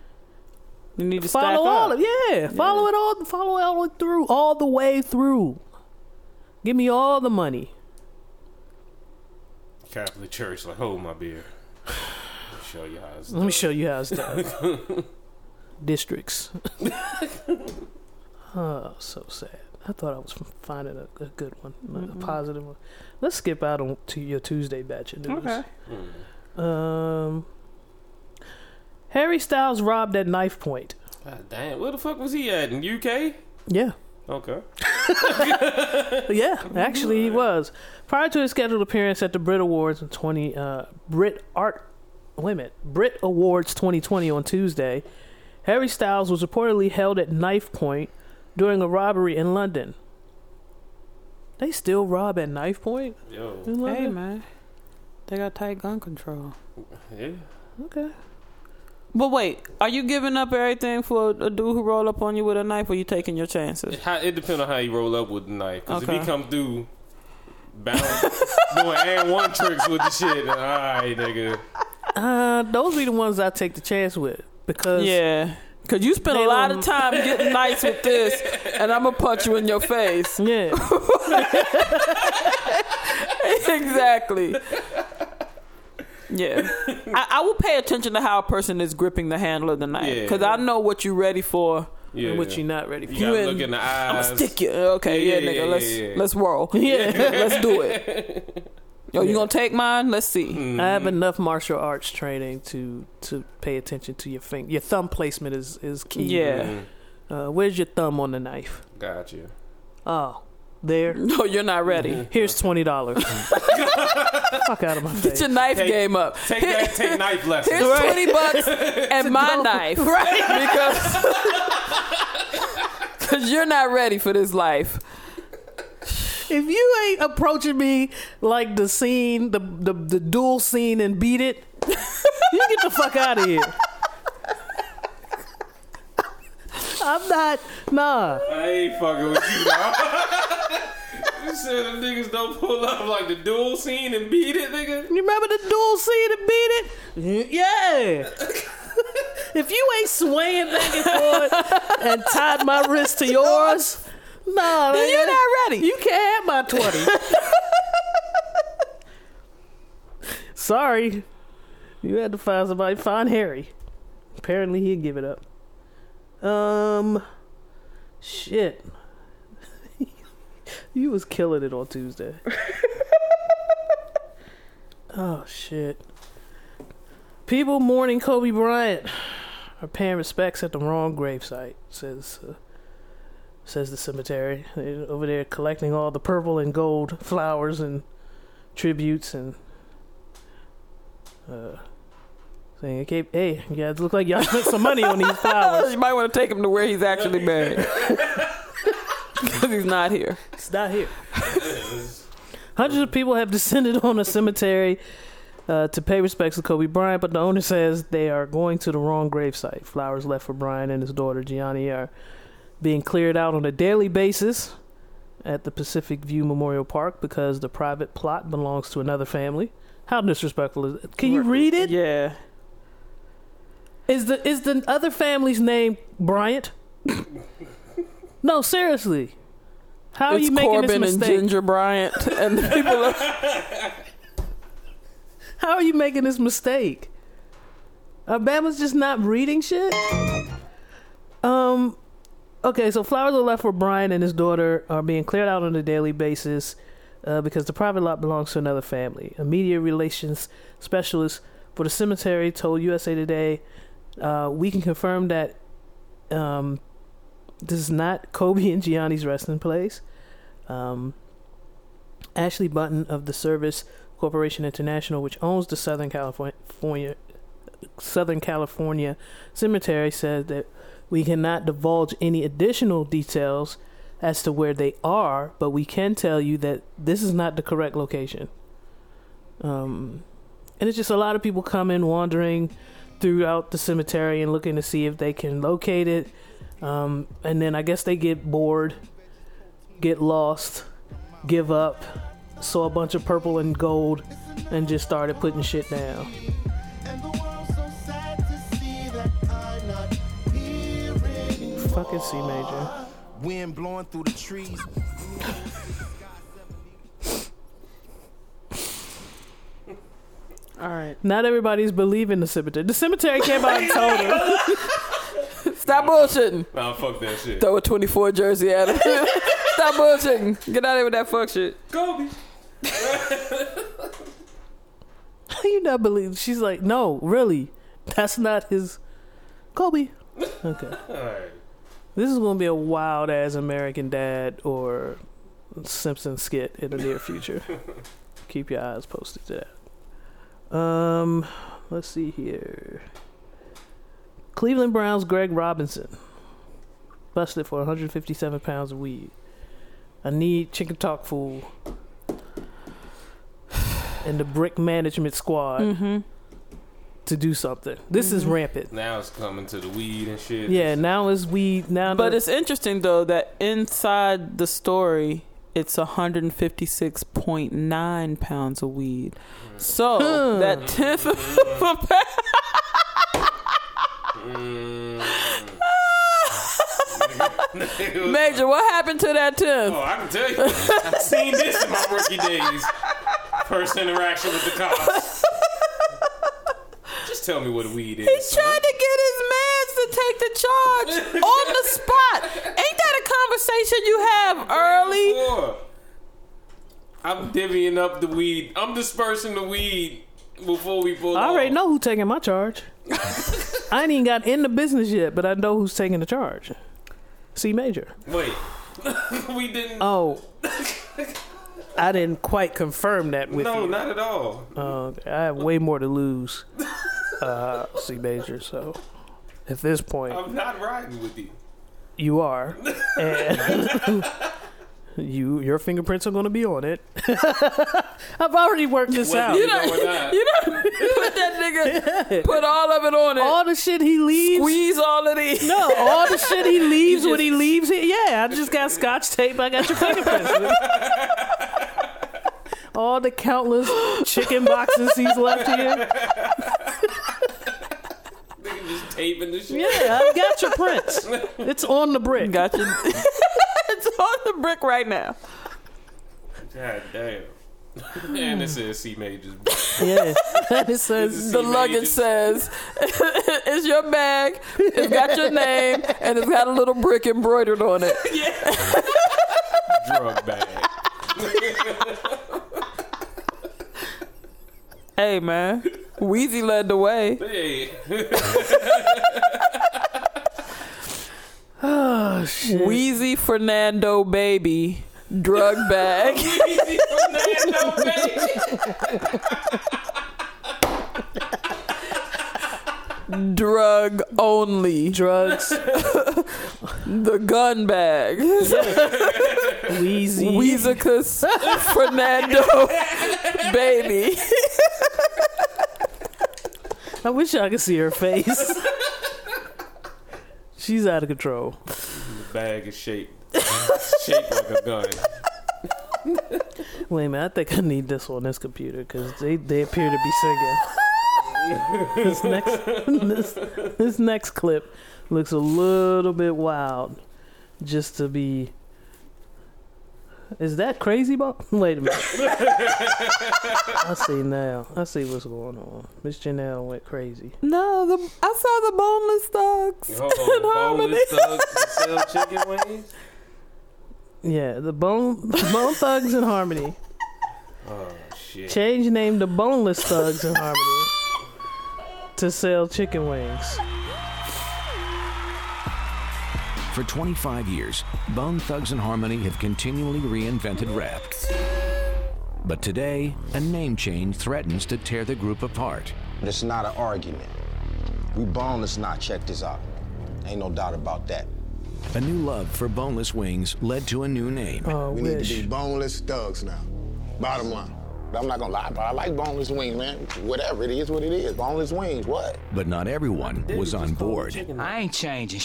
Speaker 4: You need to
Speaker 1: follow
Speaker 4: stack
Speaker 1: all
Speaker 4: up.
Speaker 1: of yeah, follow it all, follow it all through, all the way through. Give me all the money.
Speaker 2: Catholic Church, like, hold my beer. *sighs* Let me show you how it's
Speaker 1: Let me show you how it's done. Districts. *laughs* oh, so sad. I thought I was finding a, a good one, a- a positive one. Let's skip out on to your Tuesday batch of news.
Speaker 4: Okay.
Speaker 1: Um, Harry Styles robbed at knife point.
Speaker 4: Mm.
Speaker 2: God damn, where the fuck was he at? In UK?
Speaker 1: Yeah.
Speaker 2: Okay.
Speaker 1: Yeah, actually he was. Prior to his scheduled appearance at the Brit Awards in twenty uh, Brit Art wait a minute, Brit Awards twenty twenty on Tuesday, Harry Styles was reportedly held at knife point during a robbery in London. They still rob at knife point
Speaker 2: Yo.
Speaker 1: in
Speaker 4: Hey
Speaker 1: London?
Speaker 4: man, they got tight gun control.
Speaker 2: Yeah.
Speaker 1: Okay.
Speaker 4: But wait, are you giving up everything for a dude who roll up on you with a knife, or you taking your chances?
Speaker 2: It, how, it depends on how you roll up with the knife. Because if
Speaker 4: Okay.
Speaker 2: he come through balance, *laughs* doing and one tricks with the shit, all right, nigga.
Speaker 1: Uh those be the ones I take the chance with. Because
Speaker 4: Yeah, cause you spend
Speaker 1: They
Speaker 4: a lot
Speaker 1: don't-
Speaker 4: of time getting nice with this, and I'm gonna punch you in your face.
Speaker 1: yeah.
Speaker 4: *laughs* exactly. Yeah, I, I will pay attention to how a person is gripping the handle of the knife
Speaker 2: Yeah.
Speaker 4: because I know what you're ready for.
Speaker 2: Yeah.
Speaker 1: What you not ready for.
Speaker 2: You gotta
Speaker 4: you
Speaker 2: look
Speaker 4: in-
Speaker 2: in the
Speaker 4: I'm
Speaker 2: eyes.
Speaker 4: gonna stick you. Okay,
Speaker 2: Yeah, yeah,
Speaker 4: yeah, nigga,
Speaker 2: yeah,
Speaker 4: let's
Speaker 2: yeah, *laughs* yeah.
Speaker 4: let's roll. Yeah, *laughs* let's do it. Yo, you gonna take mine? Let's see.
Speaker 2: Mm-hmm.
Speaker 1: I have enough martial arts training to to pay attention to your finger. Your thumb placement is is key.
Speaker 4: Yeah.
Speaker 2: Mm,
Speaker 1: Uh, where's your thumb on the knife?
Speaker 2: got you.
Speaker 1: Oh, there.
Speaker 4: No, you're not ready.
Speaker 1: Here's twenty dollars. Fuck out of my
Speaker 4: Get
Speaker 1: face.
Speaker 4: your knife
Speaker 2: Take-
Speaker 4: game up.
Speaker 2: Take that,
Speaker 4: *laughs*
Speaker 2: take knife lessons.
Speaker 4: Here's twenty
Speaker 2: *laughs*
Speaker 4: bucks and my knife, *laughs* right? Because because you're not ready for this life.
Speaker 1: If you ain't approaching me like the scene, the the, the duel scene and beat it, you get the fuck out of here. I'm not. Nah.
Speaker 2: I ain't fucking with you, dog. *laughs* you said them niggas don't pull up like the duel scene and beat it, nigga.
Speaker 1: You remember the dual scene and beat it? Yeah. if you ain't swaying back and forth and tied my wrist *laughs* to yours, nah,
Speaker 4: Then
Speaker 1: nigga,
Speaker 4: you're not ready.
Speaker 1: You can't have my twenty. *laughs* Sorry, you had to find somebody. Find Harry. Apparently, he'd give it up. Um, shit. *laughs* you was killing it on Tuesday. oh shit. People mourning Kobe Bryant are paying respects at the wrong gravesite. Says. Uh, Says the cemetery They're over there collecting all the purple and gold flowers and tributes and uh, saying, "Okay, hey, you guys look like y'all spent some money on these flowers."
Speaker 4: *laughs* You might want to take him to where he's
Speaker 1: *laughs*
Speaker 4: actually buried *laughs* because he's not here.
Speaker 1: It's not here. *laughs* Hundreds of people have descended on a cemetery uh, to pay respects to Kobe Bryant, but the owner says they are going to the wrong gravesite. Flowers left for Bryant and his daughter Gianni are being cleared out on a daily basis at the Pacific View Memorial Park because the private plot belongs to another family. How disrespectful is it? Can you read it? Is
Speaker 4: Yeah,
Speaker 1: the is the other family's name Bryant? *laughs* no, seriously. How are
Speaker 4: it's
Speaker 1: you making
Speaker 4: Corbin
Speaker 1: this
Speaker 4: and
Speaker 1: mistake?
Speaker 4: Ginger Bryant, and the people. Are,
Speaker 1: *laughs* How are you making this mistake? Obama's just not reading shit. Um, okay, so flowers are left for Brian and his daughter are being cleared out on a daily basis uh, because the private lot belongs to another family. A media relations specialist for the cemetery told USA Today, uh, "We can confirm that um, this is not Kobe and Gianni's resting place." Um, Ashley Button of the service Corporation International, which owns the Southern California Southern California Cemetery, said that we cannot divulge any additional details as to where they are, but we can tell you that this is not the correct location. Um, And it's just a lot of people coming wandering throughout the cemetery and looking to see if they can locate it. Um, and then I guess they get bored, get lost, give up, saw a bunch of purple and gold, and just started putting shit down. Fucking C major.
Speaker 10: Wind blowing through the trees.
Speaker 4: All right.
Speaker 1: Not everybody's believing the cemetery. The cemetery came out and told
Speaker 4: *laughs*
Speaker 1: her.
Speaker 4: Stop bullshitting.
Speaker 2: Nah, fuck that shit.
Speaker 4: Throw a 24 jersey at him. *laughs* Stop bullshitting. Get out of here with that fuck shit.
Speaker 2: Kobe.
Speaker 1: How you not believe? She's like, no, really, that's not his. Kobe. Okay.
Speaker 2: All right.
Speaker 1: This is going to be a wild ass American Dad or Simpson skit in the near future. Keep your eyes posted to that. Um, let's see here. Cleveland Browns Greg Robinson busted for 157 pounds of weed. I need chicken talk fool *sighs* and the brick management squad
Speaker 4: Mm-hmm.
Speaker 1: to do something. This is rampant.
Speaker 2: Now it's coming to the weed and shit.
Speaker 1: Yeah, now is weed. Now,
Speaker 4: But it's interesting though that inside the story, it's 156.9 pounds of weed. So that tenth of a pound. *laughs* Major, what happened to that tenth?
Speaker 2: Oh, I can tell you. I've seen this in my rookie days. First interaction with the cops. Just tell me what weed is.
Speaker 4: He
Speaker 2: son.
Speaker 4: tried to get his mans to take the charge on the spot. Ain't that a conversation you have
Speaker 2: *laughs*
Speaker 4: early?
Speaker 2: Four. I'm divvying up the weed. I'm dispersing the weed before we pull.
Speaker 1: I already
Speaker 2: off.
Speaker 1: know who's taking my charge. *laughs* I ain't even got in the business yet, but I know who's taking the charge. C major.
Speaker 2: Wait, *laughs* we didn't.
Speaker 1: Oh, I didn't quite confirm that with
Speaker 2: no,
Speaker 1: you.
Speaker 2: not at all.
Speaker 1: Uh, I have way more to lose. Uh, C major. So at this point,
Speaker 2: I'm not riding with you.
Speaker 1: you are, and *laughs* you your fingerprints are going to be on it. *laughs* I've already worked this
Speaker 2: Whether
Speaker 1: out.
Speaker 2: you know or not.
Speaker 4: *laughs* You know, put that nigga, put all of it on it.
Speaker 1: All the shit he leaves.
Speaker 4: squeeze all of these.
Speaker 1: No, all the shit he leaves
Speaker 4: *laughs* You
Speaker 1: when he
Speaker 4: just-
Speaker 1: leaves here. Yeah, I just got scotch tape. I got your fingerprints.
Speaker 4: *laughs*
Speaker 1: all the countless chicken boxes he's left here.
Speaker 2: Nigga just taping the shit.
Speaker 1: Yeah, I've got your prints. It's on the brick.
Speaker 4: *laughs* Got you. it's on the brick right now.
Speaker 2: God damn. and it says C majors.
Speaker 1: Yeah, it says.
Speaker 4: *laughs* The
Speaker 2: See,
Speaker 4: luggage
Speaker 2: majors.
Speaker 4: says, *laughs* "It's your bag. It's got your name, and it's got a little brick embroidered on it."
Speaker 2: drug bag.
Speaker 4: Hey man, Wheezy led the
Speaker 2: *laughs*
Speaker 4: way.
Speaker 2: Hey,
Speaker 1: Oh shit!
Speaker 4: Wheezy Fernando baby drug bag. *laughs*
Speaker 2: Easy Fernando, baby.
Speaker 4: drug only.
Speaker 1: Drugs,
Speaker 4: *laughs* the gun bag.
Speaker 1: Wheezy,
Speaker 4: *laughs* Weezicus Fernando baby.
Speaker 1: I wish I could see her face. *laughs* She's out of control.
Speaker 2: Bag is shaped shaped like a
Speaker 4: *laughs*
Speaker 2: gun.
Speaker 1: *laughs* Wait a minute, I think I need this on this computer because they, they appear to be singing. this next this, this next clip looks a little bit wild, just to be. Is that crazy, Bob? *laughs* Wait a minute. I see now. I see what's going on. Miss Janelle went crazy.
Speaker 4: *laughs* No, the I saw the boneless thugs.
Speaker 2: Oh,
Speaker 4: harmony.
Speaker 2: boneless thugs that sell chicken wings.
Speaker 1: Yeah, the bone bone thugs in harmony.
Speaker 2: Oh shit.
Speaker 1: Change name to Boneless Thugs in Harmony to sell chicken wings.
Speaker 11: For 25 years, Bone Thugs and Harmony have continually reinvented rap. But today, a name change threatens to tear the group apart.
Speaker 12: It's not an argument. We boneless now, check this out. Ain't no doubt about that.
Speaker 11: A new love for boneless wings led to a new name.
Speaker 1: Oh,
Speaker 12: We need
Speaker 1: wish.
Speaker 12: to be boneless thugs now. Bottom line. I'm not gonna lie, but I like boneless wings, man. Whatever it is, what it is. Boneless wings, what?
Speaker 11: But not everyone was on board.
Speaker 12: I ain't changing.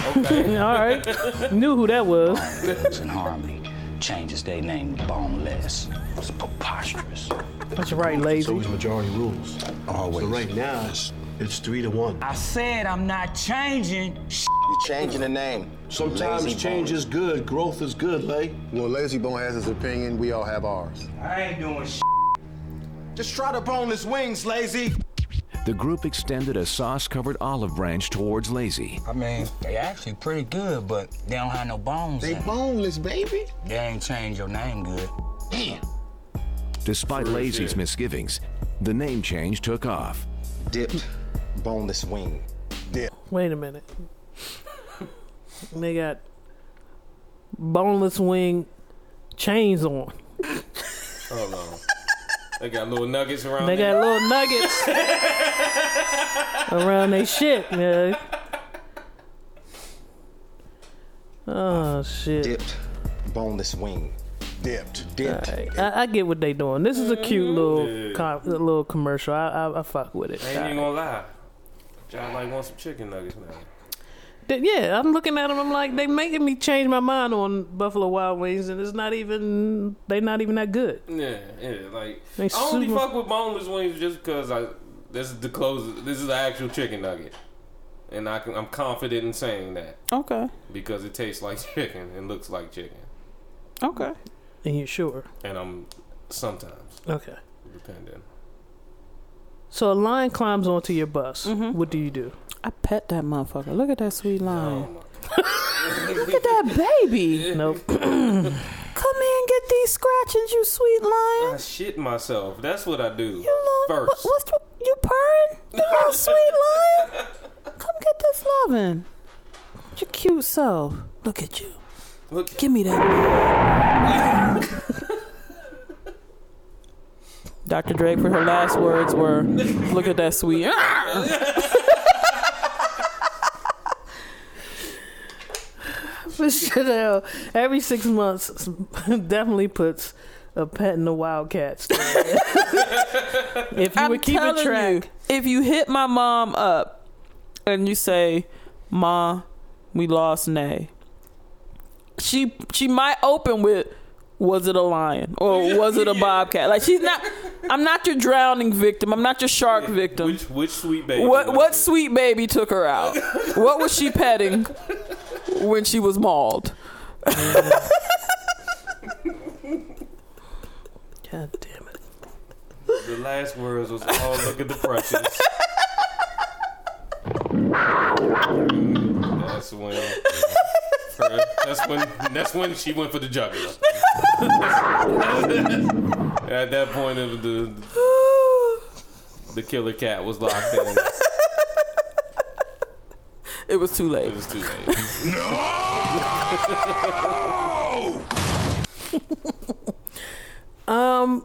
Speaker 1: *laughs* All right. Knew who that was.
Speaker 13: in harmony changes their name to boneless. It's preposterous.
Speaker 1: That's right, lazy.
Speaker 14: So it's majority rules. Always. So right now, it's, it's three to one.
Speaker 13: I said I'm not changing.
Speaker 12: You're changing the name.
Speaker 14: Sometimes
Speaker 12: Lazy
Speaker 14: change
Speaker 12: Bone.
Speaker 14: is good. Growth is good, Lay.
Speaker 12: Well, Lazy Bone has his opinion. We all have ours.
Speaker 13: I ain't doing
Speaker 12: Just try the boneless wings, Lazy.
Speaker 11: The group extended a sauce covered olive branch towards Lazy.
Speaker 13: I mean, they actually pretty good, but they don't have no bones.
Speaker 12: They
Speaker 13: in 'em.
Speaker 12: boneless, baby.
Speaker 13: They ain't changed your name good. Damn.
Speaker 11: Despite
Speaker 12: Real
Speaker 11: Lazy's
Speaker 12: shit.
Speaker 11: misgivings, the name change took off.
Speaker 12: Dipped boneless wing. Dip.
Speaker 1: Wait a minute. they got boneless wing chains on.
Speaker 2: Hold on. They got little nuggets around.
Speaker 1: They
Speaker 2: there.
Speaker 1: got little nuggets around they shit, man. Oh shit.
Speaker 12: Dipped boneless wing. Dipped. Dipped.
Speaker 1: Alright, I, I get what they doing. This is a cute little
Speaker 2: Yeah.
Speaker 1: com- little commercial. I, I I fuck with it.
Speaker 2: I ain't even gonna lie. John like want some chicken nuggets now.
Speaker 1: Th- Yeah, I'm looking at them. I'm like, they making me change my mind on Buffalo Wild Wings, and it's not even they not even that good.
Speaker 2: Yeah, yeah. Like
Speaker 1: They
Speaker 2: I only
Speaker 1: super-
Speaker 2: fuck with boneless wings just because I this is the closest. This is the actual chicken nugget, and I can, I'm confident in saying that
Speaker 4: Okay.
Speaker 2: because it tastes like *laughs* chicken and looks like chicken,
Speaker 4: Okay.
Speaker 1: And you sure?
Speaker 2: and I'm sometimes
Speaker 1: Okay.
Speaker 2: depending.
Speaker 1: So a lion climbs onto your bus.
Speaker 2: Mm-hmm.
Speaker 1: What do you
Speaker 2: *laughs*
Speaker 1: do?
Speaker 4: I pet that motherfucker. Look at that sweet lion. *laughs* Look at that baby.
Speaker 1: Nope. *laughs*
Speaker 4: Come here and get these scratchings, you sweet lion.
Speaker 2: I shit myself. That's what I do
Speaker 4: What,
Speaker 2: first.
Speaker 4: what's what, you purring? You
Speaker 2: *laughs*
Speaker 4: little sweet lion. Come get this lovin'. Your cute self. Look at you.
Speaker 2: Look.
Speaker 4: Give me that.
Speaker 2: *laughs*
Speaker 4: Dr. Drake, for her last words were, "Look at that sweet." *laughs*
Speaker 1: For Chanel, every six months *laughs* definitely puts a pet in the
Speaker 2: *laughs*
Speaker 1: Wildcats. if you
Speaker 4: I'm
Speaker 1: would keep
Speaker 4: telling
Speaker 1: it track,
Speaker 4: you, if you hit my mom up and you say, "Ma, we lost Nay," she she might open with, "Was it a lion or was
Speaker 1: *laughs*
Speaker 4: it a bobcat?" Like she's not. I'm not your drowning victim. I'm not your shark victim.
Speaker 2: Which which sweet baby?
Speaker 4: what what sweet baby took her out? what was she
Speaker 1: *laughs*
Speaker 4: petting when she was mauled?
Speaker 1: God damn it.
Speaker 2: The last words was all look at the precious. that's when. that's when. That's when she went for the jugular. At that point, of the the killer cat was locked in.
Speaker 4: It was too late.
Speaker 2: It was too late.
Speaker 1: Um,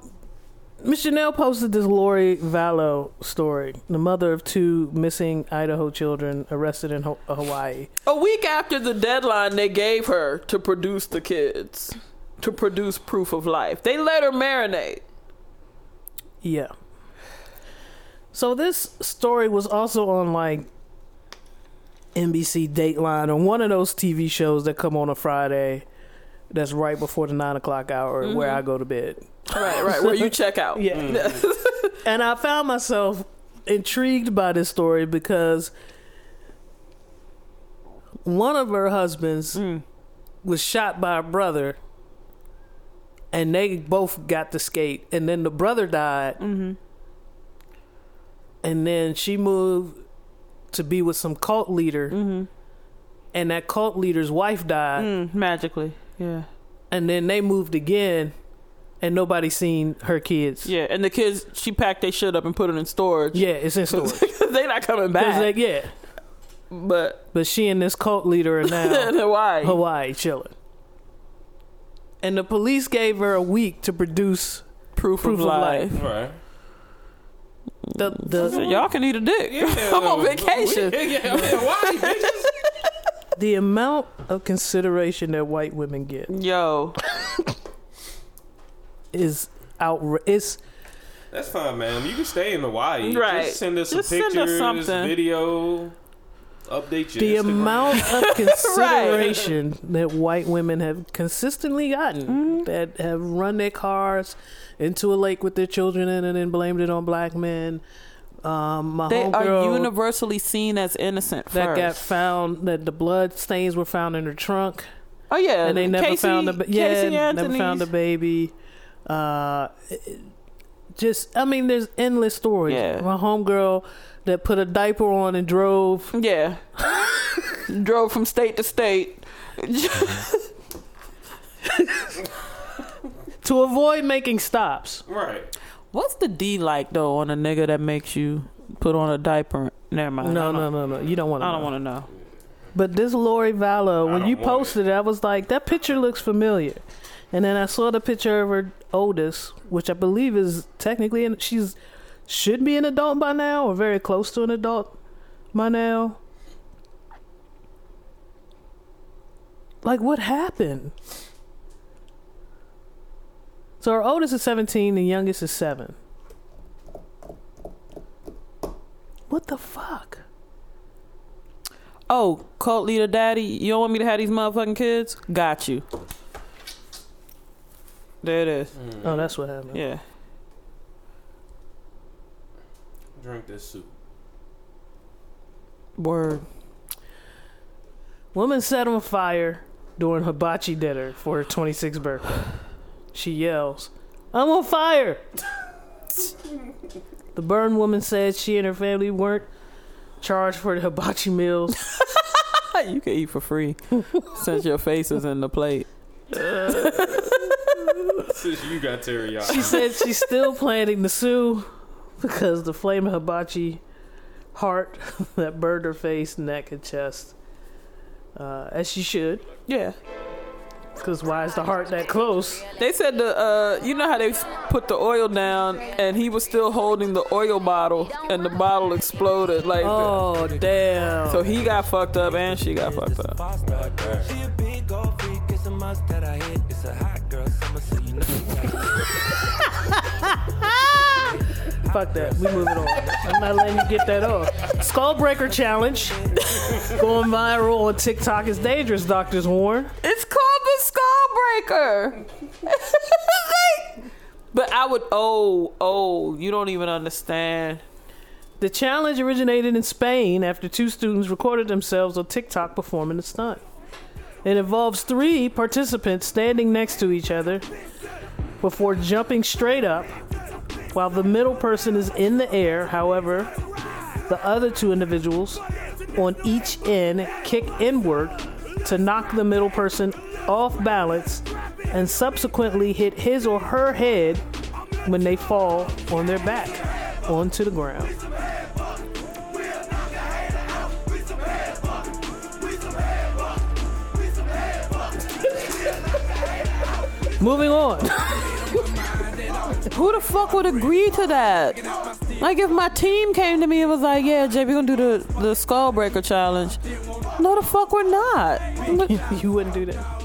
Speaker 1: Miss Janelle posted this Lori Vallow story, the mother of two missing Idaho children arrested in Ho- uh, Hawaii.
Speaker 4: A week after the deadline they gave her to produce the kids, to produce proof of life, they let her marinate.
Speaker 1: Yeah. So this story was also on like NBC Dateline or one of those TV shows that come on a Friday that's right before the nine o'clock hour where I go to bed.
Speaker 4: Right, right, where
Speaker 1: *laughs*
Speaker 4: you check out.
Speaker 1: Yeah. and I found myself intrigued by this story because one of her husbands was shot by a brother and they both got to skate and then the brother died and then she moved to be with some cult leader and that cult leader's wife died
Speaker 4: Mm. magically yeah
Speaker 1: and then they moved again and nobody seen her kids
Speaker 4: Yeah, and the kids, she packed their shit up and put it in storage. *laughs*
Speaker 1: yeah it's in storage
Speaker 4: they not coming back.
Speaker 1: 'Cause they- yeah
Speaker 4: but
Speaker 1: But she and this cult leader are
Speaker 4: *laughs*
Speaker 1: now
Speaker 4: in Hawaii,
Speaker 1: Hawaii chilling. And the police gave her a week to produce
Speaker 4: proof,
Speaker 1: proof
Speaker 4: of, life.
Speaker 2: Right.
Speaker 1: The
Speaker 4: So
Speaker 1: the
Speaker 4: y'all can eat a dick. *laughs* I'm on vacation.
Speaker 1: *laughs*
Speaker 2: Yeah, yeah, Hawaii, bitches.
Speaker 1: the amount of consideration that white women get
Speaker 4: Yo,
Speaker 1: is outra- it's
Speaker 2: That's fine, man. You can stay in Hawaii.
Speaker 1: Right.
Speaker 2: Just send us some
Speaker 1: Just send us
Speaker 2: pictures,
Speaker 1: something.
Speaker 2: video, update your
Speaker 1: the
Speaker 2: Instagram.
Speaker 1: amount
Speaker 4: *laughs*
Speaker 1: of consideration that white women have consistently gotten
Speaker 4: Mm-hmm.
Speaker 1: that have run their cars into a lake with their children in and then blamed it on black men. Um, my
Speaker 4: They are
Speaker 1: homegirl
Speaker 4: universally seen as innocent.
Speaker 1: that got
Speaker 4: first.
Speaker 1: found that the blood stains were found in her trunk.
Speaker 4: Oh yeah,
Speaker 1: and they never
Speaker 4: Casey-
Speaker 1: found the ba- yeah,
Speaker 4: Casey
Speaker 1: never found the
Speaker 4: Anthony's-
Speaker 1: baby. Uh, it- just I mean, there's endless stories. My homegirl that put a diaper on and drove. *laughs*
Speaker 4: Yeah, drove from state to state
Speaker 1: to avoid making stops.
Speaker 2: Right.
Speaker 4: What's the D like though on a nigga that makes you put on a diaper? Never mind.
Speaker 1: No,
Speaker 4: I
Speaker 1: no,
Speaker 4: don't-
Speaker 1: no, no. You don't want.
Speaker 4: I don't want to know.
Speaker 1: But this Lori Vallow, when you
Speaker 4: don't want
Speaker 1: posted it, I was like, that picture looks familiar. And then I saw the picture of her Otis, which I believe is technically, and she's should be an adult by now, or very close to an adult by now. Like, what happened? So her oldest is 17, the youngest is 7. What the fuck?
Speaker 4: Oh, cult leader daddy, you don't want me to have these motherfucking kids? Got you. There it is.
Speaker 1: Oh, that's what happened.
Speaker 4: Yeah.
Speaker 2: Drink this soup.
Speaker 4: Word.
Speaker 1: Woman set on fire during hibachi dinner for her 26th birthday. She yells, I'm on fire! the burned woman said she and her family weren't charged for the hibachi meals.
Speaker 4: you can eat for
Speaker 1: *laughs*
Speaker 4: free since your face is in the plate.
Speaker 2: Since you got teriyaki.
Speaker 1: She said she's still planning to sue because the flame of hibachi heart *laughs* that burned her face, neck, and chest, uh, as she should.
Speaker 4: Yeah.
Speaker 1: Because why is the heart that close?
Speaker 4: They said the uh, you know how they put the oil down, and he was still holding the oil bottle, and the bottle exploded. Like,
Speaker 1: oh damn!
Speaker 4: So he got fucked up, and she got fucked up.
Speaker 3: She a big old freak, it's a must that I hit. It's a hot girl summer, so you know you
Speaker 1: Fuck that. We moving on. I'm not letting you get that off. Skullbreaker challenge *laughs* going viral on TikTok is dangerous. Doctors warn.
Speaker 4: It's *laughs* called the Skullbreaker. but I would. Oh, oh, you don't even understand.
Speaker 1: The challenge originated in Spain after two students recorded themselves on TikTok performing the stunt. It involves three participants standing next to each other before jumping straight up while the middle person is in the air. However, the other two individuals on each end kick inward to knock the middle person off balance and subsequently hit his or her head when they fall on their back onto the ground. Moving on. *laughs*
Speaker 4: Who the fuck would agree to that? Like, if my team came to me and was like, "Yeah, Jay, we gonna do the the Skullbreaker challenge," no, the fuck we're not.
Speaker 1: you wouldn't do that.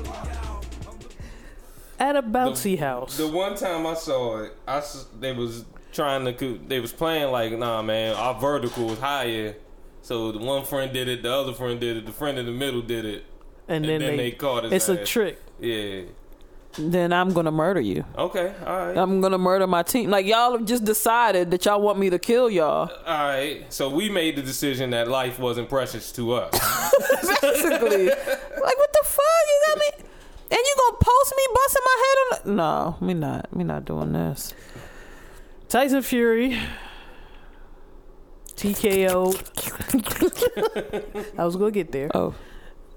Speaker 1: At a bouncy house.
Speaker 2: The one time I saw it, I s- they was trying to coo- they was playing like, nah, man, our vertical was higher. So the one friend did it, the other friend did it, the friend in the middle did it,
Speaker 1: And then they-
Speaker 2: caught his
Speaker 1: it's a
Speaker 2: ass.
Speaker 1: trick.
Speaker 2: Yeah.
Speaker 4: Then I'm gonna murder you.
Speaker 2: Okay. All right.
Speaker 4: I'm gonna murder my team. Like y'all have just decided that y'all want me to kill y'all.
Speaker 2: all right. So we made the decision that life wasn't precious to us.
Speaker 4: Basically, like what the fuck? You got me, and you gonna post me busting my head on? The- no, me not. Me not doing this.
Speaker 1: Tyson Fury. TKO. *laughs* I was gonna get there.
Speaker 4: Oh.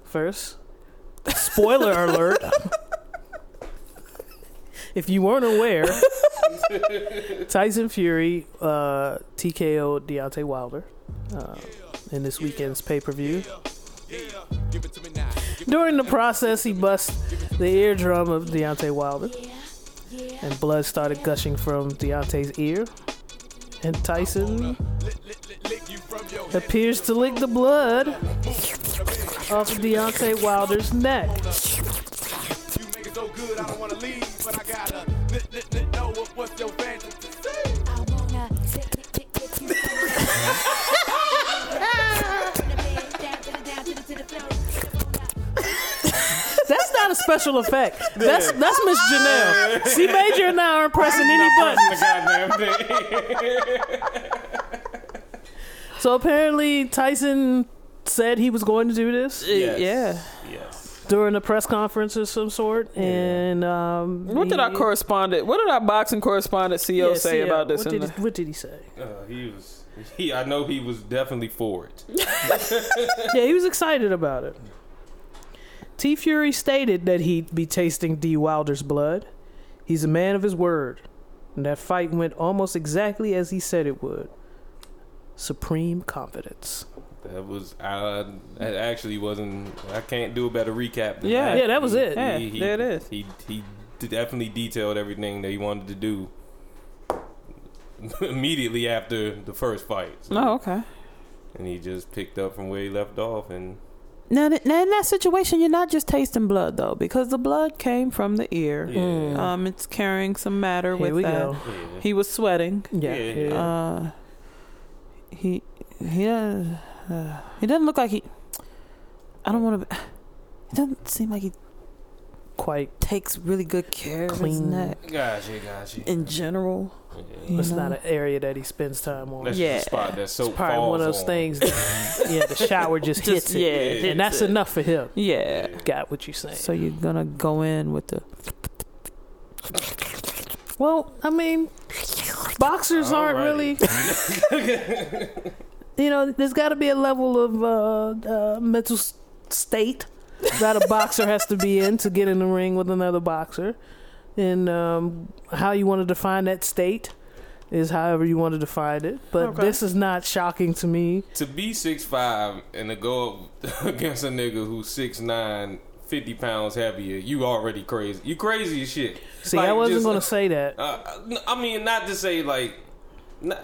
Speaker 1: First. Spoiler alert. if you weren't aware, Tyson Fury uh, TKO Deontay Wilder uh, in this weekend's pay per view. During the process, he bust the eardrum of Deontay Wilder, and blood started gushing from Deontay's ear. And Tyson appears to lick the blood off of Deontay Wilder's neck.
Speaker 3: make it so good, I don't wanna leave, but I gotta. n- n- n- know
Speaker 6: what- what's your fantasy?
Speaker 1: That's not a special effect. That's that's Miss Janelle. C Major *laughs* and I aren't pressing any buttons. So apparently Tyson said he was going to do this.
Speaker 4: Yes.
Speaker 1: Yeah.
Speaker 2: *laughs* Yes.
Speaker 1: During a press conference of some sort, and um,
Speaker 4: What did our
Speaker 1: he-
Speaker 4: correspondent? What did our boxing correspondent CEO
Speaker 1: Yeah,
Speaker 4: say
Speaker 1: CO.
Speaker 4: about this?
Speaker 1: What
Speaker 4: in
Speaker 1: did,
Speaker 4: the-
Speaker 1: he, what did he say?
Speaker 2: Uh, he was. He, I know he was definitely for it.
Speaker 1: yeah, he was excited about it. T Fury stated that he'd be tasting D Wilder's blood. He's a man of his word, and that fight went almost exactly as he said it would. Supreme confidence.
Speaker 2: That was. I, that actually wasn't. I can't do a better recap. Than
Speaker 1: Yeah,
Speaker 2: that.
Speaker 1: yeah, that was it. Yeah,
Speaker 4: there it
Speaker 2: is. He he d- definitely detailed everything that he wanted to do *laughs* immediately after the first fight,
Speaker 4: No,
Speaker 1: Oh,
Speaker 4: Oh, okay.
Speaker 2: and he just picked up from where he left off and.
Speaker 4: Now, th- now, in that situation, you're not just tasting blood though, because the blood came from the ear.
Speaker 1: Hmm.
Speaker 4: Um, it's carrying some matter
Speaker 1: Here
Speaker 4: with
Speaker 1: we
Speaker 4: that.
Speaker 1: go.
Speaker 2: Yeah.
Speaker 4: He was sweating.
Speaker 1: Yeah. Yeah.
Speaker 4: Uh, he he uh, uh, he doesn't look like he. I don't want to. It doesn't seem like *sighs* he
Speaker 1: quite
Speaker 4: takes really good care of his
Speaker 1: Clean.
Speaker 4: neck
Speaker 2: Gotcha, gotcha.
Speaker 4: in general. you
Speaker 1: It's
Speaker 4: know?
Speaker 1: not an area that he spends time on.
Speaker 2: That's yeah. the spot that soap
Speaker 1: It's probably one of
Speaker 2: falls
Speaker 1: those
Speaker 2: on.
Speaker 1: things. That, yeah, the shower just,
Speaker 4: Just-
Speaker 1: hits it,
Speaker 4: yeah, it hits
Speaker 1: and that's
Speaker 4: it.
Speaker 1: enough for him.
Speaker 4: Yeah.
Speaker 1: got what you saying.
Speaker 4: So you're gonna go in with the
Speaker 1: Well, I mean, boxers aren't really.
Speaker 2: *laughs*
Speaker 1: you know, there's got to be a level of uh, uh, mental s- state that a boxer has to be in to get in the ring with another boxer, and um, how you want to define that state is however you want to define it. But
Speaker 2: Okay.
Speaker 1: this is not shocking to me.
Speaker 2: To be six five and to go up *laughs* against a nigga who's 6'9", 50 pounds heavier, you already crazy. You crazy as shit.
Speaker 1: See,
Speaker 2: Like,
Speaker 1: I wasn't
Speaker 2: just-
Speaker 1: going to say that.
Speaker 2: Uh, I mean, not to say like, not,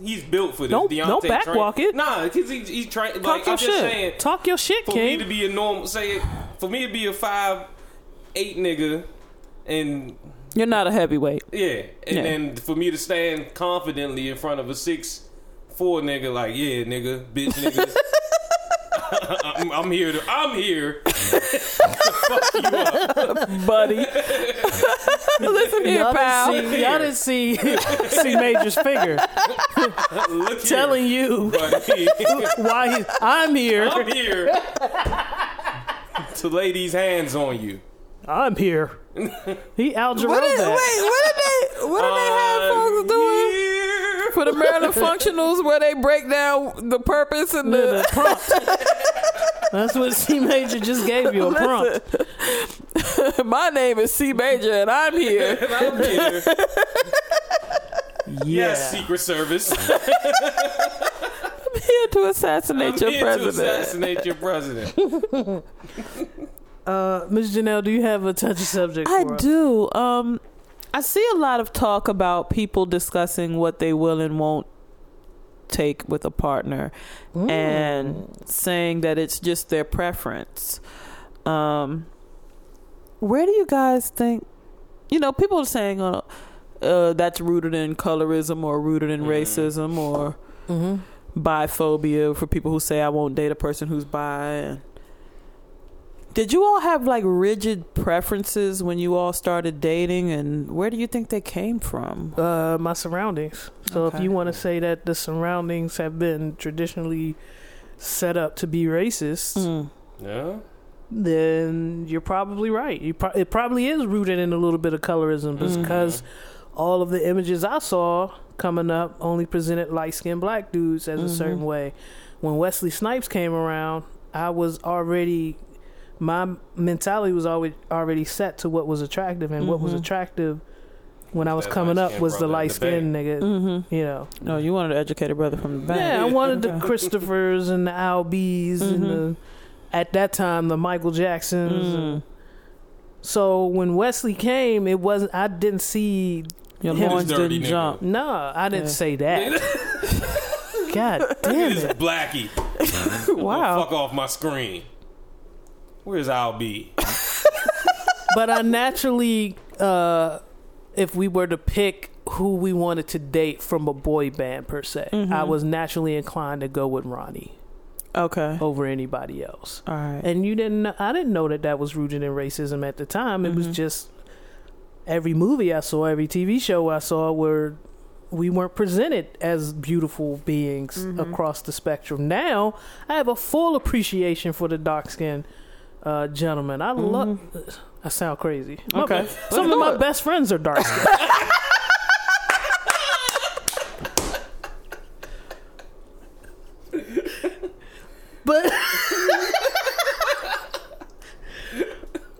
Speaker 2: he's built for this.
Speaker 1: Don't-
Speaker 2: Deontay
Speaker 1: don't
Speaker 2: Train-
Speaker 1: backwalk it.
Speaker 2: Nah, because he he trying.
Speaker 1: Talk
Speaker 2: Like,
Speaker 1: your
Speaker 2: I'm just
Speaker 1: shit.
Speaker 2: saying,
Speaker 1: Talk your shit,
Speaker 2: for
Speaker 1: King.
Speaker 2: me to be a normal, say it, for me to be a five eight nigga, and
Speaker 4: You're not a heavyweight.
Speaker 2: yeah, and
Speaker 4: Yeah.
Speaker 2: then for me to stand confidently in front of a six four nigga, like yeah, nigga, bitch,
Speaker 4: *laughs*
Speaker 2: nigga. I'm, I'm here. To, I'm here.
Speaker 4: buddy. Listen here,
Speaker 1: y'all
Speaker 4: pal.
Speaker 1: Didn't see, y'all didn't see *laughs* C Major's
Speaker 2: *laughs*
Speaker 1: finger
Speaker 2: Look
Speaker 1: telling you
Speaker 2: here, buddy.
Speaker 1: why he, I'm here.
Speaker 2: *laughs* I'm here to lay these hands on you.
Speaker 1: I'm here. He algebra
Speaker 4: What did, wait,
Speaker 1: that.
Speaker 4: what did they? What did they have folks doing Uh, for the Maryland functionals where they break down the purpose and
Speaker 1: No,
Speaker 4: the?
Speaker 1: the prompt. That's what C major just gave you a prompt.
Speaker 4: My name is C Major and I'm here.
Speaker 2: And I'm here.
Speaker 1: Yeah.
Speaker 2: Yes, Secret Service.
Speaker 4: I'm *laughs* here to assassinate
Speaker 2: I'm
Speaker 4: your
Speaker 2: here
Speaker 4: president.
Speaker 2: to assassinate your
Speaker 4: *laughs*
Speaker 2: president.
Speaker 1: Uh, Ms. Janelle, do you have a touchy subject?
Speaker 4: I
Speaker 1: for us?
Speaker 4: do. Um, I see a lot of talk about people discussing what they will and won't take with a partner, and saying that it's just their preference. Um, where do you guys think? You know, people are saying uh, uh, that's rooted in colorism or rooted in racism or
Speaker 1: Mm-hmm.
Speaker 4: biphobia for people who say I won't date a person who's bi. And did you all have like rigid preferences when you all started dating, and where do you think they came from?
Speaker 1: Uh, my surroundings. So if
Speaker 4: Okay.
Speaker 1: you want to say that the surroundings have been traditionally set up to be racist,
Speaker 4: Mm-hmm.
Speaker 2: Yeah.
Speaker 1: then you're probably right. You pro- it probably is rooted in a little bit of colorism
Speaker 2: Mm-hmm.
Speaker 1: because all of the images I saw coming up only presented light skinned black dudes as a
Speaker 2: Mm-hmm.
Speaker 1: certain way. When Wesley Snipes came around, I was already my mentality was always already set to what was attractive and what was attractive when I was
Speaker 2: Mm-hmm. That
Speaker 1: coming up
Speaker 2: light-skinned
Speaker 1: was the
Speaker 2: brother in
Speaker 1: light
Speaker 2: the Mm.
Speaker 1: skinned
Speaker 2: band.
Speaker 1: nigga.
Speaker 4: Mm-hmm.
Speaker 1: You know.
Speaker 4: No, Oh, you wanted an educated brother from the back. *laughs*
Speaker 1: Yeah, I wanted the Christophers and the Al B's and the, at that time the Michael Jacksons. and- so when Wesley came, it wasn't. I didn't see.
Speaker 4: Your
Speaker 1: him-
Speaker 4: loins
Speaker 2: dirty
Speaker 4: didn't
Speaker 2: nigga.
Speaker 4: jump.
Speaker 1: Nah, I didn't say that. God damn
Speaker 2: This is
Speaker 1: it!
Speaker 2: Blackie.
Speaker 4: Wow.
Speaker 2: Fuck off my screen. Where's I'll be?
Speaker 1: But I naturally uh, if we were to pick who we wanted to date from a boy band per se,
Speaker 4: Mhm.
Speaker 1: I was naturally inclined to go with Ronnie. Okay. Over anybody else. All right. And you didn't. Know, I didn't know that that was rooted in racism at the time. It was
Speaker 4: Mm-hmm.
Speaker 1: just every movie I saw, every TV show I saw, where we weren't presented as beautiful beings
Speaker 4: Mm-hmm.
Speaker 1: across the spectrum. Now I have a full appreciation for the dark skinned uh, gentleman. I love. I sound crazy. My
Speaker 4: Mm-hmm. Okay.
Speaker 1: bad. some
Speaker 4: Let's
Speaker 1: of
Speaker 4: do
Speaker 1: my
Speaker 4: it.
Speaker 1: best friends are dark skinned. but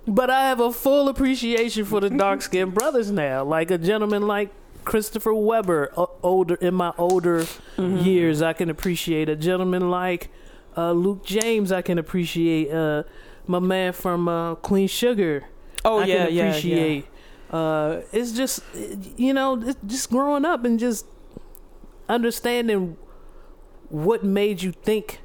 Speaker 1: but I have a full appreciation for the dark skinned brothers now. Like a gentleman like Christopher Weber, o- older in my older years, I can appreciate a gentleman like uh, Luke James. I can appreciate uh, my man from uh, Queen Sugar.
Speaker 4: Oh,
Speaker 1: I
Speaker 4: yeah,
Speaker 1: can
Speaker 4: yeah, yeah.
Speaker 1: appreciate. Uh, it's just you know, it's just growing up and just understanding what made you think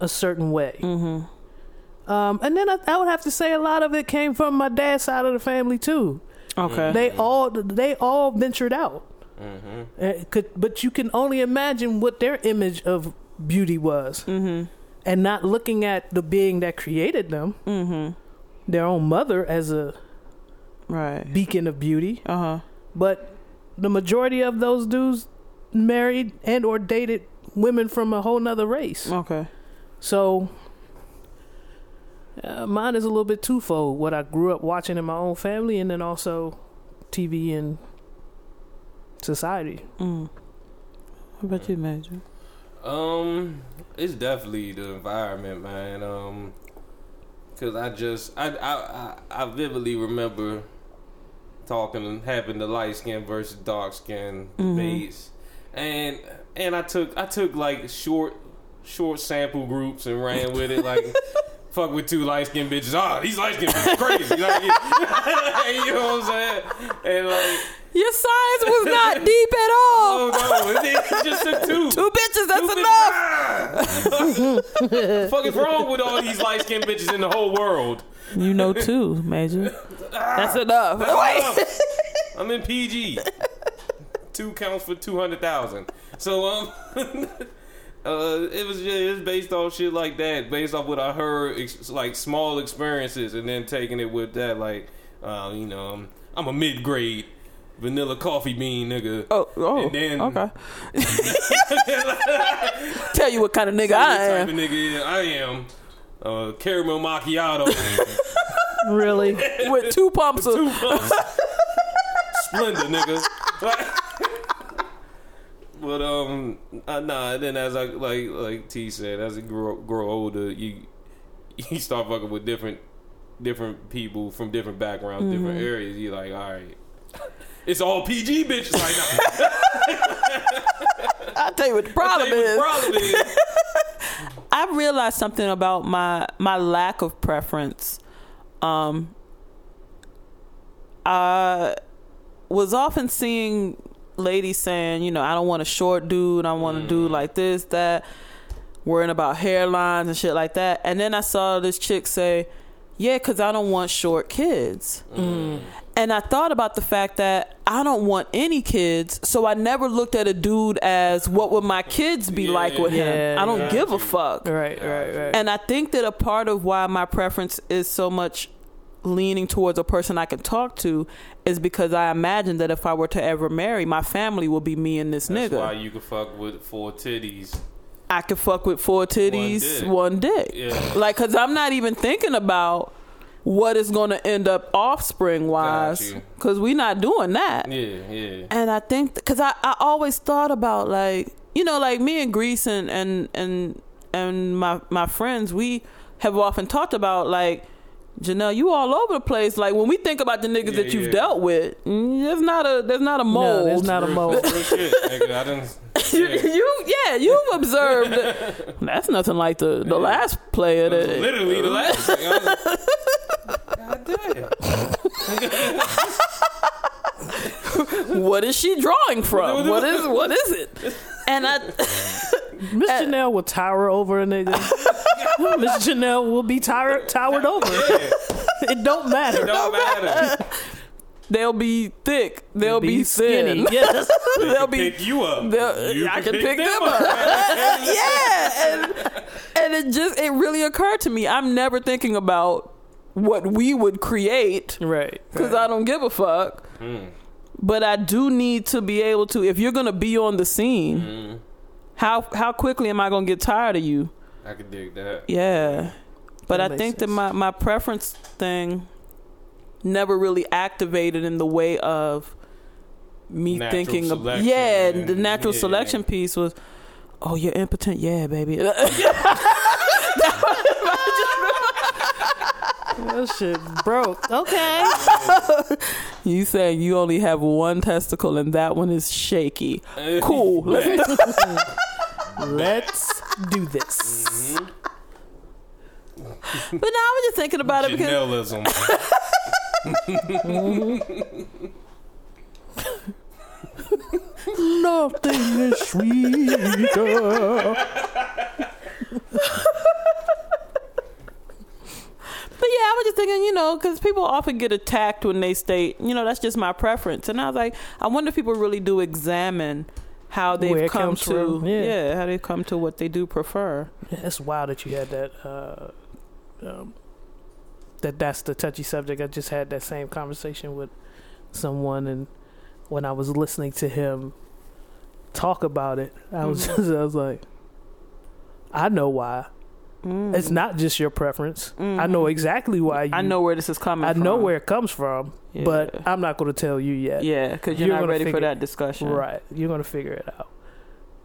Speaker 1: a certain way. Mm-hmm. Um, and then I, I would have to say a lot of it came from my dad's side of the family too.
Speaker 4: Okay.
Speaker 1: they all they all ventured out.
Speaker 2: Mm-hmm.
Speaker 1: Uh, could, but you can only imagine what their image of beauty was, mm-hmm. and not looking at the being that created them, mm-hmm. their own mother as a right beacon of beauty. Uh
Speaker 4: Uh-huh.
Speaker 1: huh. But the majority of those dudes married and or dated women from a whole nother race. Okay. So uh, mine is a little bit twofold: what I grew up watching in my own family, and then also TV and society.
Speaker 4: Mm. How about you, Major?
Speaker 2: Um, it's definitely the environment, man. Um, cause I just I I I, I vividly remember talking and having the light skin versus dark skin
Speaker 15: Mhm.
Speaker 2: debates, and and I took I took like short short sample groups and ran with it like. Fuck with two light skinned bitches. Ah, these light skinned bitches crazy. Like, *laughs* you know what I'm saying? And like, oh,
Speaker 4: Your science was not deep at all.
Speaker 2: No, no, it- it just took two.
Speaker 4: Two bitches, that's enough.
Speaker 2: *laughs* the fuck is wrong with all these light skinned bitches in the whole world?
Speaker 4: You know too, Major. That's enough.
Speaker 2: That's enough. *laughs* I'm in PG. Two counts for two hundred thousand. So um, *laughs* uh, it was just, it was based off shit like that, based off what I heard, ex- like small experiences, and then taking it with that, like uh, you know, I'm, I'm a mid grade vanilla coffee bean nigga.
Speaker 4: Oh, oh,
Speaker 2: and then
Speaker 4: *laughs* okay. Tell you what kind of nigga I
Speaker 2: type
Speaker 4: am.
Speaker 2: of nigga I am. Uh, caramel
Speaker 4: *laughs*
Speaker 2: macchiato.
Speaker 1: Really?
Speaker 4: With *laughs* two pumps of
Speaker 2: two pumps. Splendor, nigga. Like- but um, uh, nah. And then as I like like T said, as you grow grow older, you you start fucking with different different people from different backgrounds, different
Speaker 15: Mhm.
Speaker 4: Mm-hmm.
Speaker 2: areas. You like, all right, it's all PG bitches right now.
Speaker 4: I'll tell you what the *laughs* problem is.
Speaker 2: problem is.
Speaker 4: I realized something about my my lack of preference. Um, I was often seeing ladies saying, you know, I don't want a short dude. I want to do like this, that, worrying about hairlines and shit like that. And then I saw this chick say, yeah, because I don't want short kids. And I thought about the fact that I don't want any kids, so I never looked at a dude as what would my kids be like with him.
Speaker 1: Yeah,
Speaker 4: I don't
Speaker 1: yeah.
Speaker 4: give a fuck.
Speaker 1: *laughs* Right, right, right.
Speaker 4: And I think that a part of why my preference is so much leaning towards a person I can talk to is because I imagine that if I were to ever marry, my family will be me and this
Speaker 2: That's
Speaker 4: nigga.
Speaker 2: why you can fuck with four titties.
Speaker 4: I could fuck with four titties,
Speaker 2: dick.
Speaker 4: one dick.
Speaker 2: Yeah.
Speaker 4: Like, cause I'm not even thinking about what is going to end up offspring wise,
Speaker 2: you.
Speaker 4: cause we not doing that.
Speaker 2: Yeah, yeah.
Speaker 4: And I think because I, I always thought about like you know like me and Greece and and and and my my friends we have often talked about like Janelle you all over the place like when we think about the niggas
Speaker 2: Yeah,
Speaker 4: that you've
Speaker 2: yeah.
Speaker 4: dealt with mm, there's not a there's not a mold
Speaker 1: there's not a mold.
Speaker 2: Real shit, nigga. I didn't.
Speaker 4: *laughs* you yeah you've observed that's nothing like the the last player that
Speaker 2: Literally the last thing. I was like,
Speaker 4: what is she drawing from what is what is it
Speaker 2: *laughs*
Speaker 4: and I *laughs*
Speaker 1: Miss Janelle will tower over a nigga. *laughs* Miss Janelle will be tower- towered over. It don't matter.
Speaker 2: It don't matter.
Speaker 4: They'll be thick. They'll
Speaker 1: be
Speaker 4: be,
Speaker 1: skinny,
Speaker 4: thin.
Speaker 1: yes.
Speaker 4: *laughs* they'll be.
Speaker 2: pick you up.
Speaker 4: they'll-
Speaker 2: You can
Speaker 4: I can
Speaker 2: pick
Speaker 4: pick,
Speaker 2: them
Speaker 4: them
Speaker 2: up.
Speaker 4: up. *laughs* yeah, and, and it just it really occurred to me. I'm never thinking about what we would create,
Speaker 1: right?
Speaker 4: Because I don't give a fuck.
Speaker 2: Mm.
Speaker 4: But I do need to be able to. If you're gonna be on the scene,
Speaker 2: Mm.
Speaker 4: how how quickly am I gonna get tired of you?
Speaker 2: I could dig that.
Speaker 4: Yeah. But
Speaker 2: That
Speaker 4: I
Speaker 2: makes
Speaker 4: think that my, my preference thing never really activated in the way of me
Speaker 2: Natural
Speaker 4: thinking of
Speaker 2: selection
Speaker 4: yeah,
Speaker 2: and-
Speaker 4: the natural
Speaker 2: yeah.
Speaker 4: selection piece was oh you're impotent, yeah, baby. *laughs*
Speaker 1: That shit broke. Okay.
Speaker 4: you saying you only have one testicle and that one is
Speaker 2: *laughs*
Speaker 4: shaky. *laughs* Cool.
Speaker 1: Let's do this.
Speaker 4: *laughs* But now I was just thinking about it because
Speaker 2: Janellism.
Speaker 4: *laughs*
Speaker 1: Nothing is sweeter.
Speaker 4: But yeah, I was just thinking, you know, because people often get attacked when they state, you know, that's just my preference. And I was like, I wonder if people really do examine how they've
Speaker 1: Where it
Speaker 4: come
Speaker 1: comes
Speaker 4: to,
Speaker 1: from, yeah.
Speaker 4: yeah. how they've come to what they do prefer.
Speaker 1: Yeah, It's wild that you had that. Uh, um, that that's the touchy subject. I just had that same conversation with someone, and when I was listening to him talk about it, I was
Speaker 4: Mhm.
Speaker 1: just, I was like, I know why. Mm. It's not just your preference. I know exactly why. You,
Speaker 4: Mm-hmm. Mm. I know where this is coming.
Speaker 1: I know
Speaker 4: from.
Speaker 1: where it comes from, but I'm not going to tell you yet.
Speaker 4: Yeah, because you're, not
Speaker 1: gonna
Speaker 4: ready for
Speaker 1: figure-
Speaker 4: that discussion,
Speaker 1: Right. You're going to figure it out.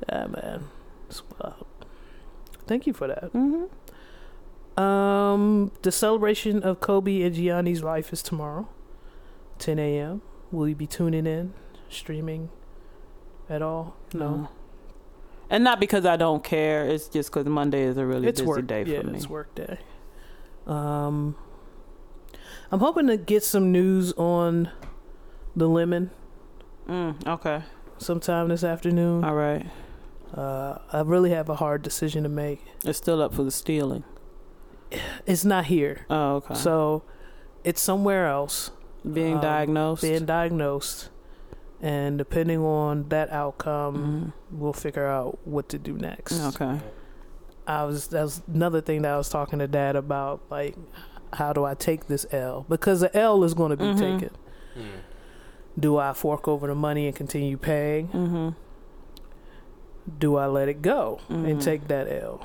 Speaker 1: Yeah, man. It's wild. Thank you for that.
Speaker 4: Mm-hmm.
Speaker 1: Um, the celebration of Kobe and Gianni's life is tomorrow, 10 a.m. Will you be tuning in, streaming at all? No.
Speaker 4: And not because I don't care. It's just because Monday is a really
Speaker 1: it's
Speaker 4: busy
Speaker 1: work
Speaker 4: day
Speaker 1: yeah,
Speaker 4: for me.
Speaker 1: It's work day. Um, I'm hoping to get some news on the lemon
Speaker 4: Mm, okay.
Speaker 1: sometime this afternoon.
Speaker 4: All right.
Speaker 1: Uh, I really have a hard decision to make.
Speaker 4: It's still up for the stealing.
Speaker 1: It's not here.
Speaker 4: Oh, okay.
Speaker 1: So it's somewhere else.
Speaker 4: Being diagnosed?
Speaker 1: Being diagnosed. And depending on that
Speaker 4: Mm-hmm.
Speaker 1: outcome, we'll figure out what to do next.
Speaker 4: Okay.
Speaker 1: I was that was another thing that I was talking to dad about, like how do I take this L? Because the L is gonna be
Speaker 4: Mhm.
Speaker 1: taken.
Speaker 2: Hmm.
Speaker 1: Do I fork over the money and continue paying?
Speaker 4: Mm-hmm.
Speaker 1: Do I let it go and
Speaker 4: Mhm.
Speaker 1: take that L?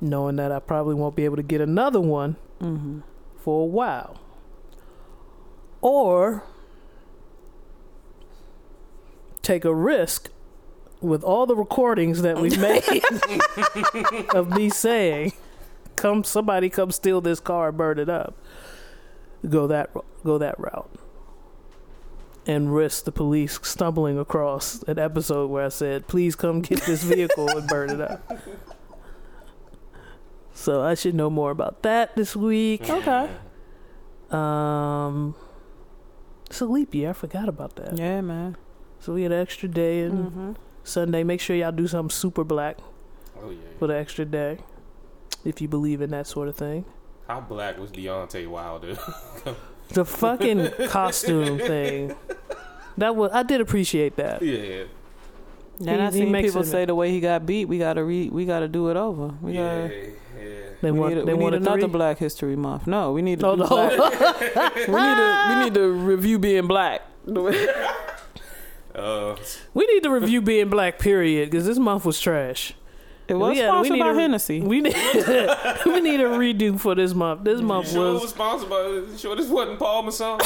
Speaker 1: Knowing that I probably won't be able to get another one
Speaker 4: Mm-hmm.
Speaker 1: for a while. Or take a risk with all the recordings that we've made of me saying, "Come, somebody, come steal this car, and burn it up." Go that go that route, and risk the police stumbling across an episode where I said, "Please come get this vehicle and burn it up." So I should know more about that this week.
Speaker 4: Okay.
Speaker 1: Um, it's a leap year. I forgot about that.
Speaker 4: Yeah, man.
Speaker 1: So we had an extra day and
Speaker 4: Mm. Mm-hmm.
Speaker 1: Sunday. Make sure y'all do something super black
Speaker 2: Oh yeah.
Speaker 1: for the extra day, if you believe in that sort of thing.
Speaker 2: How black was Deontay
Speaker 4: *laughs*
Speaker 2: Wilder?
Speaker 1: The fucking costume thing. That was I did appreciate that.
Speaker 2: yeah.
Speaker 4: Then
Speaker 1: He-
Speaker 4: I
Speaker 1: he
Speaker 4: seen
Speaker 1: makes
Speaker 4: people
Speaker 1: it-
Speaker 4: say the way he got beat, we gotta re, we gotta do it over. We
Speaker 2: Yeah.
Speaker 4: gotta,
Speaker 2: Yeah.
Speaker 1: They
Speaker 4: we
Speaker 1: want
Speaker 4: need, a-
Speaker 1: they
Speaker 4: we need
Speaker 1: want a
Speaker 4: another
Speaker 1: three?
Speaker 4: Black History Month. No, we need
Speaker 1: Oh,
Speaker 4: to do
Speaker 1: no.
Speaker 4: *laughs* black- we need to we need to review being black.
Speaker 2: Uh,
Speaker 1: We need to review being black, period, because this month was trash.
Speaker 4: It was
Speaker 1: We had- we
Speaker 4: sponsored
Speaker 1: need
Speaker 4: by
Speaker 1: a-
Speaker 4: Hennessy.
Speaker 1: We need *laughs* we need a redo for this month. This month
Speaker 2: sure it was
Speaker 1: was
Speaker 2: sponsored by. Sure, this wasn't Paul
Speaker 4: *laughs*
Speaker 2: Masson.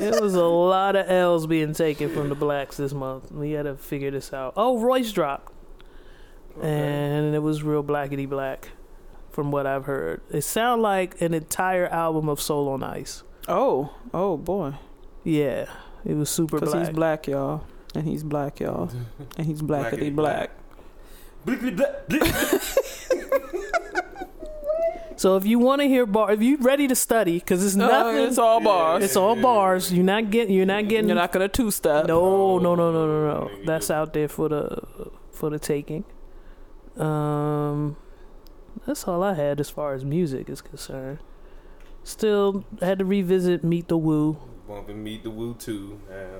Speaker 1: it was a lot of L's being taken from the blacks this month. We had to figure this out. Oh, Royce dropped,
Speaker 4: Eh.
Speaker 1: and it was real blackety black, from what I've heard. It sounded like an entire album of Soul on Ice.
Speaker 4: oh, oh boy,
Speaker 1: Yeah, it was super
Speaker 4: because
Speaker 1: black.
Speaker 4: he's black, y'all, and he's black, *laughs* y'all, and he's blackity
Speaker 2: Blackety
Speaker 4: black.
Speaker 2: black. Blickety black. blick.
Speaker 1: So if you want to hear bar, if you ready to study, because it's
Speaker 4: No,
Speaker 1: nothing.
Speaker 4: it's all bars.
Speaker 1: It's all bars. You're not getting. You're not getting.
Speaker 4: You're not gonna two step.
Speaker 1: No, no, no, no, no, no. That's out there for the for the taking. Um, that's all I had as far as music is concerned. Still had to revisit Meet the Woo.
Speaker 2: Bumping Meet the Uh, Woo too.
Speaker 4: *laughs*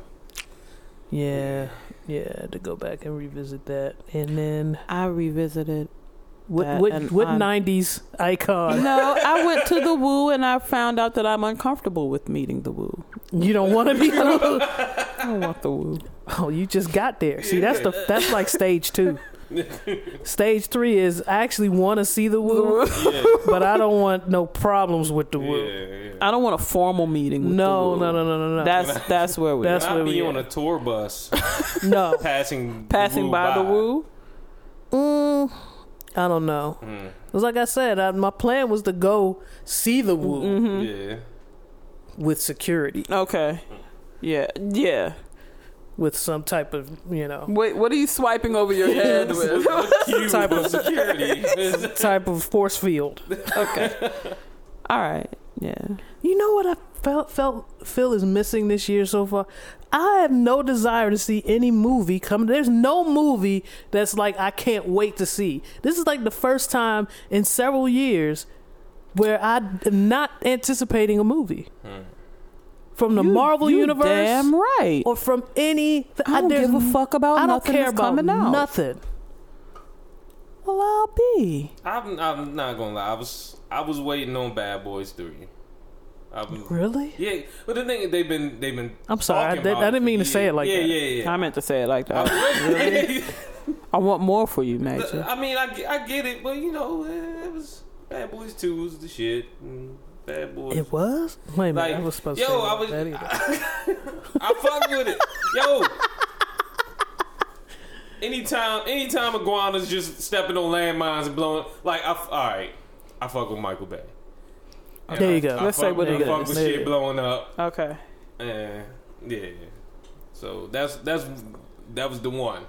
Speaker 1: Yeah, yeah, to go back and revisit that, and then
Speaker 4: I revisited.
Speaker 1: What
Speaker 4: that
Speaker 1: what
Speaker 4: and
Speaker 1: what
Speaker 4: I-
Speaker 1: nineties icon?
Speaker 4: No, I went to the woo and I found out that I'm uncomfortable with meeting the woo.
Speaker 1: You don't want to be the
Speaker 4: *laughs*
Speaker 1: woo.
Speaker 4: I don't want the woo.
Speaker 1: Oh, you just got there. See, that's the that's like stage two. Stage three is I actually want to see the woo, but I don't want no problems with the woo.
Speaker 4: I don't want a formal meeting. With
Speaker 1: No,
Speaker 4: the woo.
Speaker 1: no, no, no, no, no.
Speaker 4: That's that's where we.
Speaker 1: That's
Speaker 4: are.
Speaker 1: where
Speaker 2: I'd
Speaker 1: we
Speaker 2: be
Speaker 1: at.
Speaker 2: on a tour bus
Speaker 1: *laughs* no
Speaker 2: passing
Speaker 4: Passing
Speaker 2: Woo
Speaker 4: by the woo.
Speaker 1: Mm, I don't know. Cause like I said, I, my plan was to go see the woo
Speaker 2: Yeah.
Speaker 1: with security,
Speaker 4: Mm-hmm. Okay. Yeah. Yeah.
Speaker 1: with some type of you know
Speaker 4: Wait, what are you swiping over your head with?
Speaker 1: type
Speaker 2: of
Speaker 1: of
Speaker 2: security.
Speaker 4: *laughs*
Speaker 1: type of force field.
Speaker 4: okay. All right. Yeah.
Speaker 1: You know what I felt felt Phil is missing this year so far? I have no desire to see any movie come. There's no movie that's like I can't wait to see. This is like the first time in several years where I am not anticipating a movie. From the Marvel
Speaker 4: Hmm. you
Speaker 1: universe,
Speaker 4: damn right.
Speaker 1: or from any.
Speaker 4: I don't
Speaker 1: there's-
Speaker 4: give a fuck about
Speaker 1: I don't
Speaker 4: nothing
Speaker 1: care
Speaker 4: that's
Speaker 1: about
Speaker 4: coming out.
Speaker 1: nothing.
Speaker 4: Well, I'll be.
Speaker 2: I'm, I'm not gonna lie. I was I was waiting on Bad Boys Three. I was,
Speaker 1: Really?
Speaker 2: Yeah, but the thing is, they've been they've been.
Speaker 1: I'm sorry. I,
Speaker 2: talking
Speaker 1: did,
Speaker 2: about
Speaker 1: I didn't mean to say it like
Speaker 2: yeah,
Speaker 1: that.
Speaker 2: Yeah, yeah, yeah.
Speaker 4: I meant to say it like that.
Speaker 2: *laughs*
Speaker 4: Really? I want more for you, Major.
Speaker 2: I mean, I, get- I get it, but you know, eh, it was Bad Boys Two was the shit. and Bad Boys.
Speaker 1: It was. Wait a minute.
Speaker 2: Like,
Speaker 1: I was supposed
Speaker 2: yo,
Speaker 1: to. say
Speaker 2: I was-
Speaker 1: that either.
Speaker 2: I fuck with it, yo. Anytime, anytime iguanas just stepping on landmines and blowing, like, I, f- all right, I fuck with Michael Bay. And
Speaker 1: There you
Speaker 2: I-
Speaker 1: go.
Speaker 2: I
Speaker 4: Let's
Speaker 2: fuck
Speaker 4: say what
Speaker 2: with-
Speaker 4: it
Speaker 2: I fuck
Speaker 4: is.
Speaker 2: with
Speaker 4: There
Speaker 2: shit
Speaker 4: you go.
Speaker 2: blowing up.
Speaker 4: Okay.
Speaker 2: And Uh, yeah, so that's that's that was the one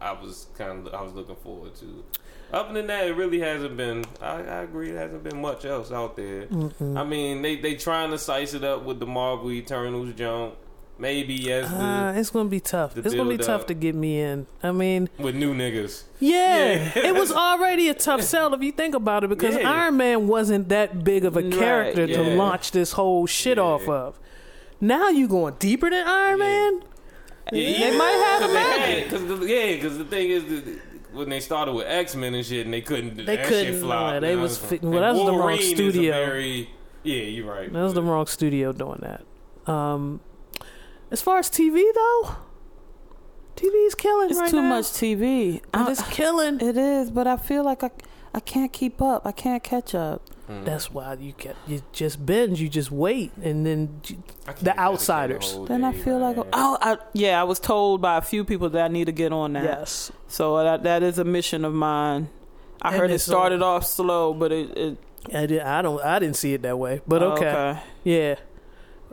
Speaker 2: I was kind of I was looking forward to. Other than that, it really hasn't been. I, I agree, it hasn't been much else out there.
Speaker 1: Mm-mm.
Speaker 2: I mean, they they trying to size it up with the Marvel Eternals jump. Maybe as the,
Speaker 1: Uh, it's gonna be tough.
Speaker 2: the
Speaker 1: It's gonna be
Speaker 2: build
Speaker 1: tough
Speaker 2: up.
Speaker 1: to get me in. I mean,
Speaker 2: with new niggas.
Speaker 1: yeah, it was already a
Speaker 2: *laughs*
Speaker 1: tough sell if you think about it because
Speaker 2: Yeah.
Speaker 1: Iron Man wasn't that big of a
Speaker 4: Right,
Speaker 1: character to
Speaker 2: yeah.
Speaker 1: launch this whole shit off of. Now you going deeper than Iron Man?
Speaker 2: they
Speaker 1: might have
Speaker 2: cause
Speaker 1: a
Speaker 2: magic. Cause the, yeah, because the thing is, that when they started with X Men and shit, and they couldn't, do
Speaker 1: They
Speaker 2: that
Speaker 1: couldn't,
Speaker 2: Shit flopped,
Speaker 1: uh, they
Speaker 2: and I
Speaker 1: was fi-
Speaker 2: like-
Speaker 1: well, that was the wrong
Speaker 2: Wolverine is a
Speaker 1: studio.
Speaker 2: very- yeah, you're right.
Speaker 1: That was the wrong studio doing that. Um, as far as TV though, TV is killing
Speaker 4: It's
Speaker 1: right
Speaker 4: too
Speaker 1: now.
Speaker 4: much TV. I-
Speaker 1: It's killing.
Speaker 4: It is, but I feel like I, I can't keep up. I can't catch up.
Speaker 1: That's why you get you just binge, you just wait, and then you-
Speaker 2: I can't
Speaker 1: the
Speaker 2: dedicate a
Speaker 1: outsiders.
Speaker 2: whole
Speaker 4: Then I
Speaker 2: day,
Speaker 4: feel like
Speaker 2: man.
Speaker 4: oh, I, yeah. I was told by a few people that I need to get on that.
Speaker 1: Yes,
Speaker 4: So that that is a mission of mine. I
Speaker 1: And
Speaker 4: heard it
Speaker 1: it's
Speaker 4: started off slow, but it, it
Speaker 1: I, did, I don't. I didn't see it that way, but
Speaker 4: Oh,
Speaker 1: okay.
Speaker 4: okay.
Speaker 1: Yeah.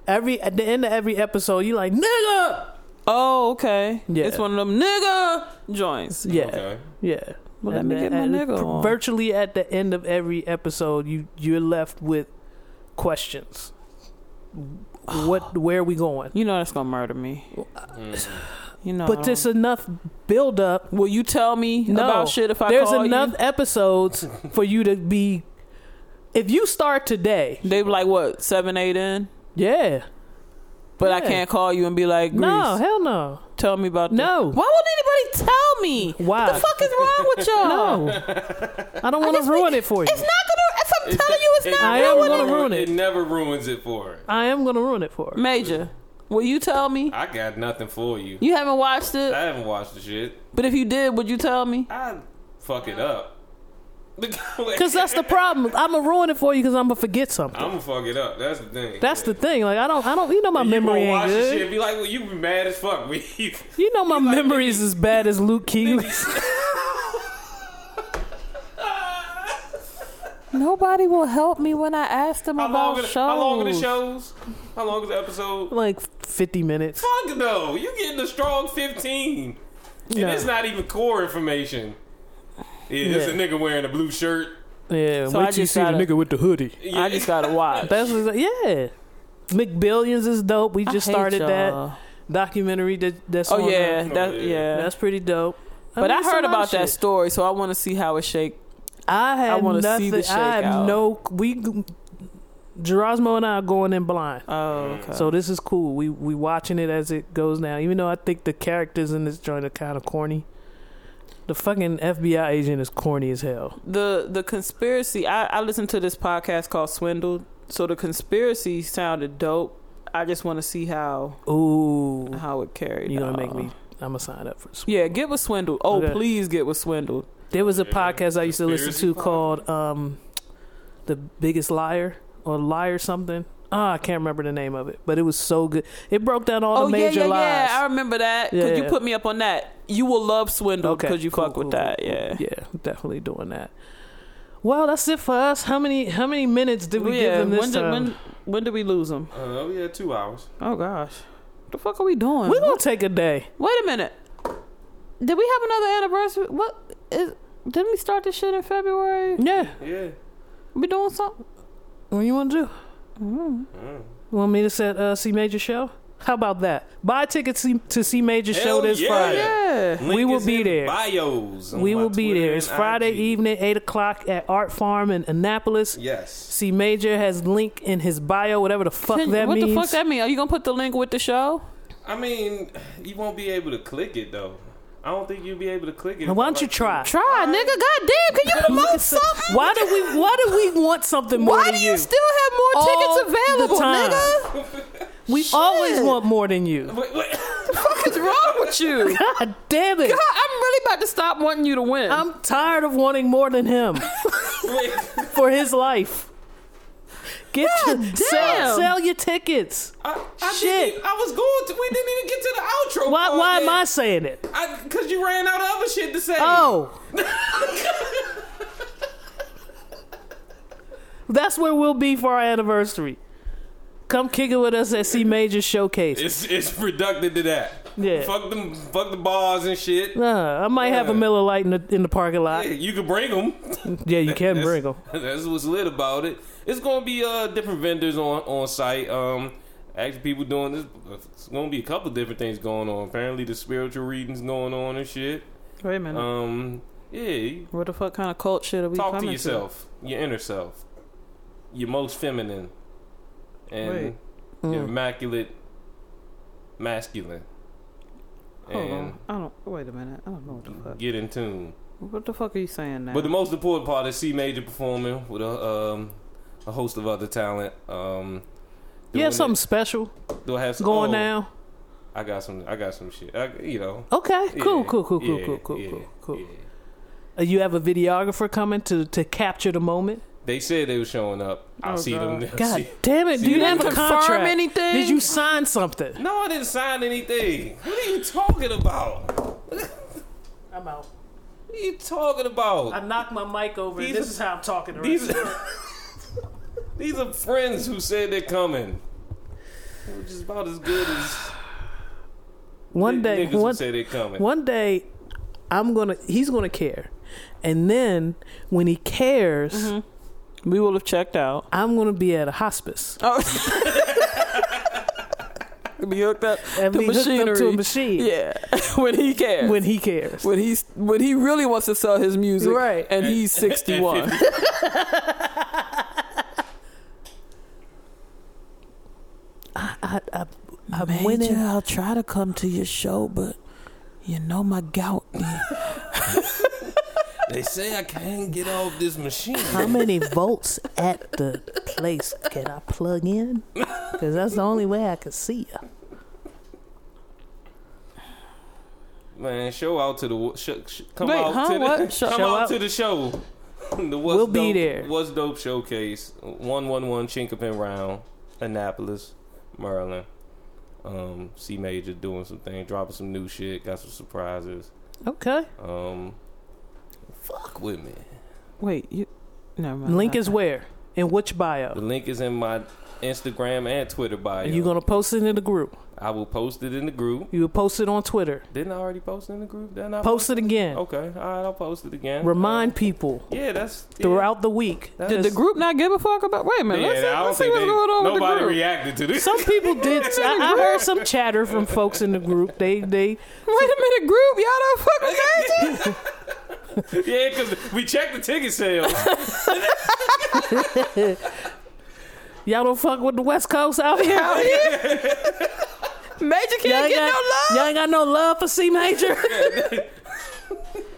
Speaker 1: Every at the end of every episode, you like nigga.
Speaker 4: oh okay.
Speaker 1: Yeah.
Speaker 4: It's one of them nigga joints.
Speaker 1: Yeah,
Speaker 2: Okay.
Speaker 1: yeah.
Speaker 4: Well, let me
Speaker 1: then
Speaker 4: get my
Speaker 1: at-
Speaker 4: nigga on.
Speaker 1: Virtually at the end of every episode, you you're left with questions.
Speaker 4: *sighs*
Speaker 1: What? Where are we going?
Speaker 4: You know that's gonna murder me. You know.
Speaker 1: Mm. But there's enough build up.
Speaker 4: will you tell me
Speaker 1: No
Speaker 4: about shit if I
Speaker 1: there's
Speaker 4: call
Speaker 1: enough
Speaker 4: you?
Speaker 1: episodes for you to be. If you start today,
Speaker 4: They were like what seven eight in,
Speaker 1: yeah.
Speaker 4: but I
Speaker 1: Yeah.
Speaker 4: can't call you and be like Grease.
Speaker 1: No, hell no.
Speaker 4: Tell me about
Speaker 1: No.
Speaker 4: This. Why won't anybody tell me?
Speaker 1: Why?
Speaker 4: What the fuck is wrong
Speaker 1: *laughs*
Speaker 4: with y'all? *laughs*
Speaker 1: No. I don't want
Speaker 4: just
Speaker 1: to ruin
Speaker 4: be-
Speaker 1: it for you.
Speaker 4: It's not gonna. If I'm telling you, it's not.
Speaker 1: I am
Speaker 4: ruining
Speaker 1: gonna
Speaker 4: it.
Speaker 1: ruin it.
Speaker 2: It never ruins it for her.
Speaker 1: I am gonna ruin it for her.
Speaker 4: Major, will you tell me?
Speaker 2: I got nothing for you.
Speaker 4: You haven't watched
Speaker 2: I
Speaker 4: it,
Speaker 2: haven't watched the shit.
Speaker 4: but if you did, would you tell me?
Speaker 2: I fuck it up. *laughs*
Speaker 1: Because that's the problem. I'm gonna ruin it for you because I'm gonna forget something.
Speaker 2: I'm gonna fuck it up. That's the thing.
Speaker 1: That's the thing. Like I don't, I don't. You know my
Speaker 2: you
Speaker 1: memory
Speaker 2: gonna
Speaker 1: ain't
Speaker 2: watch the shit
Speaker 1: good.
Speaker 2: and be like, well, you be mad as fuck. *laughs* We
Speaker 1: You know my memory is as bad as Luke Keeley's.
Speaker 4: Nobody will help me when I asked them
Speaker 2: how long?
Speaker 4: about
Speaker 2: Are the,
Speaker 4: shows.
Speaker 2: how long are the shows? How long is the
Speaker 1: *laughs*
Speaker 2: episode?
Speaker 1: like 50 minutes.
Speaker 2: Fuck no. You getting a strong fifteen, and
Speaker 1: No.
Speaker 2: it's not even core information. Yeah, it's a
Speaker 1: Yeah.
Speaker 2: nigga wearing a blue shirt.
Speaker 1: Yeah.
Speaker 4: So I
Speaker 1: wait till you
Speaker 4: just
Speaker 1: see the
Speaker 4: gotta-
Speaker 1: nigga with the hoodie.
Speaker 2: Yeah.
Speaker 4: I just gotta watch.
Speaker 1: That's what, yeah. McBillions is dope. We just
Speaker 4: hate
Speaker 1: started
Speaker 4: y'all.
Speaker 1: that documentary. That that's
Speaker 4: oh
Speaker 1: on, uh,
Speaker 4: yeah, that
Speaker 2: yeah.
Speaker 4: yeah.
Speaker 1: that's pretty dope.
Speaker 4: but
Speaker 1: mean,
Speaker 4: I
Speaker 1: it's a
Speaker 4: heard
Speaker 1: lot of
Speaker 4: about that
Speaker 1: shit.
Speaker 4: story, so I want to see how it shake.
Speaker 1: I had
Speaker 4: wanna see
Speaker 1: nothing.
Speaker 4: the
Speaker 1: I have
Speaker 4: shakeout.
Speaker 1: no. We Gerasmo and I are going in blind.
Speaker 4: Oh, okay.
Speaker 1: So this is cool. We we watching it as it goes now. Even though I think the characters in this joint are kind of corny. The fucking FBI agent is corny as hell.
Speaker 4: the the conspiracy I, I listened to this podcast called Swindled. So the conspiracy sounded dope. I just want to see how
Speaker 1: Ooh,
Speaker 4: how it carried.
Speaker 1: you gonna make
Speaker 4: on.
Speaker 1: me? I'm gonna sign up for. Swindled.
Speaker 4: Yeah, get with Swindled. Oh,
Speaker 1: Okay.
Speaker 4: please get with Swindled.
Speaker 1: There was a podcast I used to listen to called um, "The Biggest Liar" or "Liar Something." Ah, I can't remember the name of it, but it was so good. It broke down all
Speaker 4: oh
Speaker 1: the major
Speaker 4: yeah, yeah,
Speaker 1: lies.
Speaker 4: yeah. I remember that because
Speaker 1: Yeah,
Speaker 4: you
Speaker 1: yeah.
Speaker 4: put me up on that. You will love Swindled
Speaker 1: Okay,
Speaker 4: because you
Speaker 1: cool,
Speaker 4: fuck with
Speaker 1: cool,
Speaker 4: that.
Speaker 1: cool, cool.
Speaker 4: yeah,
Speaker 1: yeah, definitely doing that. Well, that's it for us. How many how many minutes did we give
Speaker 4: Yeah,
Speaker 1: them this
Speaker 4: when did-
Speaker 1: time?
Speaker 4: when- when did we lose them?
Speaker 2: Uh, we had two hours.
Speaker 4: Oh gosh, the fuck are we doing?
Speaker 1: We're gonna take a day.
Speaker 4: Wait a minute. Did we have another anniversary? What is? Didn't we start this shit in February?
Speaker 1: Yeah.
Speaker 2: Yeah.
Speaker 4: We doing something?
Speaker 1: What you want to do?
Speaker 2: Mm-hmm.
Speaker 1: Want me to set uh, C Major show? How about that? Buy tickets C- to C Major show
Speaker 2: Hell
Speaker 1: this
Speaker 2: yeah.
Speaker 1: Friday.
Speaker 2: Yeah.
Speaker 1: we
Speaker 2: Link
Speaker 1: will
Speaker 2: is
Speaker 1: be
Speaker 2: in
Speaker 1: there.
Speaker 2: bios on
Speaker 1: we
Speaker 2: my
Speaker 1: will be
Speaker 2: Twitter
Speaker 1: there.
Speaker 2: and
Speaker 1: It's Friday
Speaker 2: IG.
Speaker 1: evening, eight o'clock at Art Farm in Annapolis.
Speaker 2: Yes.
Speaker 1: C Major has link in his bio, whatever the fuck
Speaker 4: Can-
Speaker 1: that
Speaker 4: what
Speaker 1: means.
Speaker 4: the fuck that mean? Are you gonna put the link with the show?
Speaker 2: I mean, you won't be able to click it though. I don't think you'll be able to click it.
Speaker 1: Now, why don't you try?
Speaker 4: Try, nigga. Goddamn, *laughs* can you promote something?
Speaker 1: Why do we? Why do we want something more?
Speaker 4: Why
Speaker 1: than
Speaker 4: do you still have more
Speaker 1: All
Speaker 4: tickets available,
Speaker 1: the time.
Speaker 4: nigga?
Speaker 1: We always want more than you.
Speaker 2: *laughs*
Speaker 4: The fuck is wrong with you?
Speaker 1: God damn it!
Speaker 4: God, *laughs* I'm really about to stop wanting you to win.
Speaker 1: I'm tired of wanting more than him for his life. Get
Speaker 4: God
Speaker 1: your, sell,
Speaker 4: damn.
Speaker 1: sell your tickets.
Speaker 2: I
Speaker 1: Shit.
Speaker 2: Didn't, e-, I was going to. We didn't even get to the outro.
Speaker 1: Why?
Speaker 2: part
Speaker 1: Why am
Speaker 2: yet.
Speaker 1: I saying it?
Speaker 2: I? Because you ran out of other shit to say.
Speaker 1: Oh. *laughs* That's where we'll be for our anniversary. Come kick it with us at C Major Showcase.
Speaker 2: It's it's reducted to that.
Speaker 1: Yeah.
Speaker 2: Fuck them. Fuck the bars and shit.
Speaker 1: Nah, Uh, I might have a Miller Light in the, in the parking lot.
Speaker 2: Hey, You can bring them.
Speaker 1: Yeah, you can bring them.
Speaker 2: *laughs* That's what's lit about it. It's gonna be uh different vendors on on site. Um, actually, people doing this. It's gonna be a couple different things going on. Apparently, the spiritual readings going on and shit.
Speaker 4: Wait a minute.
Speaker 2: Um, yeah.
Speaker 4: what the fuck kind of cult shit are Mm. we
Speaker 2: Talk to
Speaker 4: coming
Speaker 2: yourself, your inner self, your most feminine, and
Speaker 4: Wait.
Speaker 2: your
Speaker 4: Mm.
Speaker 2: immaculate masculine.
Speaker 4: Hold
Speaker 2: and
Speaker 4: on. I don't. Wait a minute. I don't know what the fuck.
Speaker 2: get in tune.
Speaker 4: What the fuck are you saying now?
Speaker 2: Mm. But the most important part is C Major performing with a um, a host of other talent. Um,
Speaker 1: You have
Speaker 2: doing
Speaker 1: something special
Speaker 2: it- Do I have some,
Speaker 1: going
Speaker 2: oh,
Speaker 1: now?
Speaker 2: I got some. I got some shit. I, you know.
Speaker 1: Okay, cool, cool, cool, cool,
Speaker 2: yeah,
Speaker 1: cool, cool,
Speaker 2: yeah.
Speaker 1: cool, cool. Uh, You have a videographer coming to, to capture the moment.
Speaker 2: They said they were showing up. I'll see them.
Speaker 1: Oh,
Speaker 2: *laughs*
Speaker 1: God
Speaker 2: see-
Speaker 1: damn it!
Speaker 2: see
Speaker 1: Do you
Speaker 2: them.
Speaker 1: have a
Speaker 4: confirm
Speaker 1: contract?
Speaker 4: anything?
Speaker 1: Did you sign something?
Speaker 2: No, I didn't sign anything. What are you talking about?
Speaker 1: I'm out.
Speaker 2: What are you talking about?
Speaker 1: I knocked my mic over.
Speaker 2: These
Speaker 1: and this
Speaker 2: are-
Speaker 1: is how I'm talking. to
Speaker 2: These *laughs*
Speaker 1: These
Speaker 2: are, these are friends who said they're coming. Which is about as good as
Speaker 1: one
Speaker 2: Niggas
Speaker 1: day,
Speaker 2: who
Speaker 1: one,
Speaker 2: say they coming.
Speaker 1: one day, I'm gonna. He's gonna care, and then when he cares,
Speaker 4: we will have checked out.
Speaker 1: I'm gonna be at a hospice.
Speaker 2: *laughs*
Speaker 4: Oh. *laughs* be hooked up
Speaker 1: And
Speaker 4: to
Speaker 1: be hooked up to a
Speaker 4: machinery.
Speaker 1: machine.
Speaker 4: Yeah, *laughs* when he cares.
Speaker 1: When he cares.
Speaker 4: When he's when he really wants to sell his music.
Speaker 1: Right.
Speaker 4: And
Speaker 2: *laughs*
Speaker 4: he's sixty one.
Speaker 1: I, I, I'm
Speaker 4: Major,
Speaker 1: winning.
Speaker 4: *laughs* I'll try to come to your show, but you know my gout.
Speaker 2: They say I can't get off this machine.
Speaker 1: How many volts at the place can I plug in? Because that's the only way I can see you.
Speaker 2: Man, show out to the wo- sh- sh- come
Speaker 1: Wait,
Speaker 2: out
Speaker 1: huh?
Speaker 2: to the *laughs*
Speaker 1: What? Show-
Speaker 2: come
Speaker 1: Show
Speaker 2: out
Speaker 1: out?
Speaker 2: to the show. *laughs* the What's
Speaker 1: We'll be
Speaker 2: Dope-
Speaker 1: there.
Speaker 2: What's dope showcase? One one one Chinkapin round, Annapolis, Maryland. Um, C Major doing some things, dropping some new shit, got some surprises.
Speaker 1: Okay.
Speaker 2: Um, fuck with me.
Speaker 4: Wait, you never mind.
Speaker 1: Link is where? In which bio?
Speaker 2: The link is in my Instagram and Twitter bio.
Speaker 1: And you gonna post it in the group.
Speaker 2: I will post it in the group.
Speaker 1: You will post it on Twitter.
Speaker 2: Didn't I already post it in the group? Didn't I
Speaker 1: Post it again.
Speaker 2: Okay, all right, I'll post it again.
Speaker 1: Remind people
Speaker 2: Yeah, that's
Speaker 1: throughout the week.
Speaker 4: Did the group not give a fuck about? Wait a minute. let's see,
Speaker 2: Yeah, I don't
Speaker 4: let's see
Speaker 2: think
Speaker 4: what's
Speaker 2: they,
Speaker 4: going on with the
Speaker 2: nobody
Speaker 4: group.
Speaker 2: reacted to *laughs* this.
Speaker 1: Some people did. I, I heard some chatter from folks in the group. They they
Speaker 4: Wait a minute, group. Y'all don't fuck
Speaker 2: *laughs*
Speaker 4: with Major. *laughs*
Speaker 2: yeah, because we checked the ticket sales.
Speaker 1: Y'all don't fuck with the West Coast out here.
Speaker 4: Out here? Major can't
Speaker 1: Y'all ain't
Speaker 4: get
Speaker 1: got- Y'all ain't got no love for C Major. *laughs*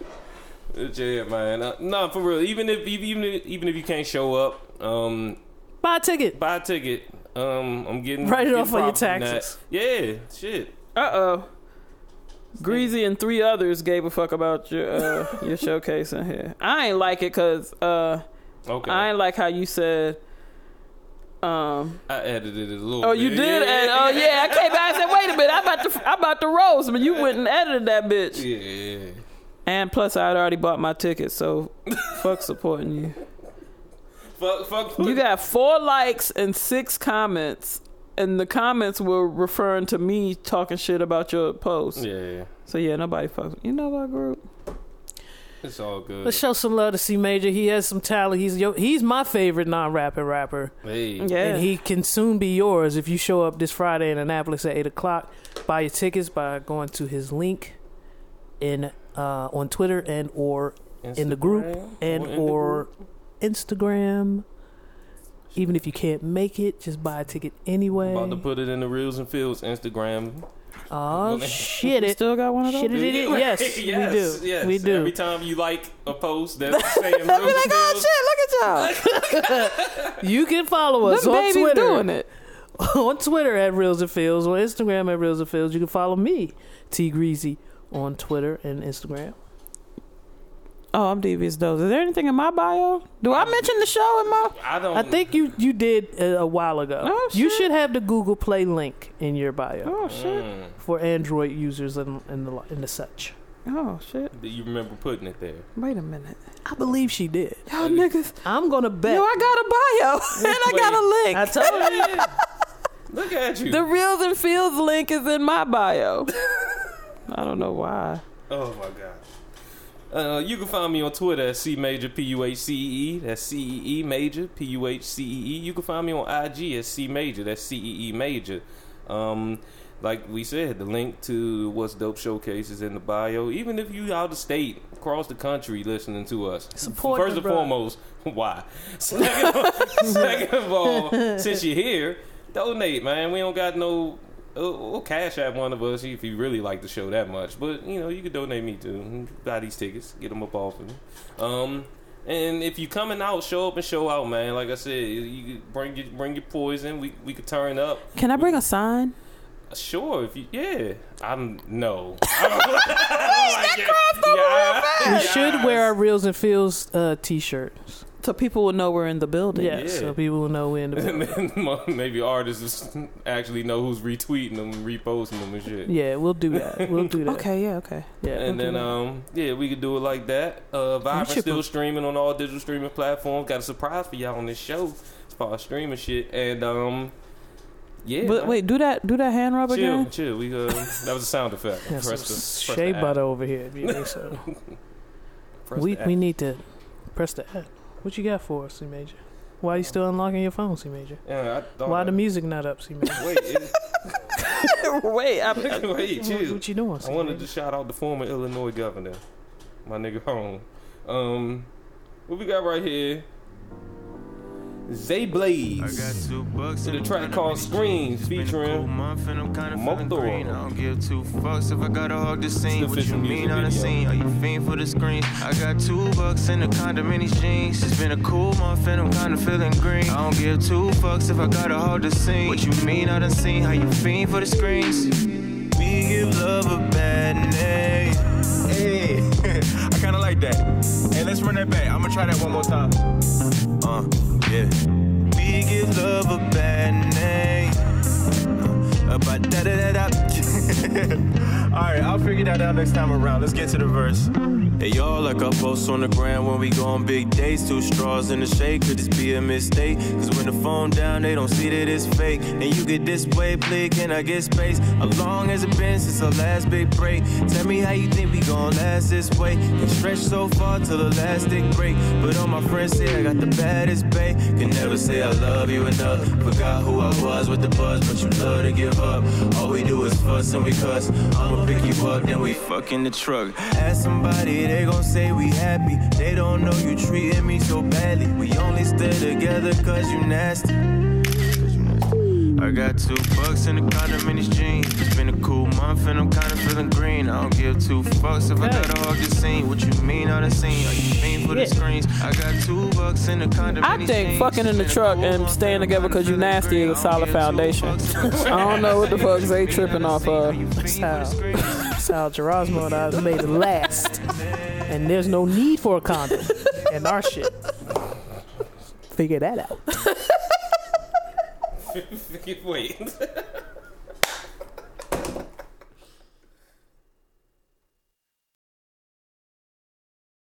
Speaker 2: Legit, man. Uh, nah, for real. Even if even if, even if you can't show up, um,
Speaker 1: buy a ticket.
Speaker 2: Buy a ticket. Um, I'm getting
Speaker 1: Write it
Speaker 2: getting
Speaker 1: off on your
Speaker 2: profit from that.
Speaker 1: taxes.
Speaker 2: Yeah, shit.
Speaker 4: Uh oh. Greasy and three others gave a fuck about
Speaker 2: *laughs*
Speaker 4: your uh, your showcase in here. I ain't like it because uh,
Speaker 2: okay.
Speaker 4: I ain't like how you said. Um,
Speaker 2: I edited it a little.
Speaker 4: oh, you
Speaker 2: bit.
Speaker 4: did, and oh yeah, I came back and said, "Wait a minute, I about to I about to roast," but you went and edited that bitch.
Speaker 2: Yeah.
Speaker 4: And plus, I had already bought my ticket,
Speaker 2: *laughs*
Speaker 4: so fuck supporting you.
Speaker 2: Fuck, fuck.
Speaker 4: You got four likes and six comments, and the comments were referring to me talking shit about your post.
Speaker 2: Yeah.
Speaker 4: So yeah, nobody fucks. You know my group.
Speaker 2: It's all good.
Speaker 1: Let's show some love to C Major. He has some talent. He's yo, he's my favorite non-rapping rapper.
Speaker 2: Hey.
Speaker 1: And he can soon be yours if you show up this Friday in Annapolis at eight o'clock. Buy your tickets by going to his link in uh, on Twitter and or in the group
Speaker 2: Instagram?
Speaker 1: and
Speaker 2: Or in the
Speaker 1: or Instagram. Even if you can't make it, just buy a ticket anyway.
Speaker 2: About to put it in the reels and fields Instagram. *laughs*
Speaker 1: Oh shit! It
Speaker 4: still got one of those.
Speaker 1: Shit, it, it, yes,
Speaker 2: yes,
Speaker 1: we do.
Speaker 2: Yes.
Speaker 1: We do.
Speaker 2: Every time you like a
Speaker 1: *laughs*
Speaker 2: post, that's saying reels
Speaker 4: I'll be like,
Speaker 2: and
Speaker 4: oh
Speaker 2: fields.
Speaker 4: shit, look at
Speaker 1: *laughs*
Speaker 4: y'all.
Speaker 1: you can follow us
Speaker 4: Them
Speaker 1: on
Speaker 4: babies
Speaker 1: Twitter.
Speaker 4: doing it.
Speaker 1: *laughs* on Twitter at Reels and Fields, on Instagram at Reels and Fields. You can follow me, T Greasy, on Twitter and Instagram.
Speaker 4: Oh, I'm devious though. Is there anything in my bio? Do I mention the show in my?
Speaker 2: I don't.
Speaker 1: I think you you did a, a while ago.
Speaker 4: Oh,
Speaker 1: You
Speaker 4: shit.
Speaker 1: should have the Google Play link in your bio.
Speaker 4: Oh shit.
Speaker 1: For Android users and and the, li- and the such.
Speaker 4: Oh shit.
Speaker 2: You remember putting
Speaker 1: *laughs*
Speaker 2: it there.
Speaker 4: Wait a minute.
Speaker 1: I believe she did.
Speaker 4: Y'all niggas.
Speaker 1: I'm gonna bet.
Speaker 4: Yo, I got a bio *laughs* and I got a link.
Speaker 1: I told you.
Speaker 2: Oh, Look at you.
Speaker 4: The Reels and Fields link is in
Speaker 1: *laughs*
Speaker 4: my bio. I don't know why.
Speaker 2: Oh my gosh. Uh, you can find me on Twitter at C Major P U H C E E. That's C E E Major P U H C E E. You can find me on IG at C Major. That's C E E Major. Um, like we said, the link to What's Dope Showcase is in the bio. Even if you out of state, across the country, listening to us,
Speaker 1: Support
Speaker 2: First
Speaker 1: the
Speaker 2: and
Speaker 1: brother.
Speaker 2: foremost, *laughs*
Speaker 1: *laughs*
Speaker 2: why? Second, of- *laughs* second of all, since you're here, donate, man. We don't got no. We'll we'll cash at one of us if you really like the show that much. But you know, you could donate me too. Buy these tickets, get them up off of me. Um, and if you coming out, show up and show out, man. Like I said, you, you could bring your bring your poison. We we could turn up.
Speaker 4: Can I bring a sign?
Speaker 2: Sure, if you yeah. I'm *laughs* no.
Speaker 1: You should wear our Reels and Fields uh, t-shirts.
Speaker 4: So people will know we're in the building.
Speaker 1: Yeah, so people will know
Speaker 2: *laughs*
Speaker 1: we're in the building.
Speaker 2: And then *laughs* maybe artists actually know who's retweeting them, and reposting them, and shit.
Speaker 1: Yeah, we'll do that. We'll do that.
Speaker 4: *laughs* Okay, yeah, okay.
Speaker 1: Yeah.
Speaker 2: and then um yeah we could do it like that uh vibrant
Speaker 1: should
Speaker 2: still
Speaker 1: pro-
Speaker 2: streaming on all digital streaming platforms got a surprise for y'all on this show as far as streaming shit and um yeah
Speaker 4: but
Speaker 2: man.
Speaker 4: wait, do that do that hand rub
Speaker 2: chill
Speaker 4: again?
Speaker 2: chill we uh that was a sound effect
Speaker 1: Yeah, some
Speaker 2: Press the- press the
Speaker 1: shea
Speaker 2: app.
Speaker 1: butter over here. if you think so.
Speaker 2: *laughs* Press
Speaker 1: we
Speaker 2: the app.
Speaker 1: we need to press the app. What you got for us, C Major? Why you still unlocking your phone, C Major?
Speaker 2: yeah, I thought
Speaker 1: Why
Speaker 2: I-
Speaker 1: the music not up, C Major?
Speaker 2: wait
Speaker 1: *laughs*
Speaker 2: it-
Speaker 4: wait, I,
Speaker 2: *laughs* wait
Speaker 1: What,
Speaker 2: chill
Speaker 1: what you doing?
Speaker 2: I
Speaker 1: C
Speaker 2: wanted
Speaker 1: Major?
Speaker 2: to shout out the former Illinois governor, my nigga home. Um, what we got right here? Zay Blaze. With a track called Screams featuring Motoro.
Speaker 8: don't give two fucks if I gotta hug the scene.
Speaker 2: It's the
Speaker 8: What you
Speaker 2: official music
Speaker 8: mean on the
Speaker 2: video.
Speaker 8: scene? Are you fiend for the screen? I got two bucks in the condominium jeans. It's been a cool month and I'm kinda feeling green. I don't give two fucks if I gotta hug the scene. What you mean I done seen? How you fiend for the screens? We give love a bad name.
Speaker 16: Hey, *laughs* I kinda like that. Hey, let's run that back. I'm gonna try that one more time. Uh, yeah.
Speaker 8: We give love a bad name. Uh, About da da *laughs* da da.
Speaker 16: Alright, I'll figure that out next time around. Let's get to the verse.
Speaker 8: Hey, y'all, like I post on the ground when we go on big days. Two straws in the shade, could this be a mistake? Cause when the phone down, they don't see that it's fake. And you get this way, please, can I get space? How long has it been since our last big break? Tell me how you think we gon' last this way. Can stretch so far till the last big break. But all my friends say I got the baddest bae. Can never say I love you enough. Forgot who I was with the buzz, but you love to give up. All we do is fuss and we cuss. I'ma pick you up, then we fuck in the truck. Ask somebody, they gon' say we happy. They don't know you treating me so badly. We only stay together cause you nasty. I got two bucks in the condom in his jeans. It's been a cool month and I'm kinda feeling green. I don't give two fucks if I gotta hog the scene. What you mean on the scene? Are you fiend for the screens? I got two bucks in the condom
Speaker 4: I think fucking in the truck and staying together because you nasty is a solid foundation. *laughs* I don't know what the fuck's they tripping off of.
Speaker 1: That's how, that's how Gerasmo and I was made it last. And there's no need for a condom in our shit. Figure that out.
Speaker 2: *laughs* Wait.